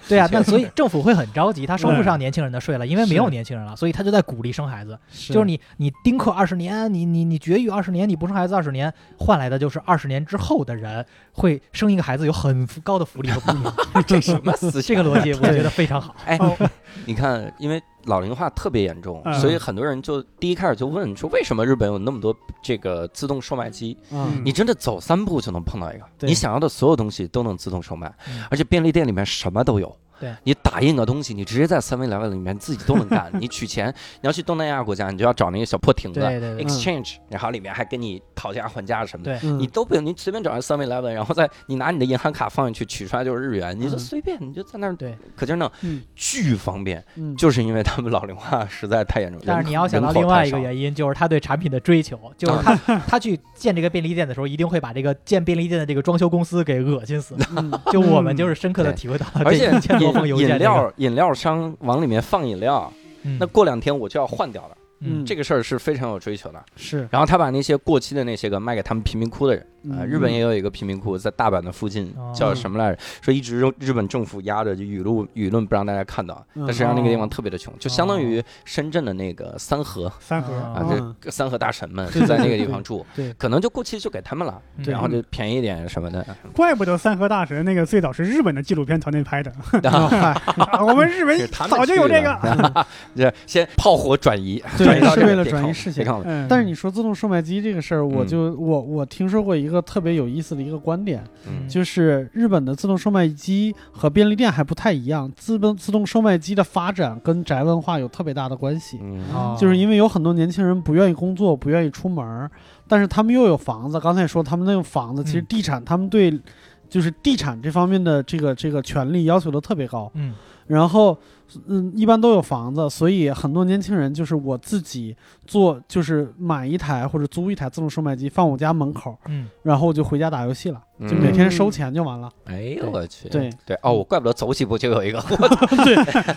对啊，那所以政府会很着急，他收不
对
上年轻人的税了，因为没有
是
年轻人了，所以他就在鼓励生孩子。
是
就是你你丁克二十年，你你你绝育二十年，你不生孩子二十年，换来的就是二十年之后的人会生一个孩子有很福高的福利和补贴。
这什么思
这
想？
个逻辑我觉得非常好。
哎， [LAUGHS] 你看，因为老龄化特别严重，
嗯
所以很多人就第一开始就问说，为什么日本有那么多这个自动售卖机？
嗯
你真的走三步就能碰到一个，
对
你想要的所有东西都能自动售卖
嗯，
而且便利店里面什么都有。
对
你打印的东西，你直接在 Seven Eleven 里面自己都能干。你取钱，你要去东南亚国家，你就要找那个小破亭子
对嗯对对
exchange，然后里面还跟你讨价还价什么的。
对，
嗯
你都不用，你随便找一 Seven Eleven，然后再你拿你的银行卡放进去，取出来就是日元，你就
嗯
随便，你就在那儿
对
可劲儿弄，
嗯
巨方便。
嗯
就是因为他们老龄化实在太严重。
但是你要想到另外一个原因，就是他对产品的追求，就是他他去建这个便利店的时候，一定会把这个建便利店的这个装修公司给恶心死。
嗯
就我们就是深刻的
对
体会到
因
了
而
这
且
一千多封
饮
邮件
饮
这个
料饮料商往里面放饮料，
嗯
那过两天我就要换掉了，
嗯
嗯
这个事儿是非常有追求的。
是
然后他把那些过期的那些个卖给他们贫民窟的人啊、
嗯
日本也有一个贫民窟在大阪的附近
哦，
叫什么来着？说一直日本政府压着，就舆论舆论不让大家看到，
嗯哦
但实际上那个地方特别的穷，就相当于深圳的那个三河
三河，
啊
哦，
嗯
这三河大神们
对
就在那个
对
地
对
方住，
对
可能就过期就给他们了，
嗯
然后就便宜一点什么的。
哎
怪不得三河大神那个最早是日本的纪录片团队拍
[LAUGHS]
的，
哦嗨
啊我们日本
是他们
早就有这个。
个， [LAUGHS] 这先炮火转
[LAUGHS]
移，
对
转移到
是
这个
为了
别
转移
靠
视
别
线
靠了
嗯，
但是你说自动售卖机这个事儿，我
嗯
就我我听说过一个特别有意思的一个观点，
嗯
就是日本的自动售卖机和便利店还不太一样，自动自动售卖机的发展跟宅文化有特别大的关系。
嗯，
哦
就是因为有很多年轻人不愿意工作，不愿意出门儿，但是他们又有房子。刚才也说他们那个房子，其实
嗯
地产、他们对就是地产这方面的这个这个权利要求都特别高。
嗯
然后，嗯，一般都有房子，所以很多年轻人就是我自己做，就是买一台或者租一台自动售卖机放我家门口，
嗯
然后我就回家打游戏了，
嗯
就每天收钱就完了。
哎呦我去，
对，
对哦，我怪不得走起步就有一个，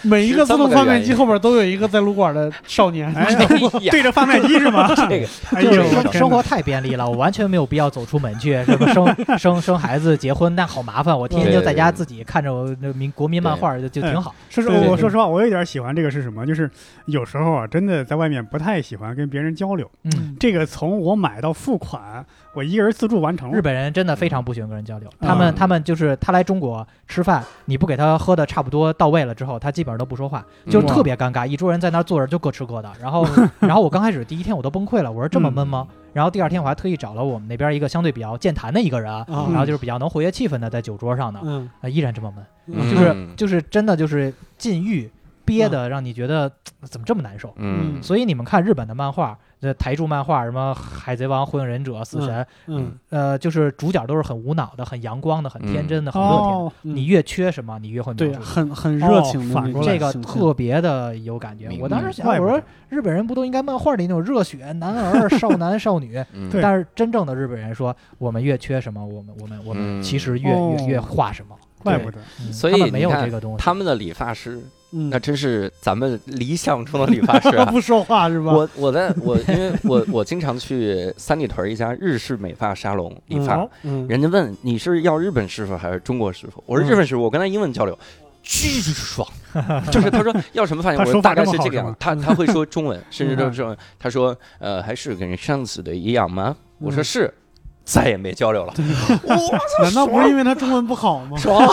每一个自
是
动
这么
贩
个原
卖
因
机后边都有一个在撸管的少年。 [LAUGHS]
哎呀
哎呀，
对着贩卖机
[LAUGHS]
是吗？
这个
哎呦，
就是
我
生
天
生
哪
活太便利了，我完全没有必要走出门去，是吧？生生生孩子、结婚，那好麻烦，我天天就在家自己看着我那民国民漫画就就挺好。
说实
对对
我
对
说实话，我有点喜欢这个是什么？就是有时候啊，真的在外面不太喜欢跟别人交流。
嗯，
这个从我买到付款，我一个人自助完成了。
日本人真的非常不喜欢跟人交流，他们
嗯
他们就是他来中国吃饭，你不给他喝的差不多到位了之后，他基本上都不说话，就
嗯
特别尴尬，一桌人在那儿坐着就各吃各的。然后然后我刚开始第一天我都崩溃了，我说这么闷吗？然后第二天我还特意找了我们那边一个相对比较健谈的一个人，
啊
然后就是比较能活跃气氛的在酒桌上的，
嗯，
啊依然这么闷。
嗯
就是就是真的就是禁欲憋的让你觉得嘖怎么这么难受。
嗯，
所以你们看日本的漫画，这台柱漫画，什么《海贼王》《火影忍者》《死神》，
嗯，
呃，就是主角都是很无脑的、很阳光的、很天真的、很乐天的。
哦，
嗯
你越缺什么，你越会描
对，
述
很很热情的
哦
那种
反
形
过
象，
来
这个特别的有感觉。
嗯明白
我当时想，
怪不
我
得
说日本人不都应该漫画里那种热血男儿、少男少女？
嗯
对
但是真正的日本人说，我们越缺什么，我们我们我们
嗯
其实越、
哦
越越画什么。
怪不得
嗯
所以
他们没有
你看
这个东西。
他们的理发师
嗯
那真是咱们理想中的理发师啊。
[LAUGHS] 不说话是吧？
我我在我因为我我经常去三里屯一家日式美发沙龙理发，
嗯，
人家问你是要日本师傅还是中国师傅，我是日本师傅，我跟他英文交流。巨爽，就是他说要什么发型，
他
我
说
大
法
概
这么
是
好
这个样
是
子
吗。
他他会说中文，甚至
嗯
都是他说呃还是跟上次的一样吗？我说是，再也没交流了。
难道不是因为他中文不好吗？
爽，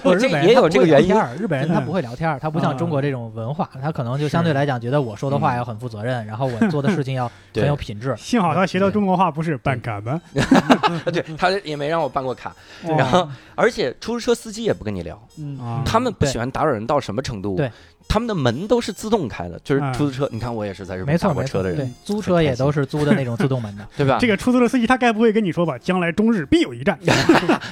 不是
这
日本人
也有
他不
这
会
个原因嗯
聊天。儿日本人他不会聊天儿，他不像中国这种文化，他可能就相对来讲觉得我说的话要很负责任，然后我做的事
[LAUGHS]
情要
对
很有品质。
幸好他学的中国话不是办卡吧？
[LAUGHS] 对他也没让我办过卡，
哦
然后而且出租车司机也不跟你聊，
嗯，
啊，
他们不喜欢打扰人到什么程度？
对，
他们的门都是自动开的，就是
嗯
出租车。你看我也是在日本
没
打
错，
过
没
车
错，
的人
对，，租车也都是租的那种自
[LAUGHS]
动门的。
对吧？
这个出租车司机他该不会跟你说吧？将来中日必有一战。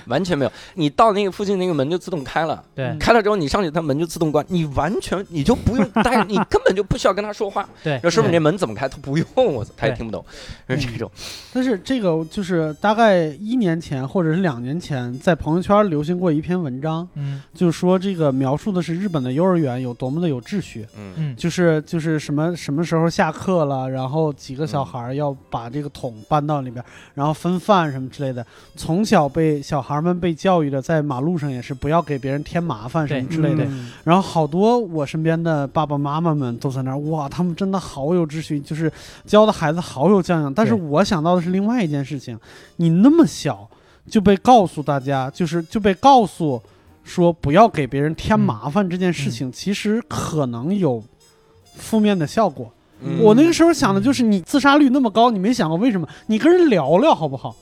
完全没有，你到那个附近那个门就自动开了，
对
开了之后你上去，它门就自动关，你完全你就不用带，你根本就不需要跟他说话。
对，
那师傅，你这门怎么开？他不用，我操他也
对
听不懂，是这种。
但是这个就是大概一年前或者是两年前，在朋友圈流行过一篇文章，
嗯 [LAUGHS]
就是说这个描述的是日本的幼儿园有多么的有秩序，
嗯
嗯，
就是就是什么什么时候下课了，然后几个小孩儿要把这个桶搬到里边儿，然后分饭什么之类的。从小被小孩儿们被教育的，在马路上也是不要给别人添麻烦什么之类的。
嗯，
然后好多我身边的爸爸妈妈们都在那儿，哇，他们真的好有秩序，就是教的孩子好有教养。但是
对
我想到的是另外一件事情，你那么小就被告诉大家，就是就被告诉说不要给别人添
嗯
麻烦这件事情，其实可能有负面的效果。
嗯
我那个时候想的就是，你自杀率那么高，你没想过为什么？你跟人聊聊好不好？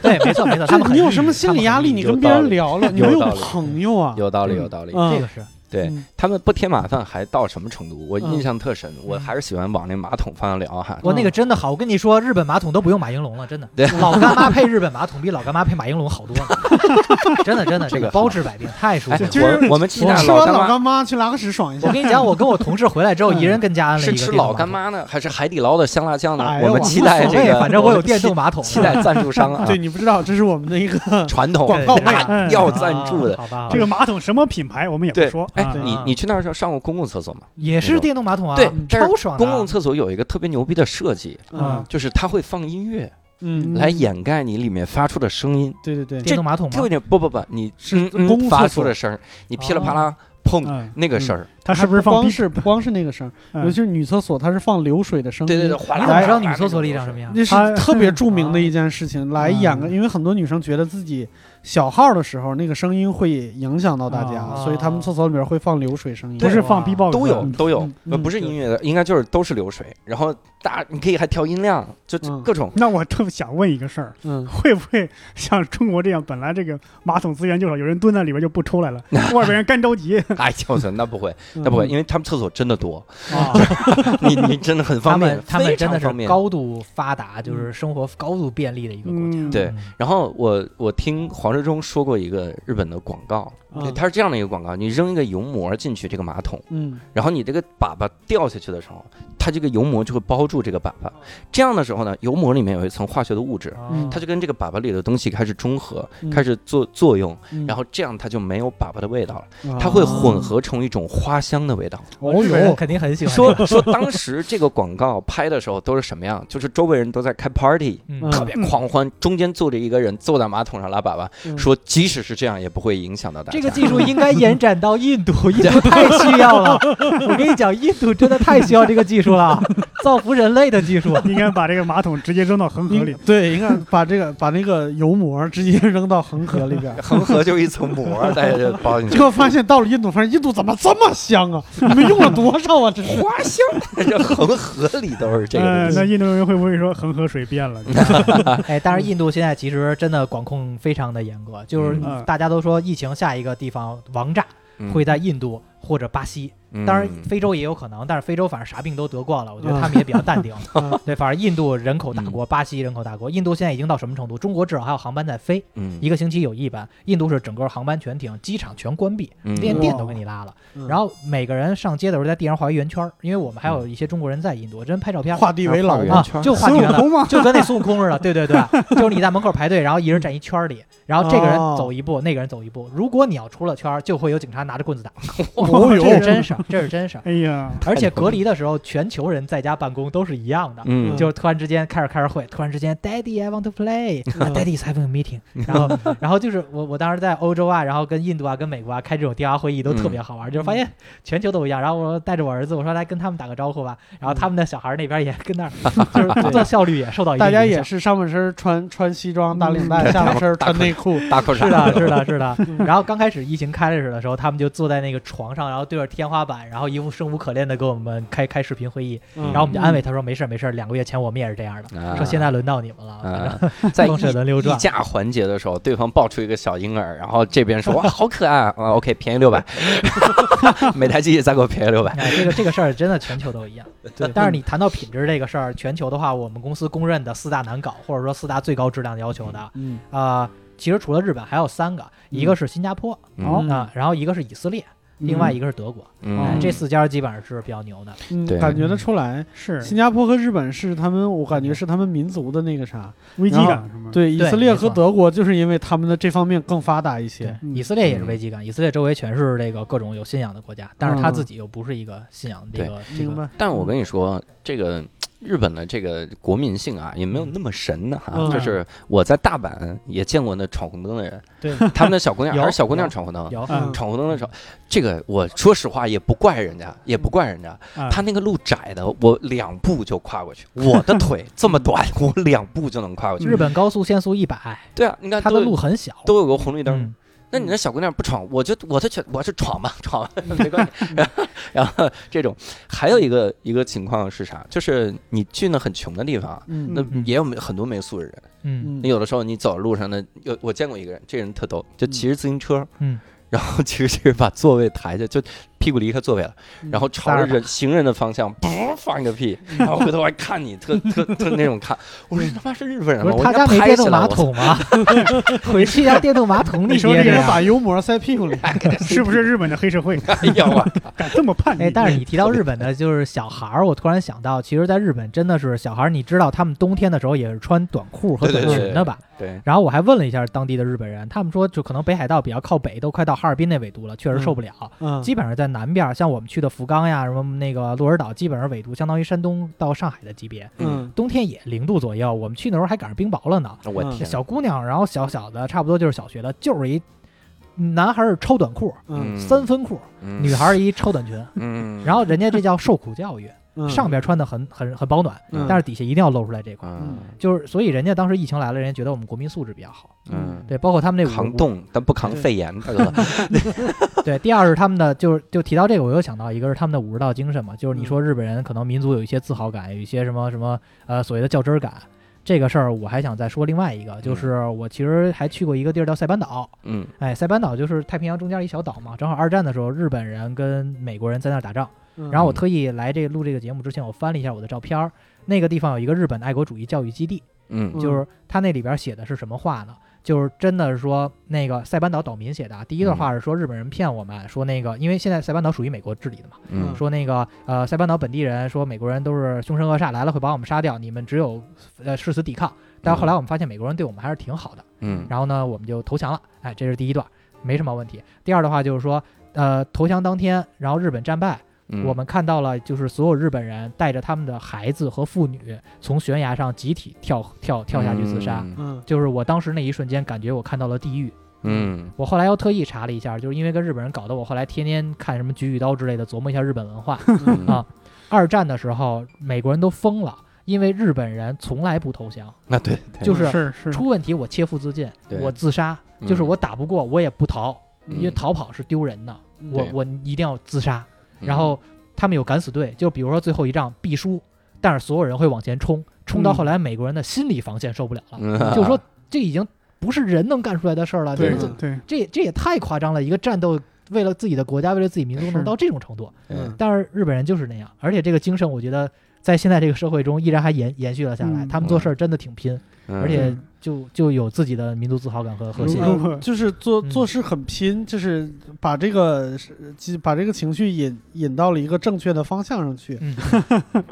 对，没错
[LAUGHS]
没错，
就
他们
你
很
有
抑郁
什么心理压力，你
有
跟别
道
人
理
聊聊，你
有
没有
道理
朋友啊。
有道理，
嗯
有道理。
他们
嗯
这个是
对
嗯
他们不添麻烦还到什么程度？我
嗯
印象特深，我还是喜欢往那马桶方向聊哈。
我那个真的好，我跟你说，日本马桶都不用马应龙了，真的
嗯对。
老干妈配日本马桶比老干妈配马应龙好多了，
[LAUGHS]
真的真的，
这个
包治百病，太舒
哎
服了。，
我我们去那
吃
老
完
干
老
妈
干妈去拉个屎爽一下
我。跟你讲，我跟我同事回来之后，
嗯
一人跟家安了一
是
个
吃
电动
老干
马
妈呢，还是海底捞的香辣酱呢
哎？呀
我们
我
期待
桶，
这
对
个，
反正我有
们期
电动马桶，
期待赞助商啊，
[LAUGHS] 对你不知道，这是我们的一个
传统
广告位
哎
嗯
要赞助的
啊好吧，好吧
这个马桶什么品牌我们也不
对
说。
哎
啊，
你
啊
你去那儿的时候上过公共厕所吗？
也是电动马桶啊，
对
嗯
这是
超爽的
公
啊。
共厕所有一个特别牛逼的设计，
啊，
就是它会放音乐
嗯，
来掩盖你里面发出的声音，
对对对，
电动马桶
就
吗？
点不不不，你
是
嗯嗯
公共厕所
发出的声儿，你噼里啪啦砰
嗯，
那个声儿，
他是不是
还
放
光
[LAUGHS]
逼？嗯
是不光是那个声儿，尤其是女厕所，它是放流水的声音，
对对对，哗
你
啦
怎么
哗啦
知道
哗啦
女厕所
那
里
种
长什
声
么
儿？
[LAUGHS]
样？
那是
它
特别著名的一件事情，来掩盖，
嗯
因为很多女生觉得自己小号的时候，那个声音会影响到大家，
啊
所以他们厕所里边会放流水声音，
不
对
是放逼爆
都有
嗯
都有
嗯，
呃
嗯
不是
对
音乐的，应该就是都是流水，然后大你可以还调音量，就就
嗯
各种。
那我特想问一个事儿，
嗯，
[LAUGHS] 会不会像中国这样，本来这个马桶资源就少，有人蹲在里边就不出来了，外边人干着
[LAUGHS]
急。
[LAUGHS] 哎，我操，那不会，那
嗯
不会，因为他们厕所真的多，
啊
[LAUGHS] 你你真的很
他
方便
们，他们
非
真的
常
是
方便。
高度发达，就是生活高度便利的一个国家。
嗯，
对
嗯，
然后我我听黄志忠说过一个日本的广告，
嗯
它是这样的一个广告：你扔一个油膜进去这个马桶，
嗯
然后你这个粑粑掉下去的时候，它这个油膜就会包住这个粑粑。这样的时候呢，油膜里面有一层化学的物质，
哦
它就跟这个粑粑里的东西开始中和，
嗯
开始做作用，
嗯
然后这样它就没有粑粑的味道了，
啊
它会混合成一种花香的味道。
哦
哦
哟，
哟，
肯定很喜欢这
说
个。
说当时这个广告拍的时候都是什么样？ [LAUGHS] 就是周围人都在开 party。
嗯
嗯
特别狂欢，中间坐着一个人，坐在马桶上拉粑粑，
嗯
说即使是这样也不会影响到大家。
这个技术应该延展到印
[LAUGHS]
度，印度太需要了。我跟你讲，印度真的太需要这个技术了，
[LAUGHS]
造福人类的技术。
应该把这个马桶直接扔到恒河里呃
应。对，应该把这个把那个油膜直接扔到恒河里
[LAUGHS]
边，
恒河就一层膜，大
[LAUGHS]
家就包进去
结。果发现到了印度，发现印度怎么这么香啊？你们用了多少啊？这是。
花香，这恒河里都是这个
呃，
东
那
西。
印度人会不会说恒河水变了？
哎，但是印度现在其实真的管控非常的严格，就是
嗯
大家都说疫情下一个地方王炸
嗯
会在印度或者巴西。当然，非洲也有可能，但是非洲反正啥病都得过了，我觉得他们也比较
[LAUGHS]
淡定。
嗯
对，反正印度人口大
嗯
国，巴西人口大国，印度现在已经到什么程度？中国至少还有航班在飞，
嗯
一个星期有一班。印度是整个航班全停，机场全关闭，
嗯
连电
哇
都给你拉了。
嗯
然后每个人上街的时候在地上画一圆圈儿，因为我们还
嗯
有一些中国人在印度，真拍照片儿
画地为牢
圆
啊
嘛，
圈，儿
就画
孙悟
地为牢，
空
[LAUGHS]
吗？
就跟那孙悟空似的。对对对，就是你在门口排队，然后一人站一圈儿里，然后这个人走一步，那个人走一步。如果你要出了圈儿，就会有警察拿着
[LAUGHS]
棍子打。
哦
这是
哟，
真事儿，这是真
[LAUGHS]
事儿。
哎呀，
而且隔离的时候，全球人在家办公都是一样的。
嗯
就是突然之间开始开着会，突然之间，Daddy I want to play，啊
嗯
Daddy is having a meeting，然后然后就是我我当时在欧洲啊，然后跟印度啊、跟美国啊开这种电话会议都特别好玩，就是发现全球都一样。然后我带着我儿子，我说来跟他们打个招呼吧，然后他们的小孩那边也跟那儿，就是工作效率也受到一定
大家也
影响
是上半身穿穿西装大领
嗯
带，下半身穿内裤，
大裤衩
是的，是的，是的
嗯。
然后刚开始疫情开始的时候，他们就坐在那个床上，然后对着天花板，然后一副生无可恋的跟我们开开视频会议。
然
嗯然后我们就安慰他说：“没事儿，没事儿，两个月前我们也是这样的。”
啊
说现在轮到你们了，反正 [LAUGHS]
啊，在
风水轮流
议
转
议价环节的时候，对方爆出一个小婴儿，然后这边说哇好可爱啊啊，OK 便宜六
[LAUGHS]
百，每台机器再给我便宜六百，
哎，这个这个事儿真的全球都一样。
对
但是你谈到品质这个事儿，全球的话，我们公司公认的四大难搞，或者说四大最高质量要求的啊、
嗯
呃其实除了日本还有三个，一个是新加坡啊、
哦
然后一个是以色列，另外一个是德国。哎
嗯，
这四家基本上是比较牛的。
嗯
对
感觉得出来，
是
新加坡和日本是他们，我感觉是他们民族的那个啥，
危机感是吗？
对，以
对
色列
没
和
错
德国就是因为他们的这方面更发达一些，
嗯
以色列也是危机感，以色列周围全是这个各种有信仰的国家，但是他
嗯
自己又不是一个信仰这
对
个这
明
个。
白？
但我跟你说，这个日本的这个国民性啊，也没有那么神的哈。
嗯
就是我在大阪也见过那闯红灯的
[LAUGHS]
人，
对，
他们的小姑娘
有
还是小姑娘
有
闯红灯，
有
嗯
闯红灯的时候，这个我说实话也不怪人
嗯
家，也不怪人家，
啊
他那个路窄的，我两步就跨
[LAUGHS]
过去，我的腿这么短，我两步就能跨过去。
日本高速限速一百，
对啊，你看
它
都
嗯的
有
路很小。
都有个红绿灯，
嗯，嗯
那你那小姑娘不闯，我就我就去，我就闯吧， [LAUGHS] 闯吧，没关系。 [LAUGHS] 然后这种还有一个一个情况是啥？就是你去那很穷的地方，
嗯
那
嗯
也有没很多没素质人。
嗯
你有的时候你走路上呢，有我见过一个人，这人特逗，就骑着自行车，
嗯，
然后骑着骑着把座位抬下，就屁股离开座位了，
嗯
然后朝着人行人的方向，噗放一个屁，然后回头还看你，
[LAUGHS]
特特特那种看。我说你他妈是日本人
不
吗？
是
我
他
应
家
该
没
拍
电
起
动
来
马
我
桶吗？ [LAUGHS] 回去要电动马桶
你
里
说
憋
这个
着
人
呀。
把油膜塞屁股
[LAUGHS]
里，
是不是日本的黑社会
哎呀我
敢这么叛逆？
哎，但是你提到日本的，就是小孩儿，我突然想到，其实，在日本真的是小孩儿，你知道他们冬天的时候也是穿短裤和
对
短
对对
裙的吧？
对，
然后我还问了一下当地的日本人，他们说，就可能北海道比较靠北，都快到哈尔滨那纬度了，确实受不了。
嗯，
基本上在南边，像我们去的福冈呀，什么那个鹿儿岛，基本上纬度相当于山东到上海的级别，
嗯，
嗯
冬天也零度左右。我们去的时候还赶上冰雹了呢。
我天，
小姑娘，然后小小的，差不多就是小学的，就是一男孩儿是超短裤、
嗯
三分裤，
嗯
女孩儿一超短裙，
嗯，
然后人家这叫受苦教育，
[LAUGHS]
嗯，
上边穿的很很很保暖，
嗯
但是底下一定要露出来这块儿。
嗯
就是，所以人家当时疫情来了，人家觉得我们国民素质比较好，
嗯，
对，包括他们那五
扛冻但不扛肺炎，大哥，
[LAUGHS] 对，第二是他们的，就是就提到这个，我又想到一个是他们的武士道精神嘛，
嗯
就是你说日本人可能民族有一些自豪感，有一些什么什么呃所谓的较真儿感，这个事儿我还想再说另外一个，就是我其实还去过一个地儿叫塞班岛，
嗯
哎，塞班岛就是太平洋中间一小岛嘛，正好二战的时候日本人跟美国人在那儿打仗，
嗯，
然后我特意来这录这个节目之前，我翻了一下我的照片儿，那个地方有一个日本的爱国主义教育基地，
嗯
就是他那里边写的是什么话呢？就是真的是说那个塞班岛岛民写的啊，第一段
嗯
话是说日本人骗我们，说那个因为现在塞班岛属于美国治理的嘛，
嗯
说那个呃塞班岛本地人说美国人都是凶神恶煞，来了会把我们杀掉，你们只有呃誓死抵抗。但是后来我们发现美国人对我们还是挺好的，
嗯
然后呢我们就投降了，哎，这是第一段，没什么问题。第二的话就是说，呃投降当天，然后日本战败，
嗯，
我们看到了，就是所有日本人带着他们的孩子和妇女从悬崖上集体跳跳跳下去自杀。
嗯
就是我当时那一瞬间，感觉我看到了地狱。
嗯
我后来又特意查了一下，就是因为跟日本人搞得，我后来天天看什么《菊与刀》之类的，琢磨一下日本
[LAUGHS]
文化。
嗯
啊二战的时候，美国人都疯了，因为日本人从来不投降，
那对，
就是
嗯是是
出问题我切腹自尽
对，
我自杀，
嗯
就是我打不过我也不逃，因为
嗯
逃跑是丢人的，我
对
我一定要自杀。
嗯
然后他们有敢死队，就比如说最后一仗必输，但是所有人会往前冲，冲到后来美国人的心理防线受不了
嗯
了，就是说这已经不是人能干出来的事儿了。
对
你们怎么
对，
这这也太夸张了，一个战斗为了自己的国家，为了自己民族
是
能到这种程度。
嗯
但是日本人就是那样，而且这个精神，我觉得在现在这个社会中依然还延延续了下来。
嗯
他们做事儿真的挺拼，
嗯
而且就就有自己的民族自豪感和和
如
谐
信
果。
任感
呃就是做
嗯
做事很拼，就是把这个即把这个情绪引引到了一个正确的方向上去。
嗯，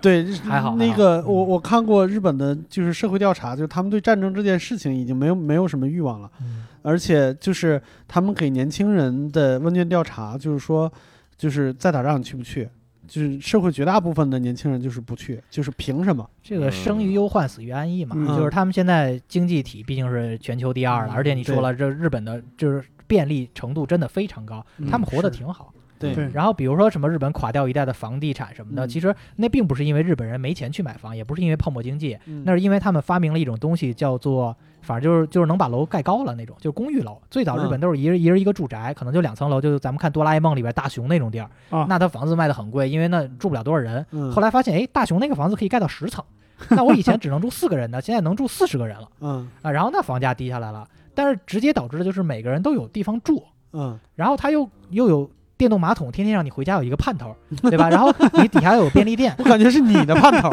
对，
还好
那
还好
个我
嗯
我看过日本的，就是社会调查，就是他们对战争这件事情已经没有没有什么欲望了，
嗯
而且就是他们给年轻人的问卷调查，就是说，就是再打仗你去不去？就是社会绝大部分的年轻人就是不去，就是凭什么？
这个生于忧患，死于安逸嘛，
嗯
就是他们现在经济体毕竟是全球第二了，
嗯
而且你说了，这日本的就是便利程度真的非常高，
嗯
他们活得
是
挺好。
对
对
然后比如说什么日本垮掉一代的房地产什么的，
嗯
其实那并不是因为日本人没钱去买房，也不是因为泡沫经济，
嗯
那是因为他们发明了一种东西叫做，反正就是就是能把楼盖高了那种，就是公寓楼。最早日本
嗯
都是一人一人一个住宅，可能就两层楼，就是咱们看《哆啦 A 梦》里边大雄那种地儿，
啊
那他房子卖的很贵，因为那住不了多少人。
嗯
后来发现，哎，大雄那个房子可以盖到十
[LAUGHS]
层，那我以前只能住四个人的，现在能住四十个人了
嗯
啊。然后那房价低下来了，但是直接导致的就是每个人都有地方住，
嗯
[LAUGHS] 然后他又又有电动马桶，天天让你回家有一个
[LAUGHS]
盼头，对吧？然后你底下又有便利店，
我感觉是你的盼
[LAUGHS]
头。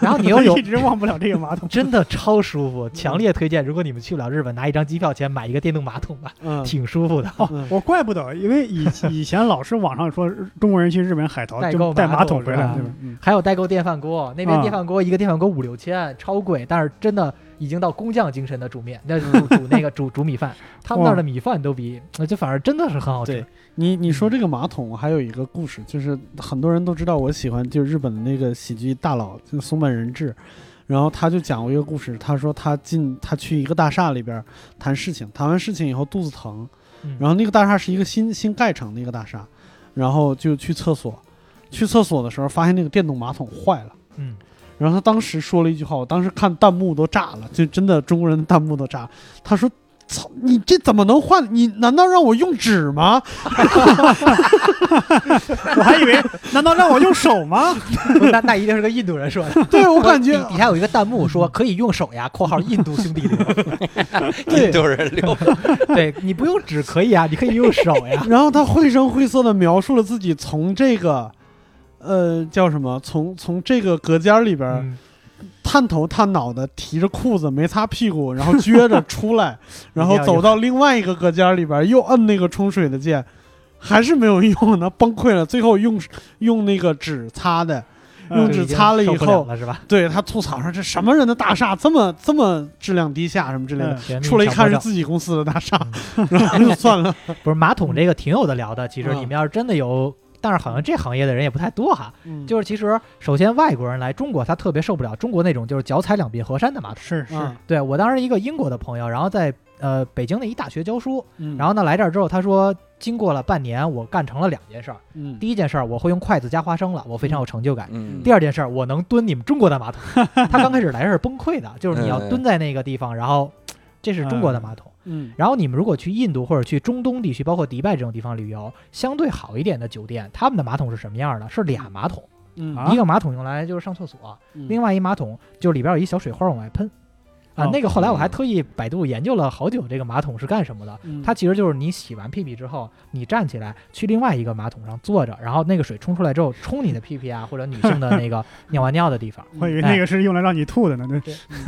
然后你又
[LAUGHS] 我
有。
一直忘不了这个马桶
真的超舒服，强烈推荐。如果你们去不了日本，拿一张机票钱买一个电动马桶吧，
嗯，
挺舒服的。
嗯
我怪不得，因为以以前老是网上说中国人去日本海淘
代购
就带
马
马
桶
桶回
是
来
吧，
对吧？嗯
还有代购电饭锅，那边
啊
嗯
电饭锅一个电饭锅五六千，超贵，但是真的已经到工匠精神的煮面，
[LAUGHS]
那煮煮那个煮煮米饭，他们那儿的米饭都比，呃这反而真的是很好吃
对。你你说这个马桶还有一个故事，就是很多人都知道我喜欢就是日本的那个喜剧大佬就松本人志，然后他就讲过一个故事，他说他进他去一个大厦里边儿谈事情，谈完事情以后肚子疼，
嗯
然后那个大厦是一个新新盖成的一个大厦，然后就去厕所，去厕所的时候发现那个电动马桶坏了。 [LAUGHS]
嗯，
然后他当时说了一句话，我当时看弹幕都炸了，就真的中国人的弹幕都炸了。他说：“操，你这怎么能换？你难道让我用纸吗？”
我还以为， [LAUGHS] 难道让我用手吗？
那那一定是个印度人说 [LAUGHS] 的。
[LAUGHS] 对我感觉
底底下有一个弹幕说可以用手呀（ [LAUGHS] 括号印度兄弟流
[LAUGHS] 对
印。度人流，），
对你不用纸可以啊，你可以用手
[LAUGHS]
呀。
然后他绘声绘色的描述了自己从这个，呃，叫什么？从从这个隔间里边儿
嗯
探头探脑的提着裤子没擦屁股， [LAUGHS] 然后撅着
[LAUGHS]
出来，然后走到另外一个隔间里边儿又摁那个冲水的键，还是没有用呢，崩溃了。最后用用那个纸擦的，用
嗯
纸擦了以
受不了
后，
了是吧？
对他吐槽说这什么人的大厦这么这么质量低下什么之类的。
嗯全
嗯
民
出来一看是
强迫症嗯
自己公司的大厦， [LAUGHS] 然后就算
[LAUGHS]
了。
不是马桶这个挺有的聊的。其实
嗯
你们要是真的有，但是好像这行业的人也不太多哈。
嗯
就是其实首先外国人来中国，他特别受不了中国那种就是脚踩两鬓河山的马桶。
是是，
啊
对我当时一个英国的朋友，然后在呃北京的一大学教书，
嗯
然后呢来这儿之后，他说经过了半年，我干成了两件事儿。
嗯
第一件事儿，我会用筷子夹花生了，我非常有成就感。
嗯
第二件事儿，我能蹲你们中国的马桶。他刚开始来是崩溃的，就是你要蹲在那个地方，然后这是中国的马桶。
嗯
然后你们如果去印度或者去中东地区，包括迪拜这种地方旅游，相对好一点的酒店，他们的马桶是什么样的？是俩马桶，
嗯
啊
一个马桶用来就是上厕所，另外一马桶就是里边有一小水花往外喷。啊
哦，
那个后来我还特意百度研究了好久，这个马桶是干什么的？
嗯
它其实就是你洗完屁屁之后，你站起来去另外一个马桶上坐着，然后那个水冲出来之后冲你的屁屁啊，或者女性的那个尿完尿的地方。
嗯
我以为那个是用来让你吐的呢。对，
[LAUGHS]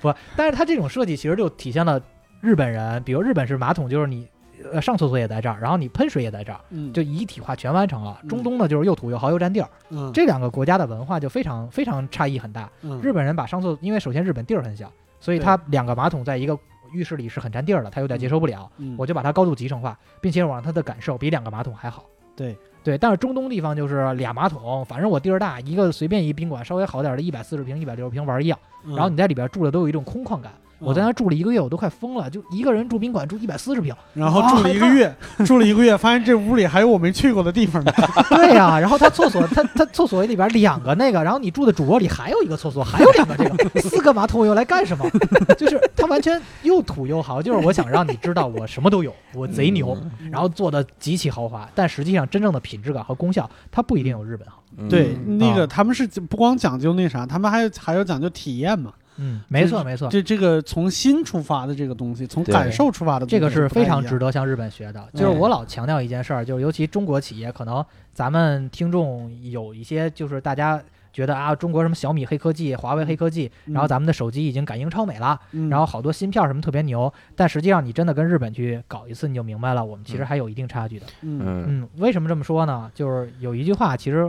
不，但是它这种设计其实就体现了日本人，比如日本是马桶，就是你呃上厕所也在这儿，然后你喷水也在这儿，
嗯
就一体化全完成了。中
嗯
东呢就是又土又豪又占地儿，
嗯
这两个国家的文化就非常非常差异很大。
嗯
日本人把上厕所，因为首先日本地儿很小，所以
对
它两个马桶在一个浴室里是很占地儿的，他有点接受不了。
嗯
我就把它高度集成化，并且我让它的感受比两个马桶还好。
对
对，但是中东地方就是俩马桶，反正我地儿大，一个随便一宾馆稍微好点儿的，一百四十平、一百六十平玩儿一样。
嗯哦
然后你在里边住的都有一种空旷感。我在那住了一个月，我都快疯了，就一个人住宾馆住一百四十平。
然后住了一个
[LAUGHS]
月，住了一个月，发现这屋里还有我没去过的地方呢。 [LAUGHS]
对呀、然后他厕所，他他厕所里边两个那个，然后你住的主卧里还有一个厕所，还有两个这
[LAUGHS]
个，四个马桶我用来干什么？就是他完全又土又豪，就是我想让你知道我什么都有，我贼牛，
嗯
然后做的极其豪华，但实际上真正的品质感和功效，它不一定有日本好。
嗯
对，
嗯
那个
啊
他们是不光讲究那啥，他们还有还有讲究体验嘛。
嗯，没错没错，
这这个从心出发的这个东西，从
对
感受出发的东西
这个是非常
不太一
值
样
得向日本学的。就是我老强调一件事儿，就是尤其中国企业，可能咱们听众有一些就是大家。觉得啊，中国什么小米黑科技、华为黑科技，
嗯
然后咱们的手机已经感应超美了，
嗯
然后好多芯片什么特别牛，但实际上你真的跟日本去搞一次，你就明白了，我们其实还有一定差距的。
嗯
嗯
嗯，为什么这么说呢？就是有一句话，其实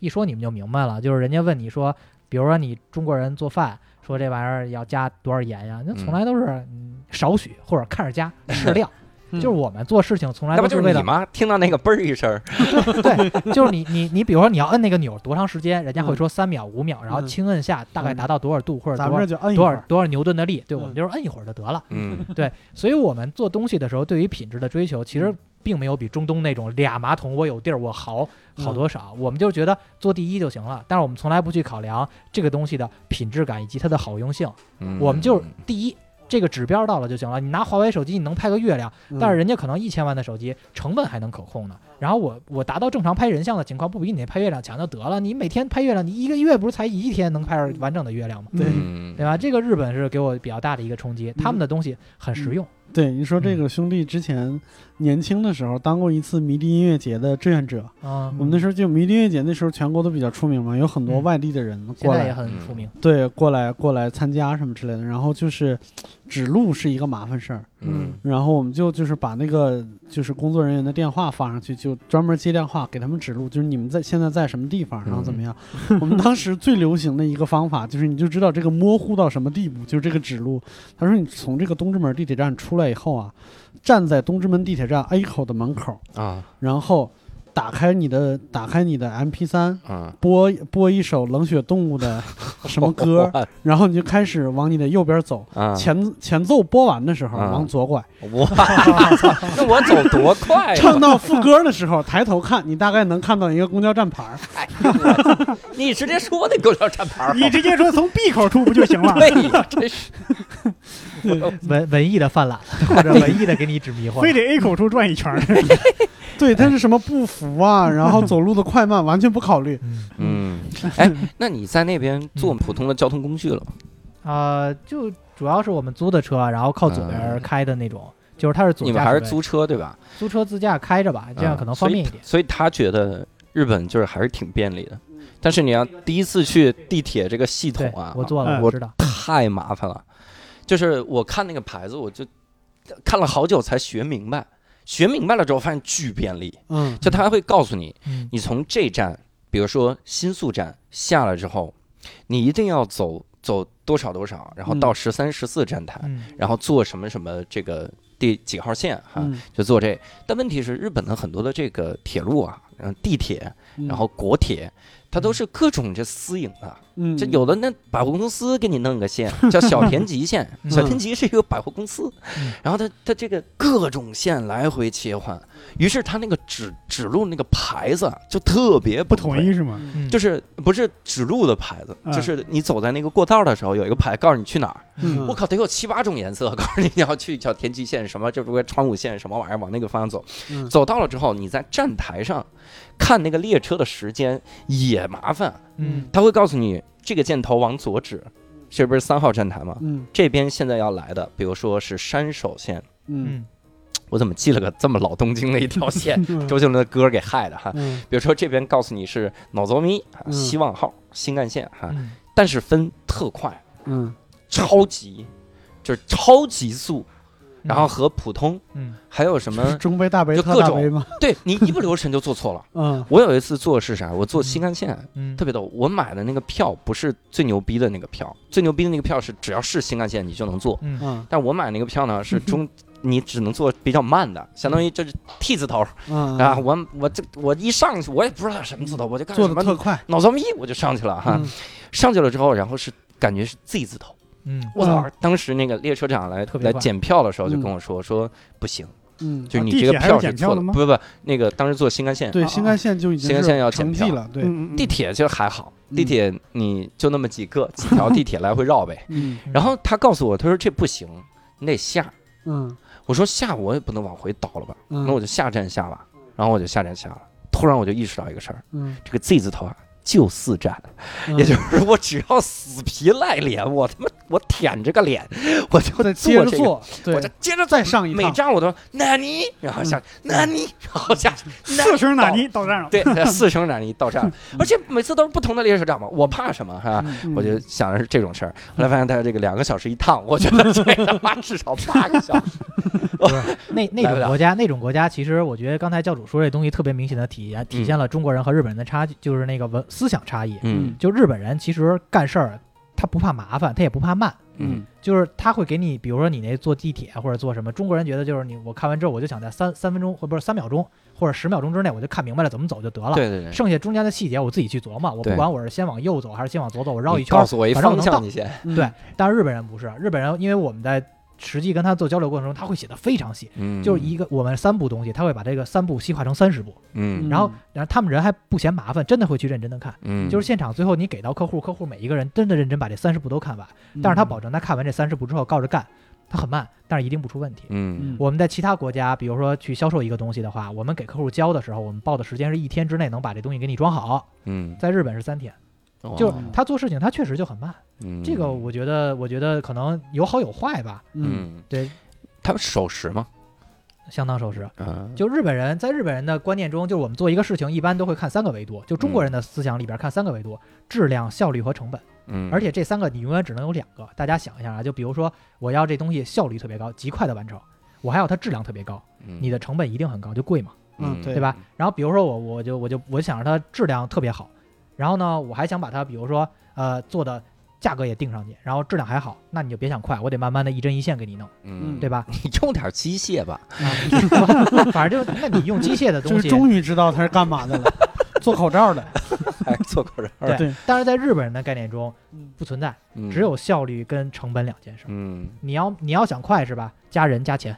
一说你们就明白了，就是人家问你说，比如说你中国人做饭，说这玩意儿要加多少盐呀？那从来都是嗯少许或者看着加适量。
嗯
就是我们做事情从来
那不
都
就是
为
是
了
你吗？听到那个嘣儿一声儿，
对，就是你你你，比如说你要摁那个钮多长时间，人
嗯
家会说三秒、五秒，然后
嗯
轻摁下，大概达到多少度或者
咱
多
们这
少
就摁一
多
会
少
儿，
多少牛顿的力，对
嗯
我们就是摁一会儿就得了。 [LAUGHS]
嗯，嗯
对，所以我们做东西的时候，对于品质的追求，其实并没有比中东那种俩马桶我有地儿我豪
嗯
好多少。我们就觉得做第一就行了，但是我们从来不去考量这个东西的品质感以及它的好用性。
嗯
我们就是第一这个指标到了就行了。你拿华为手机，你能拍个月亮，
嗯
但是人家可能一千万的手机成本还能可控呢。然后我我达到正常拍人像的情况，不比你那拍月亮强就得了。你每天拍月亮，你一个月不是才一天能拍着完整的月亮吗？
对
嗯
对吧？这个日本是给我比较大的一个冲击，他们的东西很
嗯
实用。
对你说这
嗯
个兄弟之前年轻的时候当过一次迷笛音乐节的志愿者，
嗯，
我们那时候就迷笛音乐节那时候全国都比较出名嘛，有很多
嗯
外地的人
现
过
在
来
也，很出名。
对，过来过来参加什么之类的。然后就是指路是一个麻烦事儿，
嗯
然后我们就就是把那个就是工作人员的电话发上去，就专门接电话给他们指路，就是你们在现在在什么地方，然后
嗯
怎么样。我们当时最流行的一个方法就是，你就知道这个模糊到什么地步，就是这个指路。他说你从这个东直门地铁站出来以后啊，站在东直门地铁站 A 口的门口，
嗯
啊
然后打开你的打开你的 MP 3
啊，
播播一首冷血动物的什么
[LAUGHS]
歌，然后你就开始往你的右边走。
啊？
前前奏播完的时候
啊
往左拐，
我
[LAUGHS]
那我走多快哎呀！
唱到副歌的时候抬头看，你大概能看到一个公交站牌
[LAUGHS]
儿。
你直接说那狗粮站牌儿
你直接说从 B 口出不就行了？
嗯对呀，真是
嗯文文艺的泛 [LAUGHS] 滥，或者文艺的给你指迷惑
非。得 A 口出转一圈儿。
对，但是什么步幅
哎
啊，然后走路的快慢完全不考
[LAUGHS]
虑。
嗯
嗯，哎，那你在那边坐普通的交通工具了吗？
啊，就主要是我们租的车，啊然后靠左边开的那种，就是它是左
嗯你们
驾
还
驶
是
位
租嗯车对吧？
租车自驾开着吧，这样可能方便一点。
所以他觉得日本就是还是挺便利的。但是你要第一次去地铁这个系统
嗯对
啊，，
我做了，
嗯
我知道。
太麻烦了。就是我看那个牌子，我就看了好久才学明白。学明白了之后，发现巨便利。
嗯
就他会告诉你，
嗯，
你从这站，比如说新宿站下来之后，你一定要走走多少多少，然后到十三、十四站台，
嗯
然后坐什么什么这个第几号线哈、
嗯，
就坐这。但问题是，日本的很多的这个铁路啊，嗯，地铁，
嗯
然后国铁，它都是各种这私营的。
嗯，
这有的那百货公司给你弄个线，叫小田急线，小田急是一个百货公司
嗯，
然后它它这个各种线来回切换，于是它那个指指路那个牌子啊就特别
不
不
统。一是吗？
嗯，
就是是不是指路的牌子，就
嗯
是你走在那个过道的时候，有一个牌告诉你去哪儿。
嗯
我靠，得有七八种颜色，告 [LAUGHS] 诉你你要去小田急线什么，这不是川武线什么玩意儿，往那个方向走。
嗯
走到了之后，你在站台上看那个列车的时间也麻烦，
嗯
他会告诉你这个箭头往左指，这不是三号站台吗？
嗯
这边现在要来的，比如说是山手线，
嗯
嗯
我怎么记了个这么老东京的一条
[LAUGHS]
线？
嗯
周杰伦的歌给害的哈。
嗯
比如说这边告诉你是脑泽咪、啊
嗯
希望号、新干线哈，
嗯
但是分特快、
嗯
超级，就是超级速，然后和普通
嗯
还有什
是
么？
中杯大杯
就
特
各
大
种
杯吗？
对你一不留神就坐错了。
嗯
我有一次坐的是啥？我坐新干线，
嗯，
特别逗。我买的那个票不是最牛逼的那个票，最牛逼的那个票是只要是新干线你就能坐，
嗯
嗯
但我买那个票呢是中。你只能坐比较慢的，相当于就是 T 字头
嗯
啊！我我这我一上去，我也不知道什么字头，我就干
做
什
的
么
特快，
脑子迷，我就上去了哈。
嗯
上去了之后，然后是感觉是 Z 字头，
嗯
我
哇
操！当时那个列车长来
特别
来
快
检票的时候就
嗯
跟我说说不行，
嗯，
就是
啊
你
地
这个
铁还
票
要
是
检票
错的，
了吗
不不不，那个当时坐新干线，
对，
啊
新干线就已经
新干
是
线要检
成绩
票
了，对，
嗯嗯嗯
地铁就还好，
嗯
地铁你就那么几个几条地铁来回绕呗。
[LAUGHS] 嗯
然后他告诉我，他说这不行，你得下。
嗯
我说下我也不能往回倒了吧，
嗯，
那我就下站下吧。然后我就下站下了，突然我就意识到一个事儿，
嗯
这个 Z 字头啊，就四站，也就是我只要死皮赖脸，我他妈我舔着个脸，我就
再接
做
着
这个。
做，对
我就，接着
再上一
每
趟嗯
站我都纳尼，然后下纳尼，然后
[LAUGHS]
下
四声
纳
纳尼到站了，
[LAUGHS] 对，四声染一到
[LAUGHS]
站，而且每次都是不同的列车长嘛，我怕什么哈？
嗯
我就想的是这种事儿，后来发现他这个两个小时一趟，我觉得这
[LAUGHS]
他妈至少八个小时。
那那
来不
种
了
国家，那种国家，其实我觉得刚才教主说这东西特别明显的体现体现了中国人和日本人的差距，就是那个文思想差异。
[LAUGHS] 嗯
就日本人其实干事儿，他不怕麻烦，他也不怕慢，
嗯
就是他会给你，比如说你那坐地铁或者坐什么，中国人觉得就是你我看完之后我就想在三三分钟或不是三秒钟或者十秒钟之内我就看明白了怎么走就得了。
对对对，
剩下中间的细节我自己去琢磨，我
对
不管我是先往右走还是先往左走，我绕
你
一圈
告。诉我一
反正我
方
能
向，
到
你先。
嗯
对，但是日本人不是，日本人因为我们在实际跟他做交流过程中，他会写的非常细，
嗯
就是一个我们三步东西，他会把这个三步细化成三十步，
嗯
然后然后他们人还不嫌麻烦，真的会去认真的看。
嗯
就是现场最后你给到客户，客户每一个人真的认真把这三十步都看完，
嗯
但是他保证他看完这三十步之后告着干，他很慢，但是一定不出问题。
嗯
我们在其他国家，比如说去销售一个东西的话，我们给客户交的时候，我们报的时间是一天之内能把这东西给你装好，
嗯，
在日本是三天。就是他做事情，他确实就很慢。
嗯
这个我觉得，我觉得可能有好有坏吧，
嗯，
对，
他们守时嘛，
相当守时。
嗯
就日本人在日本人的观念中，就是我们做一个事情一般都会看三个维度，就中国人的思想里边看三个维度：质量、效率和成本。
嗯，
而且这三个你永远只能有两个。大家想一下啊，就比如说我要这东西效率特别高，极快的完成，我还要它质量特别高，你
的
的成本一定很高，就贵嘛。
嗯对
对吧？？然后比如说我我就我就我想让它质量特别好，然后呢，我还想把它比如说呃做的价格也定上去，然后质量还好，那你就别想快，我得慢慢的一针一线给你弄，
嗯， [LAUGHS]
对吧？ [LAUGHS]
你用点机械吧。
反正就那你用机械的
就
东
是
西，
终于知道他是干嘛的
[LAUGHS]
了，做口罩的，
还是做口罩儿。
对
对，
但是在日本人的概念中不存在，
嗯
只有效率跟成本两件事。
嗯
你要你要想快是吧？加人加钱，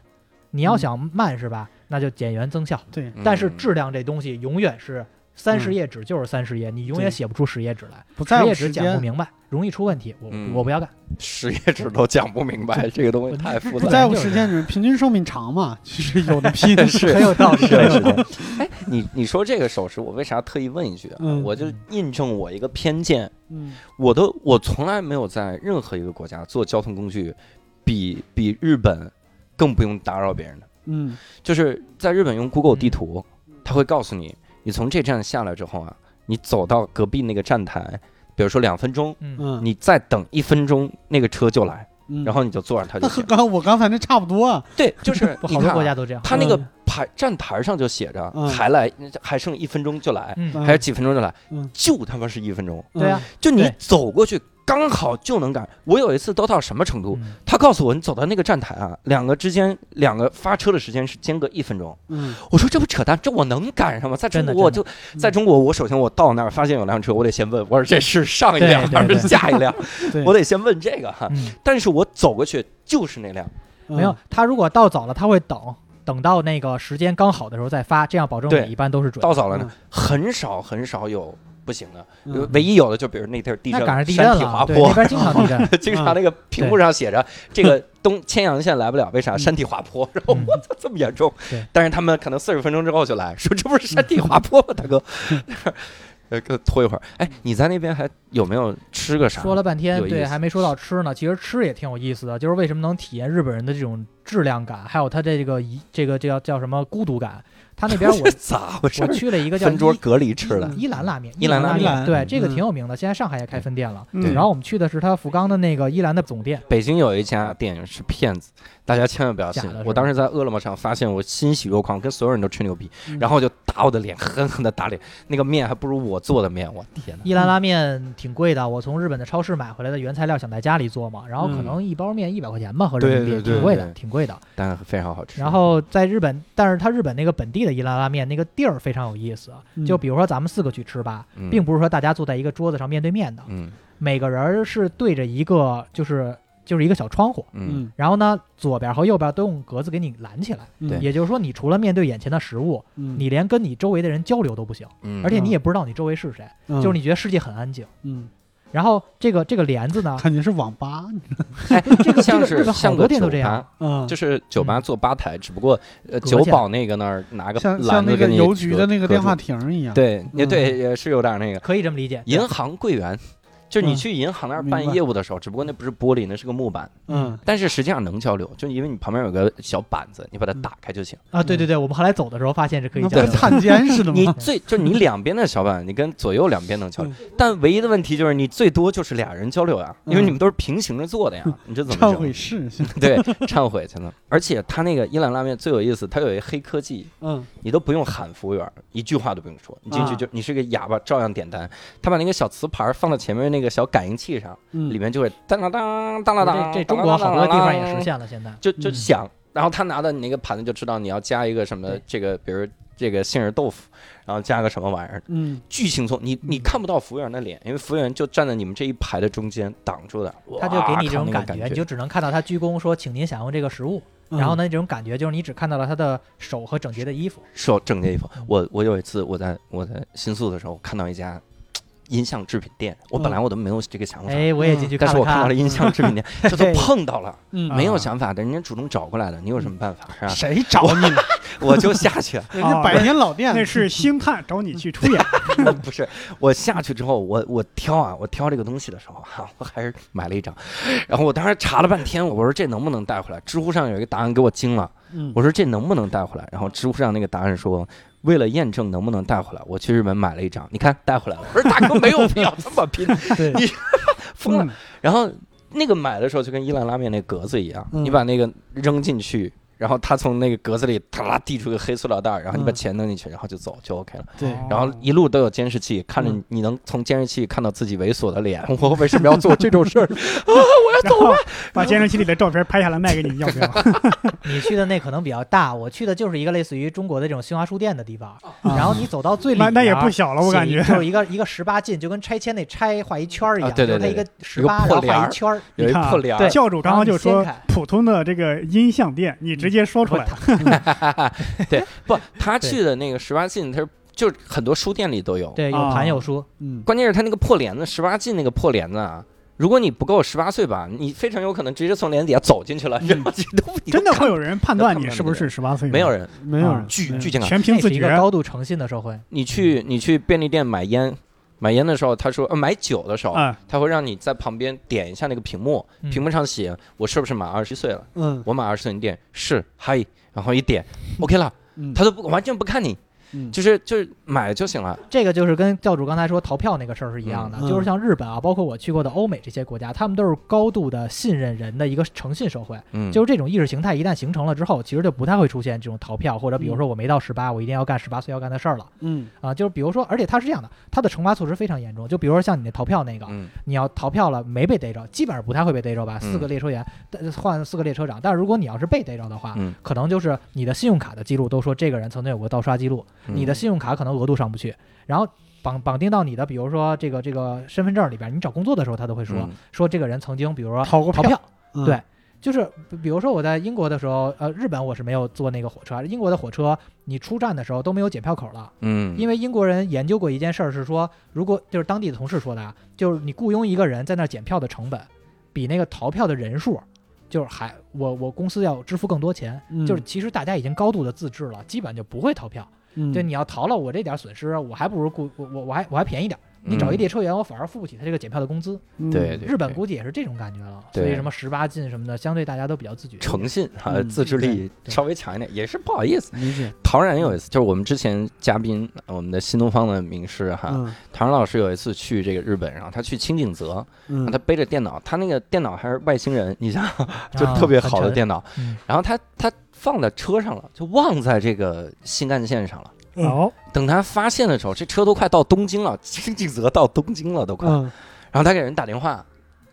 你要想慢是吧？那就减员增效。
对，
但是
嗯
质量这东西永远是三十
嗯
页纸就是三十页，你永远
对
写不出十页纸来，
不在
十
乎
页纸
时
讲不
间，
明白，容易出问题。我
嗯
我不要干。
实业制都讲不明白，这个东西太复
不
杂。
在乎时间，平均寿命长嘛，其实
[LAUGHS]
有的拼
是
很有道 [LAUGHS] 理
是的，是的。哎，你你说这个手势，我为啥特意问一句啊？
嗯
我就印证我一个偏见，
嗯
我都我从来没有在任何一个国家做交通工具比比日本更不用打扰别人的，
嗯
就是在日本用 Google 地图，它会告诉你，你从这站下来之后啊，你走到隔壁那个站台，比如说两分钟，
嗯，
嗯，
你再等一分钟，那个车就来，
嗯
然后你就坐上它就
[LAUGHS] 那和
行。
刚我刚才那差不多啊， [LAUGHS]
对，就是
不
你
好多
看
国
啊
家都
[LAUGHS]
这样。
他那个
嗯
牌站台上就写着，
嗯
还来，还剩一分钟就来，
嗯，
嗯
还有几分钟就来，
嗯
就他妈是一分钟，
对啊呀、
就你
对
走过去刚好就能赶。我有一次都到什么程度，
嗯
他告诉我你走到那个站台啊，两个之间两个发车的时间是间隔一分钟。
嗯，
我说这不扯淡，这我能赶上吗？在中
真的嗯
国我
真
就在中国，我首先我到那儿发现有辆车，我得先问，我说这是上一辆
对对
还是
对
下一辆，
对，
我得先问这个哈。
嗯，
但是我走过去就是那辆，
嗯
没有，他如果到早了，他会等。等到那个时间刚好的时候再发，这样保证
对
你一般都是准的。
到早了呢
嗯，
很少很少有不行的。
嗯
唯一有的就比如那地儿地
那
震，
赶上地震
山体
了
滑，
对，嗯那
坡， [LAUGHS]
边经常地震。
经常那个屏幕上写着这个东牵阳线来不了，为啥？山体滑坡。 [LAUGHS] 然后
嗯
我操，这么严重
对？
但是他们可能四十分钟之后就来，说这不是山体滑坡
嗯
吗，大哥？ [LAUGHS] 呃，给我拖一会儿。哎，你在那边还有没有吃个啥？
说了半天
有，意
对，
思
还没说到吃呢。其实吃也挺有意思的，就是为什么能体验日本人的这种质量感，还有他这个一这个这叫叫什么孤独感。他那边
[LAUGHS]
我
这咋回事
我？去了一个叫
分桌
伊
隔离吃的。
伊兰拉面，
伊兰
拉
拉
面
对，这个
嗯
挺有名的，现在上海也开分店了。
对
嗯
然后我们去的是他福冈的那个伊兰的总店，
北京有一家店是骗子，大家千万不要信
假的是。吧
我当时在饿了么上发现，我欣喜若狂，跟所有人都吹牛逼，
嗯
然后就打我的脸，狠狠的打脸。那个面还不如我做的面，我天哪！
伊兰拉面挺贵的，我从日本的超市买回来的原材料想在家里做嘛，然后可
嗯
能一包面一百块钱吧，合人民
对对
币
对
挺贵
对
的，挺贵的。
但非常好吃。
然后在日本，但是它日本那个本地的伊兰拉面那个地儿非常有意思，
嗯
就比如说咱们四个去吃吧，
嗯
并不是说大家坐在一个桌子上面对面的，
嗯
每个人儿是对着一个就是就是一个小窗户，
嗯
嗯
然后呢左边和右边都用格子给你拦起来，
对
也就是说你除了面对眼前的食物，
嗯
你连跟你周围的人交流都不行，
嗯
而且你也不知道你周围是谁，
嗯
就是你觉得世界很安静。
嗯
然后这个这个帘子呢，
肯定是网吧，
哎，
这个
像
这个
是
这个
像
好
个酒
多店都
吧，
这样，
嗯，
就是酒吧
嗯
做吧台，只不过呃
隔
酒
起
保那个那儿拿个
像像
篮
那
子
个
给你
邮局的那个
隔
电话
住，
亭儿一样。
对，也对，
嗯
也是有点那个
可以这么理解。
银行柜员。就是你
嗯
去银行那儿
明
办
白
业务的时候，只不过那不是玻璃，那是个木板，
嗯，
但是实际上能交流，就因为你旁边有个小板子，你把它
嗯
打开就行。
啊，对对对，我们后来走的时候发现是可以
那不
这
是
样的。
探监似的
你
吗？
嗯
最就是你两边的小板，你跟左右两边能交流，但唯一的问题就是你最多就是俩人交流呀，因为
嗯
你们都是平行着坐的
嗯
呀，你
[LAUGHS]
这怎么
忏
整啊
悔？室，
对，忏悔才能。而且他那个伊朗拉面最有意思，它有一黑科技， [LAUGHS]
嗯
你都不用喊服务员，一句话都不用说，你进去
啊
就你是个哑巴，照样点单。他把那个小磁盘放到前面那个小感应器上，里
嗯，
面就会当当当当当当，
这这中国好多地方也实现了，现在
就就
嗯
响。然后他拿到你那个盘子就知道你要加一个什么
对，
这个比如这个杏仁豆腐，然后加个什么玩意儿，
嗯，
巨轻松。你你看不到服务员的脸，因为服务员就站在你们这一排的中间挡住的。
他就给
哇
你这
靠
种
那个感
觉，你就只能看到他鞠躬说请您享用这个食物，然后
嗯
呢？
呢，这种感觉就是你只看到了他的手和整洁的衣服。
手整洁一方。我我有一次我在我在新宿的时候看到一家音像制品店，我本来我都没有这个想法，
嗯哎，我也进去
哦嗯但是
看了
我看到了
看，
音像制品
[LAUGHS]
店，这都
对
碰到了，
嗯，
没有
啊
想法的，人家主动找过来的，你有什么办法是吧？
[LAUGHS]
谁找你了？
我就下去了，
人
啊
家百年老
嗯
店，
那是星探找你去出
[LAUGHS]
演，
[LAUGHS] 不是我下去之后，我我挑啊，我挑这个东西的时候哈、我还是买了一张，然后我当时查了半天，我说这能不能带回来？知乎上有一个答案给我惊了，
嗯，
我说这能不能带回来？然后知乎上那个答案说。为了验证能不能带回来，我去日本买了一张，你看带回来了。我说大哥没有必要这么
[LAUGHS]
拼，
对
你疯了。
嗯
然后那个买的时候就跟伊兰拉面那格子一样，
嗯
你把那个扔进去，然后他从那个格子里哒啦递出个黑塑料袋儿，然后你把
嗯
钱扔进去，然后就走就 OK 了。
对，
哦
然后一路都有监视器，看着
嗯
你能从监视器看到自己猥琐的脸。我为什么要做这种事儿？
然后把监视器里的照片拍下来卖给你，要不
[LAUGHS]
要？
你去的那可能比较大，我去的就是一个类似于中国的这种新华书店的地方，然后你走到最里
哦那
边，
那也不小了，我感觉。
就是一个一个十八禁，就跟拆迁那拆画一圈儿一样，
啊对对
就是
对
它一个
一
十
个
八
破
然后
帘
画
儿
一圈儿，
有一
你看啊
破帘儿，
对
[LAUGHS] 教主刚刚就
然后
说
你掀开
普通的这个音像店，你直接说出来，
不，他去的那个十八禁，他是就是很多书店里都有。
对，有
啊
盘有书，
嗯，
关键是他那个破帘子，十八禁那个破帘子啊。如果你不够十八岁吧，你非常有可能直接从帘底下走进去了，然后这都你都
真的
看
会有人判断你是不是十八岁？
没有，人啊
没有人，
啊
巨
没有
巨，健康。
全
这
凭
也
自
是一
觉
个。高度诚信的社会。
你去你去便利店买烟，买烟的时候，他说呃买酒的时候，
啊，
他会让你在旁边点一下那个屏幕，
嗯
屏幕上写我是不是满二十岁了。
嗯
我买二十寸店是嗨，然后一点 OK 了，
嗯，
他都不完全不看你，
嗯
就是就是买就行了。
这个就是跟教主刚才说逃票那个事儿是一样的，
嗯
就是像日本啊，包括我去过的欧美这些国家，他们都是高度的信任人的一个诚信社会。
嗯，
就是这种意识形态一旦形成了之后，其实就不太会出现这种逃票，或者
嗯
比如说我没到十八，我一定要干十八岁要干的事儿了
嗯
啊。就是比如说，而且它是这样的，它的惩罚措施非常严重。就比如说像你那逃票那个，
嗯
你要逃票了没被逮着，基本上不太会被逮着吧？四个列车员、但换四个列车长，但是如果你要是被逮着的话，
嗯
可能就是你的信用卡的记录都说这个人曾经有过盗刷记录，
嗯
你的信用卡可能额度上不去，然后绑绑定到你的，比如说这个这个身份证里边，你找工作的时候，他都会说、
嗯
说这个人曾经，比如说
逃过
逃
票，
票，就是比比如说我在英国的时候，呃，日本我是没有坐那个火车，英国的火车你出站的时候都没有检票口了。
嗯，
因
为
为英国人研究过一件事儿，是说如果就是当地的同事说的啊，就是你雇佣一个人在那儿检票的成本，比那个逃票的人数，就是还我我公司要支付更多钱。
嗯
就是其实大家已经高度的自治了，基本就不会逃票。
嗯
对，你要逃了，我这点损失，我还不如雇我我我还我还便宜点儿。你找一列车员，我反而付不起他这个检票的工资。
嗯
对，对
日本
对
估计也是这种感觉了，
对
所以什么十八禁什么的，相对大家都比较自觉。
诚信啊，
嗯
自制力
对嗯
稍微强一点，也是不好意思。
理解，
陶然有一次，就是我们之前嘉宾，呃我们的新东方的名师哈，
啊
嗯
陶然老师有一次去这个日本，然后他去清景泽，然后
嗯，
他背着电脑，他那个电脑还是外星人，你想 [LAUGHS] 就
啊
特别好的，
很
电脑
嗯，
然后他他放在车上了，就忘在这个新干线上了。
嗯
哦，
等他发现的时候，这车都快到东京了， [LAUGHS] 清景泽到东京了都快。
嗯
然后他给人打电话，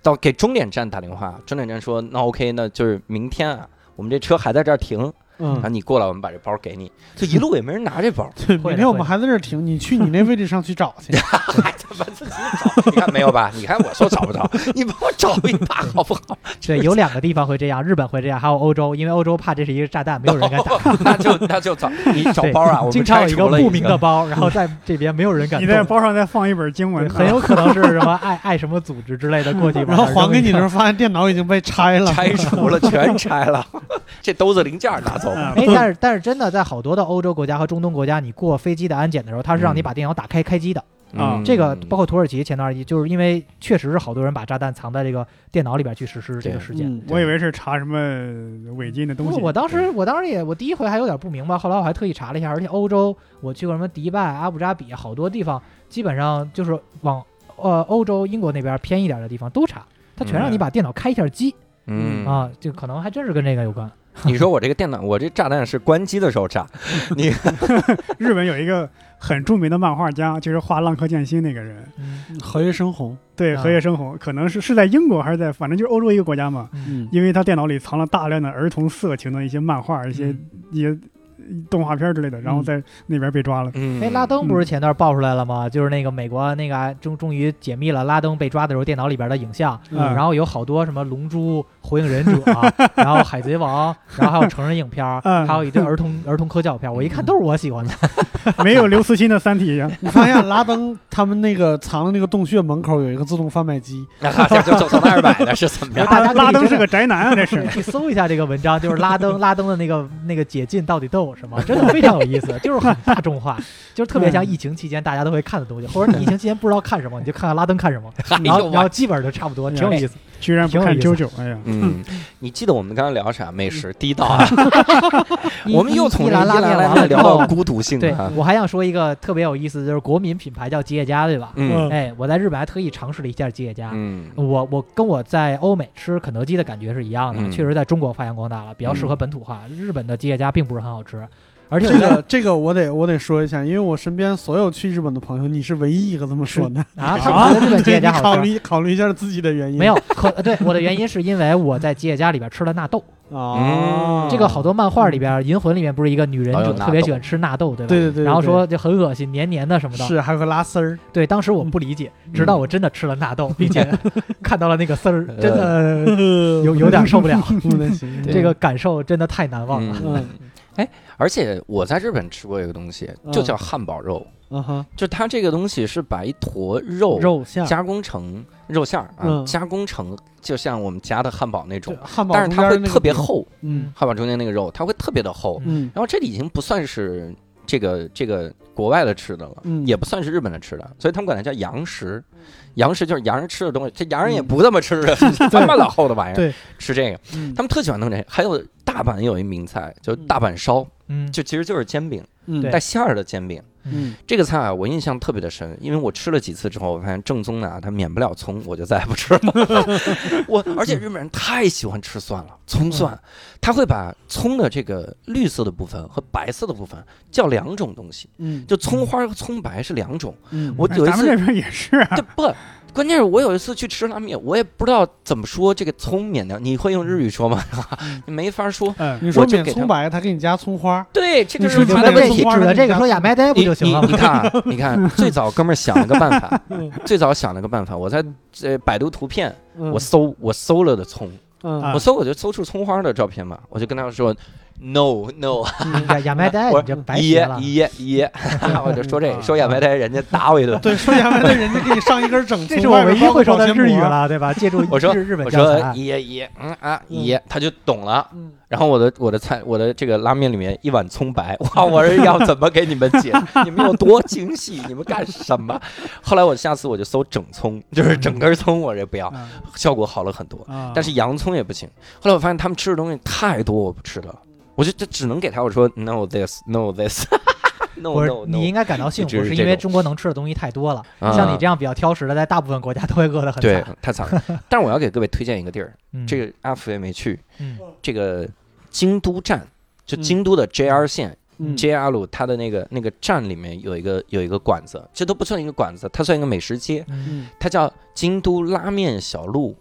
到给终点站打电话，终点站说那 OK，那就是明天啊，我们这车还在这儿停，然后
嗯，
你过来，我们把这包给 [LAUGHS] 你。这一路也没人拿这 [LAUGHS] 包，
对，
会的
明天我
会
们
的
还在这儿停，你去你那位置上去找
[LAUGHS]
去。
还哎他妈自己找，你看没有吧？你看我说找不着，你帮我找一把好不好？
[LAUGHS] 对，有两个地方会这样，日本会这样，还有欧洲，因为欧洲怕这是一个炸弹，没
[LAUGHS]
有人敢打。
那就那就找你找
对
包啊，我
经
们
常
拆
有一
除
个
了已
不明
经
的包，然后在这边没有人敢
你在
动。
包上再放一本经
对
文，
很
[LAUGHS]
有可能是什么爱爱什么组织之类的过去，
然后还给你的时候，。发现电脑已经被拆了。嗯
拆除了，全拆 [LAUGHS] 了，这兜子零件儿拿走吧。
啊
哎，但是但是真的，在好多的欧洲国家和中东国家，你过飞机的安检的时候，它是让你把电脑打开开机的。
啊
嗯
这个包括土耳其前段儿，就是因为确实是好多人把炸弹藏在这个电脑里边去实施这个
对
事件。
嗯
我以为是查什么违禁的东西。
我当时我当时也我第一回还有点不明白，后来我还特意查了一下，而且欧洲我去过什么迪拜、阿布扎比，好多地方基本上就是往呃欧洲英国那边偏一点的地方都查，它全
嗯
让你把电脑开一下机、
嗯
啊，就可能还真是跟这个有关。
你说我这个电脑，我这炸弹是关机的时候炸，
[LAUGHS] 日本有一个很著名的漫画家，就是画《浪客剑心》那个人，
嗯
合约深红，
对，
啊
河野生红，可能是是在英国还是在，反正就是欧洲一个国家嘛。
嗯，
因为他电脑里藏了大量的儿童色情的一些漫画、一些、
嗯
一些动画片之类的，然后在那边被抓了。
嗯
哎，拉登不是前段爆出来了吗？就是那个美国那个啊终终于解密了拉登被抓的时候电脑里边的影像，
嗯
然后有好多什么龙珠、火影忍者，啊
[LAUGHS]
然后海贼王，然后还有成人影片儿，
嗯
还有一堆儿童儿童科教片儿。我一看都是我喜欢
[LAUGHS]
的。
没有刘慈欣的《三体》 [LAUGHS] 一样，
你发现拉登他们那个藏的那个洞穴门口有一个自动贩卖机，
啊，这就走到那儿买的是怎么
然
样？
后大
拉
家可以
拉登
真
是
的
个宅男啊， [LAUGHS] 这是
[LAUGHS] 对。去搜一下这个文章，就是拉登拉登的那个那个解禁到底都有
[LAUGHS]
什么，真的非常有意思，就是很大众化，就是特别像疫情期间大家都会看的
[LAUGHS]
东西，或者你疫情期间不知道看什么，你就看看拉登看什么，
哎
然
呦
后然后
我。
基本上就差不多，挺有意思。
居然不看啾啾，哎呀，
嗯，你记得我们刚刚聊啥？美食第一道
[LAUGHS]
啊，
一
哎我们又从
一兰
拉
拉
拉
面完了
面
之
聊
后
到，孤独性
对
啊。
我还想说一个特别有意思的，就是国民品牌叫吉野家，对吧？
嗯
哎，我在日本还特意尝试了一下吉野家。
嗯
我我跟我在欧美吃肯德基的感觉是一样的，
嗯
确实在中国发扬光大了，比较适合本土化。日本的吉野家并不是很好吃，而且
这
我在
个这个我得我得说一下，因为我身边所有去日本的朋友，你是唯一一个这么说的。
啊，是
啊
觉得日本吉
对
野
你
家好
考
吃。
虑考虑一下自己的原因。
没有，可呃对我的原因是因为我在吉野家里边吃了纳豆，
啊，
嗯这个好多漫画里边，银魂》里面不是一个女忍
老有
者
纳豆
特别喜欢吃纳豆，对吧？
对对对对
然后说就很恶心，黏黏的什么的。
是嗯还有个拉丝儿，
对，当时我不理解，直到我真的吃了纳豆，并且
嗯
[LAUGHS] 看到了那个丝儿，
呃
真的 [LAUGHS] 有有点受不了。
不能
[LAUGHS]
行。
对
这个感受真的太难忘了。
嗯，
嗯
而且我在日本吃过一个东西，
嗯
就叫汉堡肉，
啊哈，
就它这个东西是把一坨肉
肉馅儿
加工成肉馅儿啊，
嗯
加工成就像我们家的汉堡那种
对，汉堡
但是
中间
它
儿
会
那个
特别
饼，
厚，
嗯
汉堡中间那个肉它会特别的厚。
嗯
然后这里已经不算是这个这个国外的吃的了，
嗯
也不算是日本的吃的，所以他们管它叫洋食。洋食就是洋人吃的东西，这洋人也不这么吃的，他妈老厚的玩意儿，
对
吃这个，
嗯
他们特喜欢弄这个。还有大阪有一名菜，就是大阪烧，
嗯，
就其实就是煎饼
嗯
对
带馅儿的煎饼。
嗯
这个菜啊，我印象特别的深，因为我吃了几次之后，我发现正宗的啊，它免不了葱，我就再也不吃了。 [LAUGHS] 我而且日本人太喜欢吃蒜了，葱蒜，他会把葱的这个绿色的部分和白色的部分叫两种东西，
嗯
就葱花和葱白是两种。
嗯
我有一
哎咱们这
次，
边也 [LAUGHS] 是啊
这，不，关键是我有一次去吃拉面，我也不知道怎么说这个葱免掉，你会用日语说吗？ [LAUGHS] 没法说。
嗯，
你说
我就
免
给他
葱白，他给你加葱花，
对，这个
你
是
说
指
他
这
的
着
个
问
这
题
指。着这个说亚麻呆不
你
就行了
你你
吗？
看啊，你看，最早哥们儿想了个办法，
嗯
最早想了个办法，我在这百度图片
嗯
我搜我搜了的葱，
嗯
啊
我搜我就搜出葱花的照片嘛，我就跟他说 no no
亚亚麻呆，
我
哎你这白学
耶
了。
耶耶，我就说这个说亚麻呆人家打我一顿，
对，说亚麻的人家给你上一根整葱，
这是我唯一会说的日
外边包个保鲜
语
膜。
了，对吧？借助
我说
日日本
我
教
说
材，
耶耶嗯啊
嗯
耶，他就懂了。
嗯
然后我的我的菜我的这个拉面里面一碗葱白，哇！
嗯
我是要怎么给你们解？你们有多精细？你们干什么？后来我下次我就搜整葱，就是整根葱，我这不
嗯
要，
啊
效果好了很多。嗯
啊
但是洋葱也不行。后来我发现他们吃的东西太多，我不吃了，
嗯
我就这只能给他我说 no this no this
[LAUGHS] 我
no
说
no
你
no
应。该感到幸福，
，Oh, 一直是
是因
这
为
种
中国能吃的东西太多了。
啊
像你这样比较挑食的，在大部分国家都会饿得很
对
惨。，
太惨了。但是我要给各位推荐一个地儿，
嗯
这个阿福也没去，
嗯
这个京都站，就
嗯
京都的 JR 线、
嗯
JR 路，它的那个那个站里面有一个有一个馆子，这都不算一个馆子，它算一个美食街，
嗯
嗯
它叫京都拉面小路。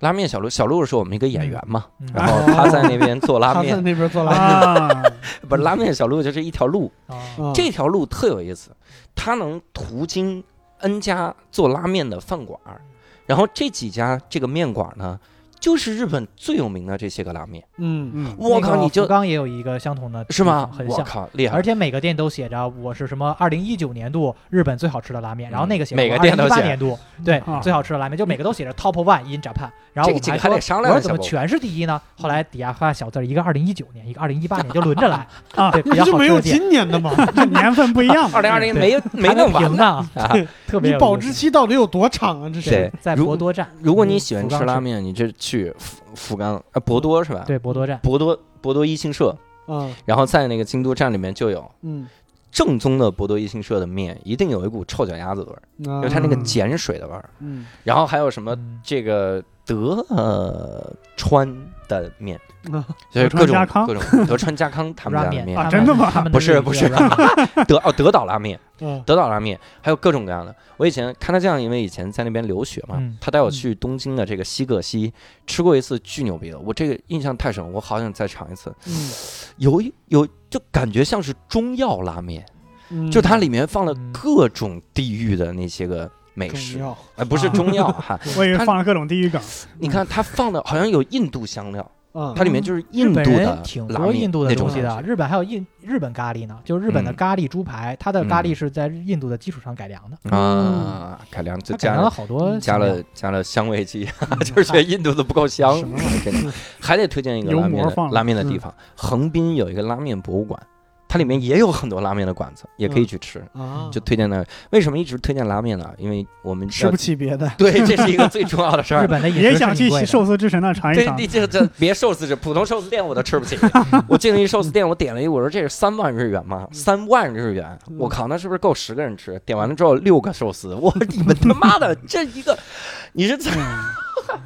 拉面小鹿，小鹿是我们一个演员嘛，
嗯
然后他在那边做拉
哦 [LAUGHS] 他在
面，
那边做拉面，
啊，
不是拉面小鹿就是一条路，
啊
啊
这条路特有意思，它能途经 N 家做拉面的饭馆儿，然后这几家这个面馆儿呢，就是日本最有名的这些个拉面。
嗯
[LAUGHS]
嗯，
我
那
靠，
个
你
福
就
冈也有一个相同的地
是吗
方？很
我
像。
靠，厉害
而！且每个店都写着我是什么二零一九年度日本最好吃的拉面，然后那个写
嗯
着
每个店都
八
写
[LAUGHS]
年度对
啊
最好吃的拉面，就每个都写着 top one in Japan。然后
这
我
个
们
几个
说
还得商
我
量
说
一
怎
下
么
吧。
全是第一呢？后来底下发小字儿，一个二零一九年，一个二零一八年，就轮
[LAUGHS]
着来
啊
对，比
你
较
就
好
没
吃
有
的店。
今年的吗？
这年份不一样嘛。
二零二零
对
没 [LAUGHS] 没
还能
弄完
评
呢。
呢，
啊 [LAUGHS]
特别
[LAUGHS] 你
有
保
意
质
思
期到底有多长啊？这是
对
在
如
博多
啊
站，
如果你
嗯
喜欢
福冈
吃拉
市
面，你就去福福冈啊博多是吧？，
对博
嗯
多站，
博多博多一星社，
啊，
然后在那个京都站里面就有
嗯，
正宗的博多一星社的面，一定有一股臭脚丫子的味儿，
因
因为它那个
嗯
碱水的味儿。
啊嗯
然后还有什么
嗯
这个德呃川的面，
啊
就是
德
各
川家
种
康
各种德川家康他们
[LAUGHS] 拉
家的
面
面
他
啊
们
真的吗
他们
不是
那个
不
叫
是
拉面
德哦德岛拉面，
啊
德岛拉面，还有各种各样的。我以前看他这样，因为以前在那边留学嘛，
嗯
他带我去东京的这个西葛西吃过一次，巨牛逼的，我这个印象太深，我好想再尝一次。
嗯
有一有就感觉像是中药拉面，
嗯，
就它里面放了
嗯
各种地域的那些个美
中
食，
药
哎，不是
啊
中
[LAUGHS]
药哈，
我以为放了各种地狱梗，
你看它放的好像有印度香料，
啊
它里面就是 [LAUGHS] 印度
嗯日本人
的
挺
拉
多
面
印度的
那种啊
东西的，日本还有印日本咖喱呢，就是日本的
嗯
咖喱猪排，它的咖喱
嗯
是在印度的基础上改良的，
啊，改良就
嗯它
加
改良了好多
加
香料
了加了香味剂，嗯就是觉得印度的不够香
什么玩意。
[LAUGHS] 真的还得推荐一个拉
油
面
膜
的
放了
拉面的地方，横滨有一个拉面博物馆，它里面也有很多拉面的馆子，也可以去吃。
啊，
就推荐那儿，为什么一直推荐拉面呢？因为我们
吃
要
不起别
[LAUGHS]
的，
对，这是一个最重要的事
日
儿。
本的饮食
也
是
想
挺
去
贵的
寿司之神那尝一
对，
尝
你。这这别寿司，这普通寿司店我都吃不起。我进了一寿司店，我点了一，我说这是三万日元吗？三万日元，我靠，那是不是够十个人吃？点完了之后六个寿司，我 [LAUGHS] 说你们他妈的这一个，你是怎？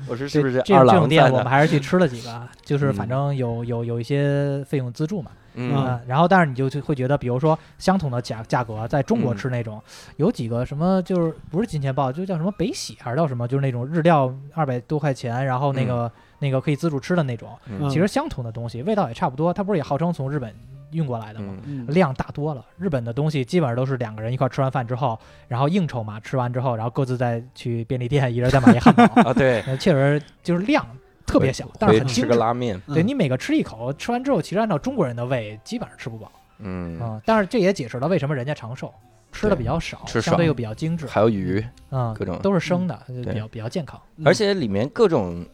我说是不是
这
二
这种
郎
店
在
我们
的？
还是去吃了几个
[LAUGHS]
啊，就是反
嗯
正有有有一些费用资助嘛，
嗯，
嗯，然后但是你就就会觉得，比如说相同的价价格，啊在中国
嗯
吃那种，有几个什么就是不是金钱豹，就叫什么北喜还是叫什么，就是那种日料二百多块钱，然后那个、那个可以自助吃的那种，
嗯
其实相同的东西味道也差不多，它不是也号称从日本运过来的吗？
嗯
嗯
量大多了，日本的东西基本上都是两个人一块儿吃完饭之后，然后应酬嘛，吃完之后，然后各自再去便利店，一人再买一汉
[LAUGHS]
堡，
啊，
[LAUGHS]
对，
呃确实就是量特别小，但是
回
很
吃
精
个
致。
拉面，
对
嗯
你每个吃一口，吃完之后，其实按照中国人的胃，基本上吃不饱
嗯，
啊。但是这也解释了为什么人家长寿，吃的
对
比较少，
吃
相对
少
又比较精致
还有鱼，
啊，
各种
都是生的，就
对
比较比较健康。
嗯
而且里面各种，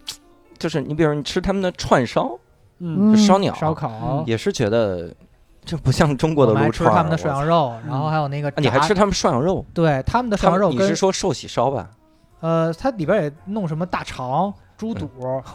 就是你比如你吃他们的串烧，
嗯
就烧鸟、
烧烤，
嗯也是觉的，这不像中国的
我们还
撸
吃
串儿。
他们的涮
我
羊肉，然后还有那个
啊你还
炸
吃他们涮羊肉？
对他们的
他
涮
们
羊肉
你
跟
是说寿喜烧吧？
呃，它里边也弄什么大肠、猪肚，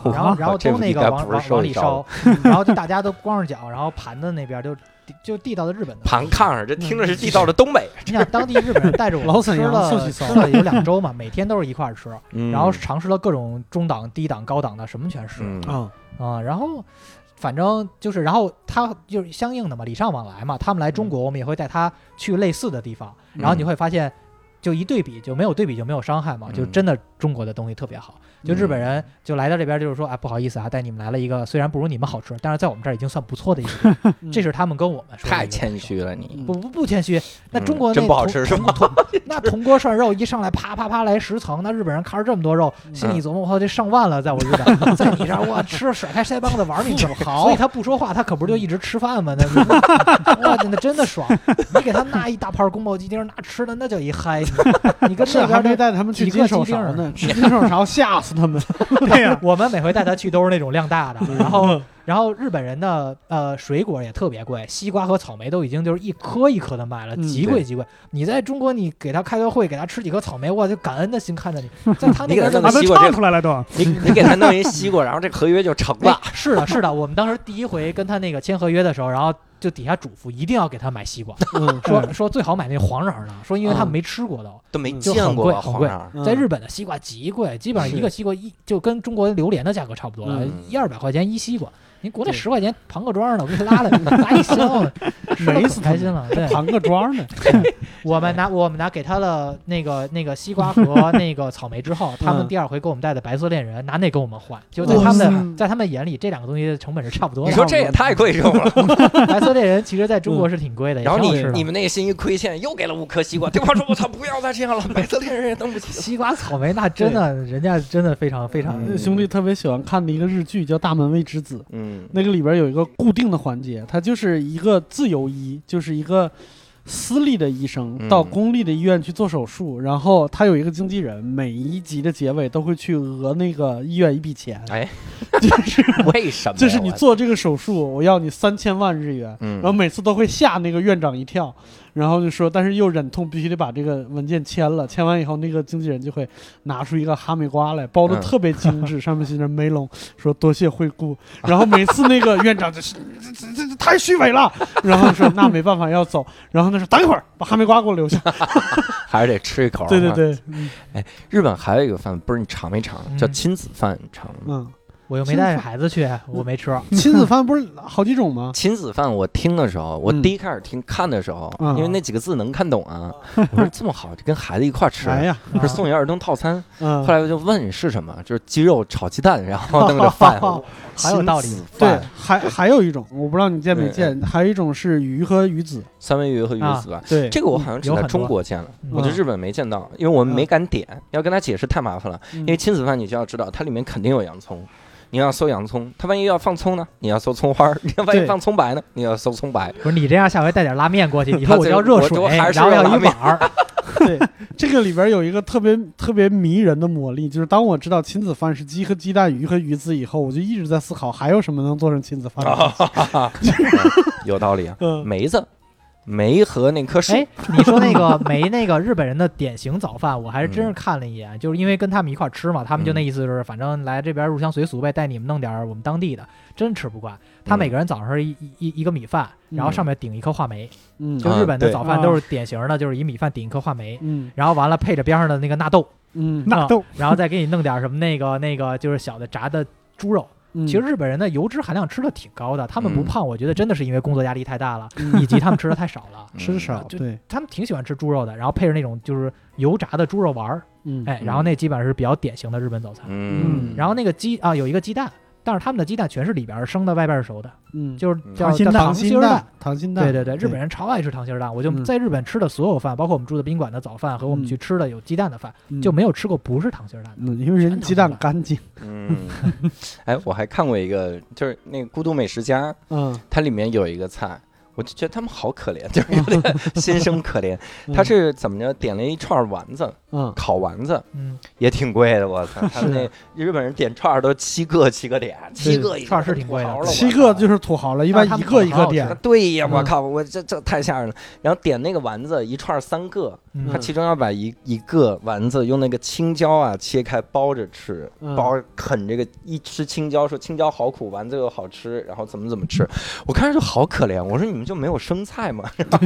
嗯
然后然后
这
都
个
那
应
个
该
往
不是
往
烧
往
一
里
烧
烧，
[LAUGHS]
然后就大家都光着脚，然后盘子那边就就递到了日本的
盘炕上，这
嗯
听着是地道的东北。
你想当地日本人带着我
老
们
沈
吃
阳寿
了
喜烧
吃了有两周嘛，每天都是一块儿吃，
嗯
然后尝试了各种中档、低档、高档的，什么全试
嗯
啊，
啊。然后反正就是，然后他就是相应的嘛，礼尚往来嘛，他们来
嗯
中国，我们也会带他去类似的地方，然后你会发现。就一对比，就没有对比就没有伤害嘛，就
嗯
真的中国的东西特别好。就日本人就来到这边，就是说，哎，不好意思啊，带你们来了一个虽然不如你们好吃，但是在我们这儿已经算不
[LAUGHS]
错的一个地方，
嗯
这是他们跟我们
太
说的一个感
谦
受
虚了你。
不不不谦虚，那
嗯
中国那
真不好
铜
吃是吗？
铜铜 [LAUGHS] 那铜锅涮肉一上来啪啪啪来十层，那日本人看着这么多肉，
嗯
心里琢磨：我操，这上万了，在我日
[LAUGHS]
本，在你这儿我吃甩开腮帮子玩命吃，所以他不说话，他可不是就一直吃饭吗？那哇，那真的爽！你给他拿一大盘宫保鸡丁，那吃的那叫一嗨，你你跟
是啊
那
还
边
没
的。
带他们去
几
金
个
手
鸡丁
勺
儿
呢，吃金手勺吓死他们。
对呀，
[LAUGHS] 我们每回带他去都是那种量大的，然后然后日本人的呃水果也特别贵，西瓜和草莓都已经就是一颗一颗的卖了，
嗯
极贵极贵。你在中国你给他开个会，给他吃几颗草莓，我就感恩的心看着你，在他那
你给
边
他
的
弄
啊，都
西瓜这
唱出来了都。
你你给他弄一西瓜，然后这合约就成
哎
了。
是的，是的，我们当时第一回跟他那个签合约的时候，然后就底下嘱咐一定要给他买西瓜，
嗯，
说说最好买那黄瓤的，说因为他们
嗯
没吃过都，
都没
嗯
就
见
很
过
贵
吧
很
黄
贵
瓤儿
嗯
在日本的西瓜极贵，基本上一个西瓜一就跟中国榴莲的价格差不多了
嗯，
一二百块钱一西瓜。您国内
对
十块钱庞各庄呢，我给你拉来，拉一箱
[LAUGHS]
子，
美死他
开
们 [LAUGHS]
心了。对，
扛个庄呢，
我们拿我们拿给他的那个那个西
[LAUGHS]
瓜和那个草莓之后，他们
嗯
第二回给我们带的白色恋人拿那跟我们换，就在
哇
他们的
塞
在他们眼里，这两个东西的成本是差不多
你
的。
说这也太贵重
[LAUGHS]
了，
白色恋人其实在中国是挺贵的，也
然后
挺好
你
吃的
你们那个心一亏欠，又给了五颗西瓜，对方说：“我操，不要再这样了，白色恋人也弄不起了。
西瓜草莓那真的，人家真的非常非常
嗯
呃兄弟特别喜欢看的一个日剧叫《大门未知子》，”
嗯，
那个里边有一个固定的环节，它就是一个自由医，就是一个私立的医生
嗯
到公立的医院去做手术，然后他有一个经纪人，每一集的结尾都会去讹那个医院一笔钱，
哎，
就是
为什么呀？
就是你
我，
做这个手术，我要你三千万日元，
嗯
然后每次都会吓那个院长一跳，然后就说，但是又忍痛必须得把这个文件签了，签完以后，那个经纪人就会拿出一个哈密瓜来，包的
嗯
特别精
[LAUGHS]
致，上面写着梅龙，说多谢惠顾，然后每次那个院长就是这这这这太虚伪了，然后说那没办法要走，然后他说等一会儿把哈密瓜给我留下，
还是得吃一口。
[LAUGHS] 对对，
[LAUGHS]
对，
日本还有一个饭，不是你尝没尝？叫
嗯
亲子饭，你尝了吗？
嗯，
我又没带着孩子去，我没吃。，
亲子饭不是好几种吗？
亲子饭，我听的时候，我
嗯
第一开始听看的时候，
嗯
因为那几个字能看懂啊，我说这么好，就跟孩子一块儿吃，
哎呀，
是送一儿童套餐。
嗯
后，来我就问是什么，就是鸡肉炒鸡蛋，然后弄着
[LAUGHS]
饭
还有道理
亲子
啊对
饭，
还还有一种我不知道你见没
对嗯
见，还有一种是鱼和鱼子，
三文鱼和鱼
啊
子吧。
对，
这个我好像只
有
在
很
中
多
国见了，
嗯
我在日本没见到，因为我们没敢点，要跟他解释太麻烦了。
因
因为亲子饭你就要知道，它里面肯定有洋葱，你要搜洋葱，它万一要放葱呢，你要搜葱花儿； [LAUGHS] 你要万一
对
放葱白呢，你要搜葱白。
不是你这样，下回带点拉面
[LAUGHS]
过去，以
他
后我
最
要热
我
水，
我还是
然后
要
要
拉
一
面 [LAUGHS]
碗儿。
对，这个里边有一个特别特别迷人的魔力，就是当我知道亲子饭是鸡和鸡蛋、鱼和鱼子以后，我就一直在思考还有什么能做成亲子饭的东西。
有道理啊，
嗯，
梅子，梅和那棵树，
哎，你说那个 [LAUGHS] 没那个日本人的典型早饭，我还真是看了
嗯
一眼，就是因为跟他们一块儿吃嘛，他们就那意思就是，反正来这边入乡随俗呗，带你们弄点儿我们当地的，真吃不惯。他每个人早上是一一一一个米饭，然后上面顶一颗话梅，
嗯
就日本的
对
早饭都是典型的，就是一米饭顶一颗话梅，
嗯
然后完了配着边上的那个纳
[LAUGHS]
豆，
嗯
纳豆
然后再给你弄点儿什么那个那个就是小的炸的猪肉。
嗯，
其实日本人的油脂含量吃的挺高的，他们不
嗯
胖，我觉得真的是因为工作压力太大了，
嗯
[LAUGHS] 以及他们吃的太少了。
嗯
吃少
就
对，
[LAUGHS] 他们挺喜欢吃猪肉的，然后配着那种就是油炸的猪肉丸儿，
嗯
哎，然后那基本上是比较典型的日本早餐。
嗯，
然后那个鸡啊，有一个鸡蛋，但是他们的鸡蛋全是里边儿生的，外边儿是熟的，
嗯，
就是叫
溏心
叫
溏
心
心
儿
蛋，溏心蛋，
对对对，日本人超爱吃溏心儿蛋。我就
嗯
在日本吃的所有饭，包括我们住的宾馆的早饭和我们
嗯
去吃的有鸡蛋的饭，
人
就没有吃过不是溏心儿蛋的。
嗯，因为人鸡蛋
全
干净，
嗯，哎，我还看过一个，就是那个《孤独美食家》，
嗯，
它里面有一个菜。我就觉得他们好可怜，就是有点 [LAUGHS] 心生可怜。
嗯
他是怎么着？点了一串丸子，
嗯
烤丸子
嗯，
也挺贵的。我操，他们
是
那日本人点串儿都七个七个点，七个一个
串儿是挺贵的
土豪了
七
我操啊
个就是土豪了，一般
但是
一
他们
个一
烤
个
得
点
好，
对呀，我
嗯
靠，我这这太吓人了。然后点那个丸子一串儿三个，
嗯
他其中要把一一个丸子用那个青椒啊切开包着吃，
嗯
包啃这个一吃青椒，说青椒好苦，丸子又好吃，然后怎么怎么吃。我看着就好可怜，我说你们就没有生菜
[LAUGHS]
吗？然后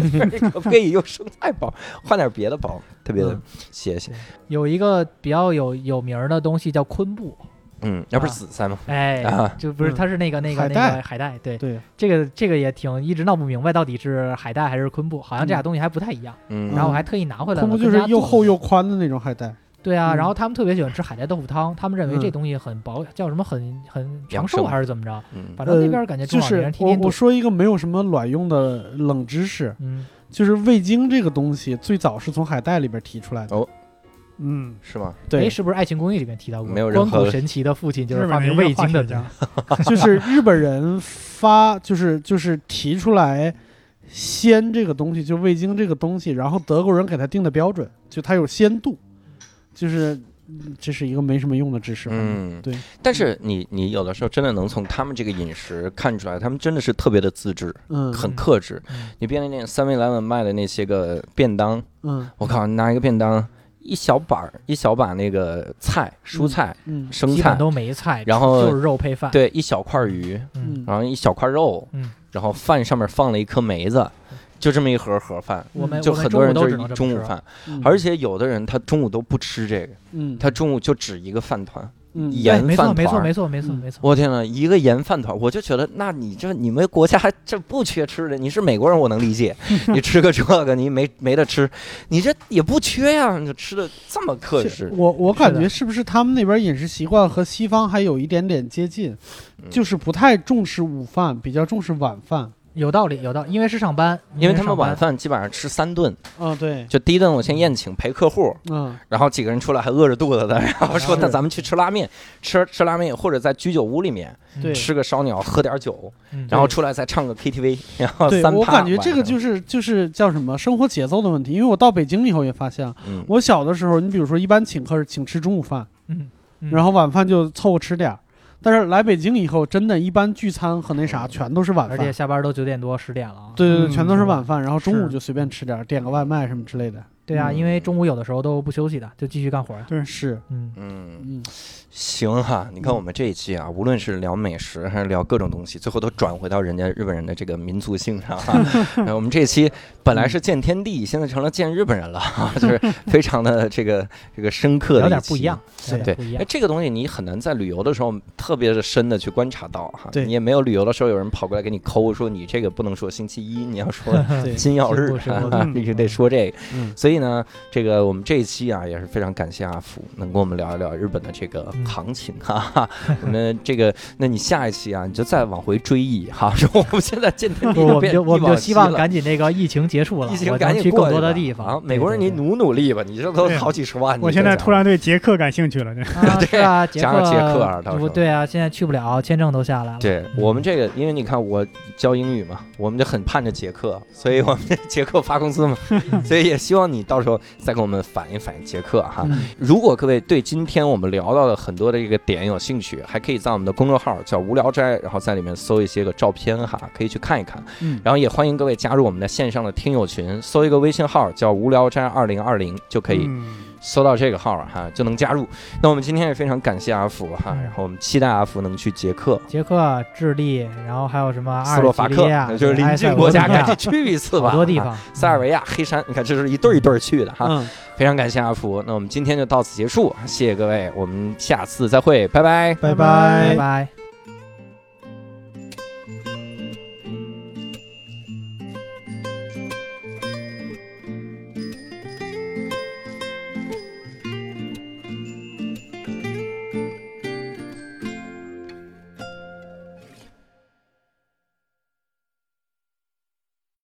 可不可以用生菜包，换点别的包？特别的
嗯
谢谢。
有一个比较有有名儿的东西叫昆布，
嗯，要不是
啊
紫菜吗？
哎
啊，
就不是，
嗯
它是那个那个
海
那
带
个海带，对，
对，
这个这个也挺一直闹不明白，到底是海带还是昆布，好像这俩东西还不太一样。
嗯，
然后我还特意拿回来了，
昆布就
跟大
是
家
又
做
厚又宽的那种海带，
对啊。
嗯
然后他们特别喜欢吃海带豆腐汤，他们认为
嗯
这东西很保，叫什么很很长
养
寿
生
还是怎么着？
嗯
反正那边感觉
呃就
中老年人
是
天
我
天
我
炖。
说一个没有什么卵用的冷知识，
嗯，
就是味精这个东西最早是从海带里边提出来的。
嗯，
是吗？
哎，
对，
是不是《爱情公寓》里面提到过？
没有任
光
何
谷神奇的父亲就
日
是发
本
明
人
味精的
家
人，，
就是日本人发，就是就是提出来鲜这个东西，就味精这个东西，然后德国人给它定的标准，就它有鲜度，就是嗯这是一个没什么用的知识。，
嗯，
对。
但是你你有的时候真的能从他们这个饮食看出来，他们真的是特别的自制，
嗯
很克制。
嗯
你便利店三味来碗卖的那些个便当，
嗯
我靠，拿一个便当，一小板儿一小把那个菜、蔬菜、
嗯
生
基本
菜，
都没菜，
然后
就是肉配饭。，
对，一小块鱼，
嗯，
然后一小块肉，
嗯
然后饭上面放了一颗梅子，就这么一盒盒饭。
我们
就
哎我们
很
中
多
午
人
都
就
只
是一
能这么
中午
吃啊
饭，
嗯
而且有的人他中午都不吃这个，
嗯
他中午就只一个饭团，
嗯，
对，
盐
没错，
饭
没
团
错，
儿。
没错，没错，没错。
我天呐，一个盐饭团儿，我就觉得，那你这你们国家这不缺吃的，你是美国人我能理
[LAUGHS]
解，你吃个这个你没没得吃，你这也不缺呀，你就吃的这么克
是
制，
我我
是
感
的
觉是不是他们那边饮食习惯和西方还有一点点接近，
嗯
就是不太重视午饭，比较重视晚饭。
有道理，有道理，因为是上班，
因为他们
上班
晚饭基本上吃三顿，
嗯，对，
就第一顿我先宴请陪客户，
嗯，
然后几个人出来还饿着肚子的，然后说
[LAUGHS] 是
那咱们去吃拉面，吃吃拉面或者在居酒屋里面
对
吃个烧鸟，喝点酒，
嗯
然后出来再唱个 KTV，然后
对
三趴。
我感觉这个就是就是叫什么生活节奏的问题，因为我到北京以后也发现，啊
嗯，
我小的时候，你比如说一般请客是请吃中午饭，
嗯，嗯
然后晚饭就凑合吃点儿。但是来北京以后，真的，一般聚餐和那啥全都是晚
而
饭，
且下班都九点多十点了啊。
对对对，
嗯
全都是晚饭，然后中午
是
就随便吃点儿，点个外卖什么之类的。
对啊，
嗯
因为中午有的时候都不休息的，就继续干活呀。
是，
嗯，
嗯，
嗯，
行哈，你看我们这一期啊，无论是聊美食还是聊各种东西，最后都转回到人家日本人的这个民族性上哈、
[LAUGHS]
哎我们这一期本来是见天地，现在成了见日本人
[LAUGHS]
了，哈，就是非常的这个这个深刻的
聊点
期
不一样。，聊
对
点不一样
哎，。这个东西你很难在旅游的时候特别的深的去观察到哈。
对
你也没有旅游的时候有人跑过来给你抠说你这个不能说星期一，你要说
对，
金曜日
是
[LAUGHS]
不是不，
是
你就得说这个。
嗯
所以呢，这个我们这一期啊也是非常感谢阿福能跟我们聊一聊日本的这个
嗯
行情哈、哈。我们这个，那你下一期啊，你就再往回追忆
[LAUGHS]
哈，说我们现在见天 [LAUGHS] 地
不我
都
们
变
就我
一
们就
往
希
昔
望
了
赶紧这个疫情结束了，
疫情
我
赶
能
紧
去
过
更多
去
的
吧
地
啊
方。！
美国人，你
对
努努力吧，你这都
对
好几十万。
我
啊你
现
这
在
家
突然对捷克感兴趣了，这
对啊，
[LAUGHS] 对
对啊，捷
加
克
上捷克啊到时候
不对啊，现在去不了，签证都下来了。
对我们这个，因为你看我教英语嘛，我们就很盼着捷克，所以我们这捷克发工资嘛，所以也希望你到时候再给我们反映反映捷克啊哈。
嗯
如果各位对今天我们聊到的很多的这个点有兴趣，还可以在我们的公众号叫“无聊斋”，然后在里面搜一些个照片哈，可以去看一看。
嗯
然后也欢迎各位加入我们的线上的听友群，搜一个微信号叫“无聊斋二零二零”就可以
嗯
搜到这个号哈、就能加入。那我们今天也非常感谢阿福哈、
嗯
然后我们期待阿福能去捷克。
捷克、智利，然后还有什么阿
嗯斯
尔
洛
及
伐克
利亚，，啊
就是邻
埃塞
近
俄
国
比
家，
亚
赶紧去一次吧。
好多地
啊， [LAUGHS]
方，嗯
塞尔维亚、黑山，你看这是一对儿一对儿去的哈。
嗯，
非常感谢阿福，那我们今天就到此结束，谢谢各位，我们下次再会，拜拜。
嗯，
拜
拜
拜。
拜。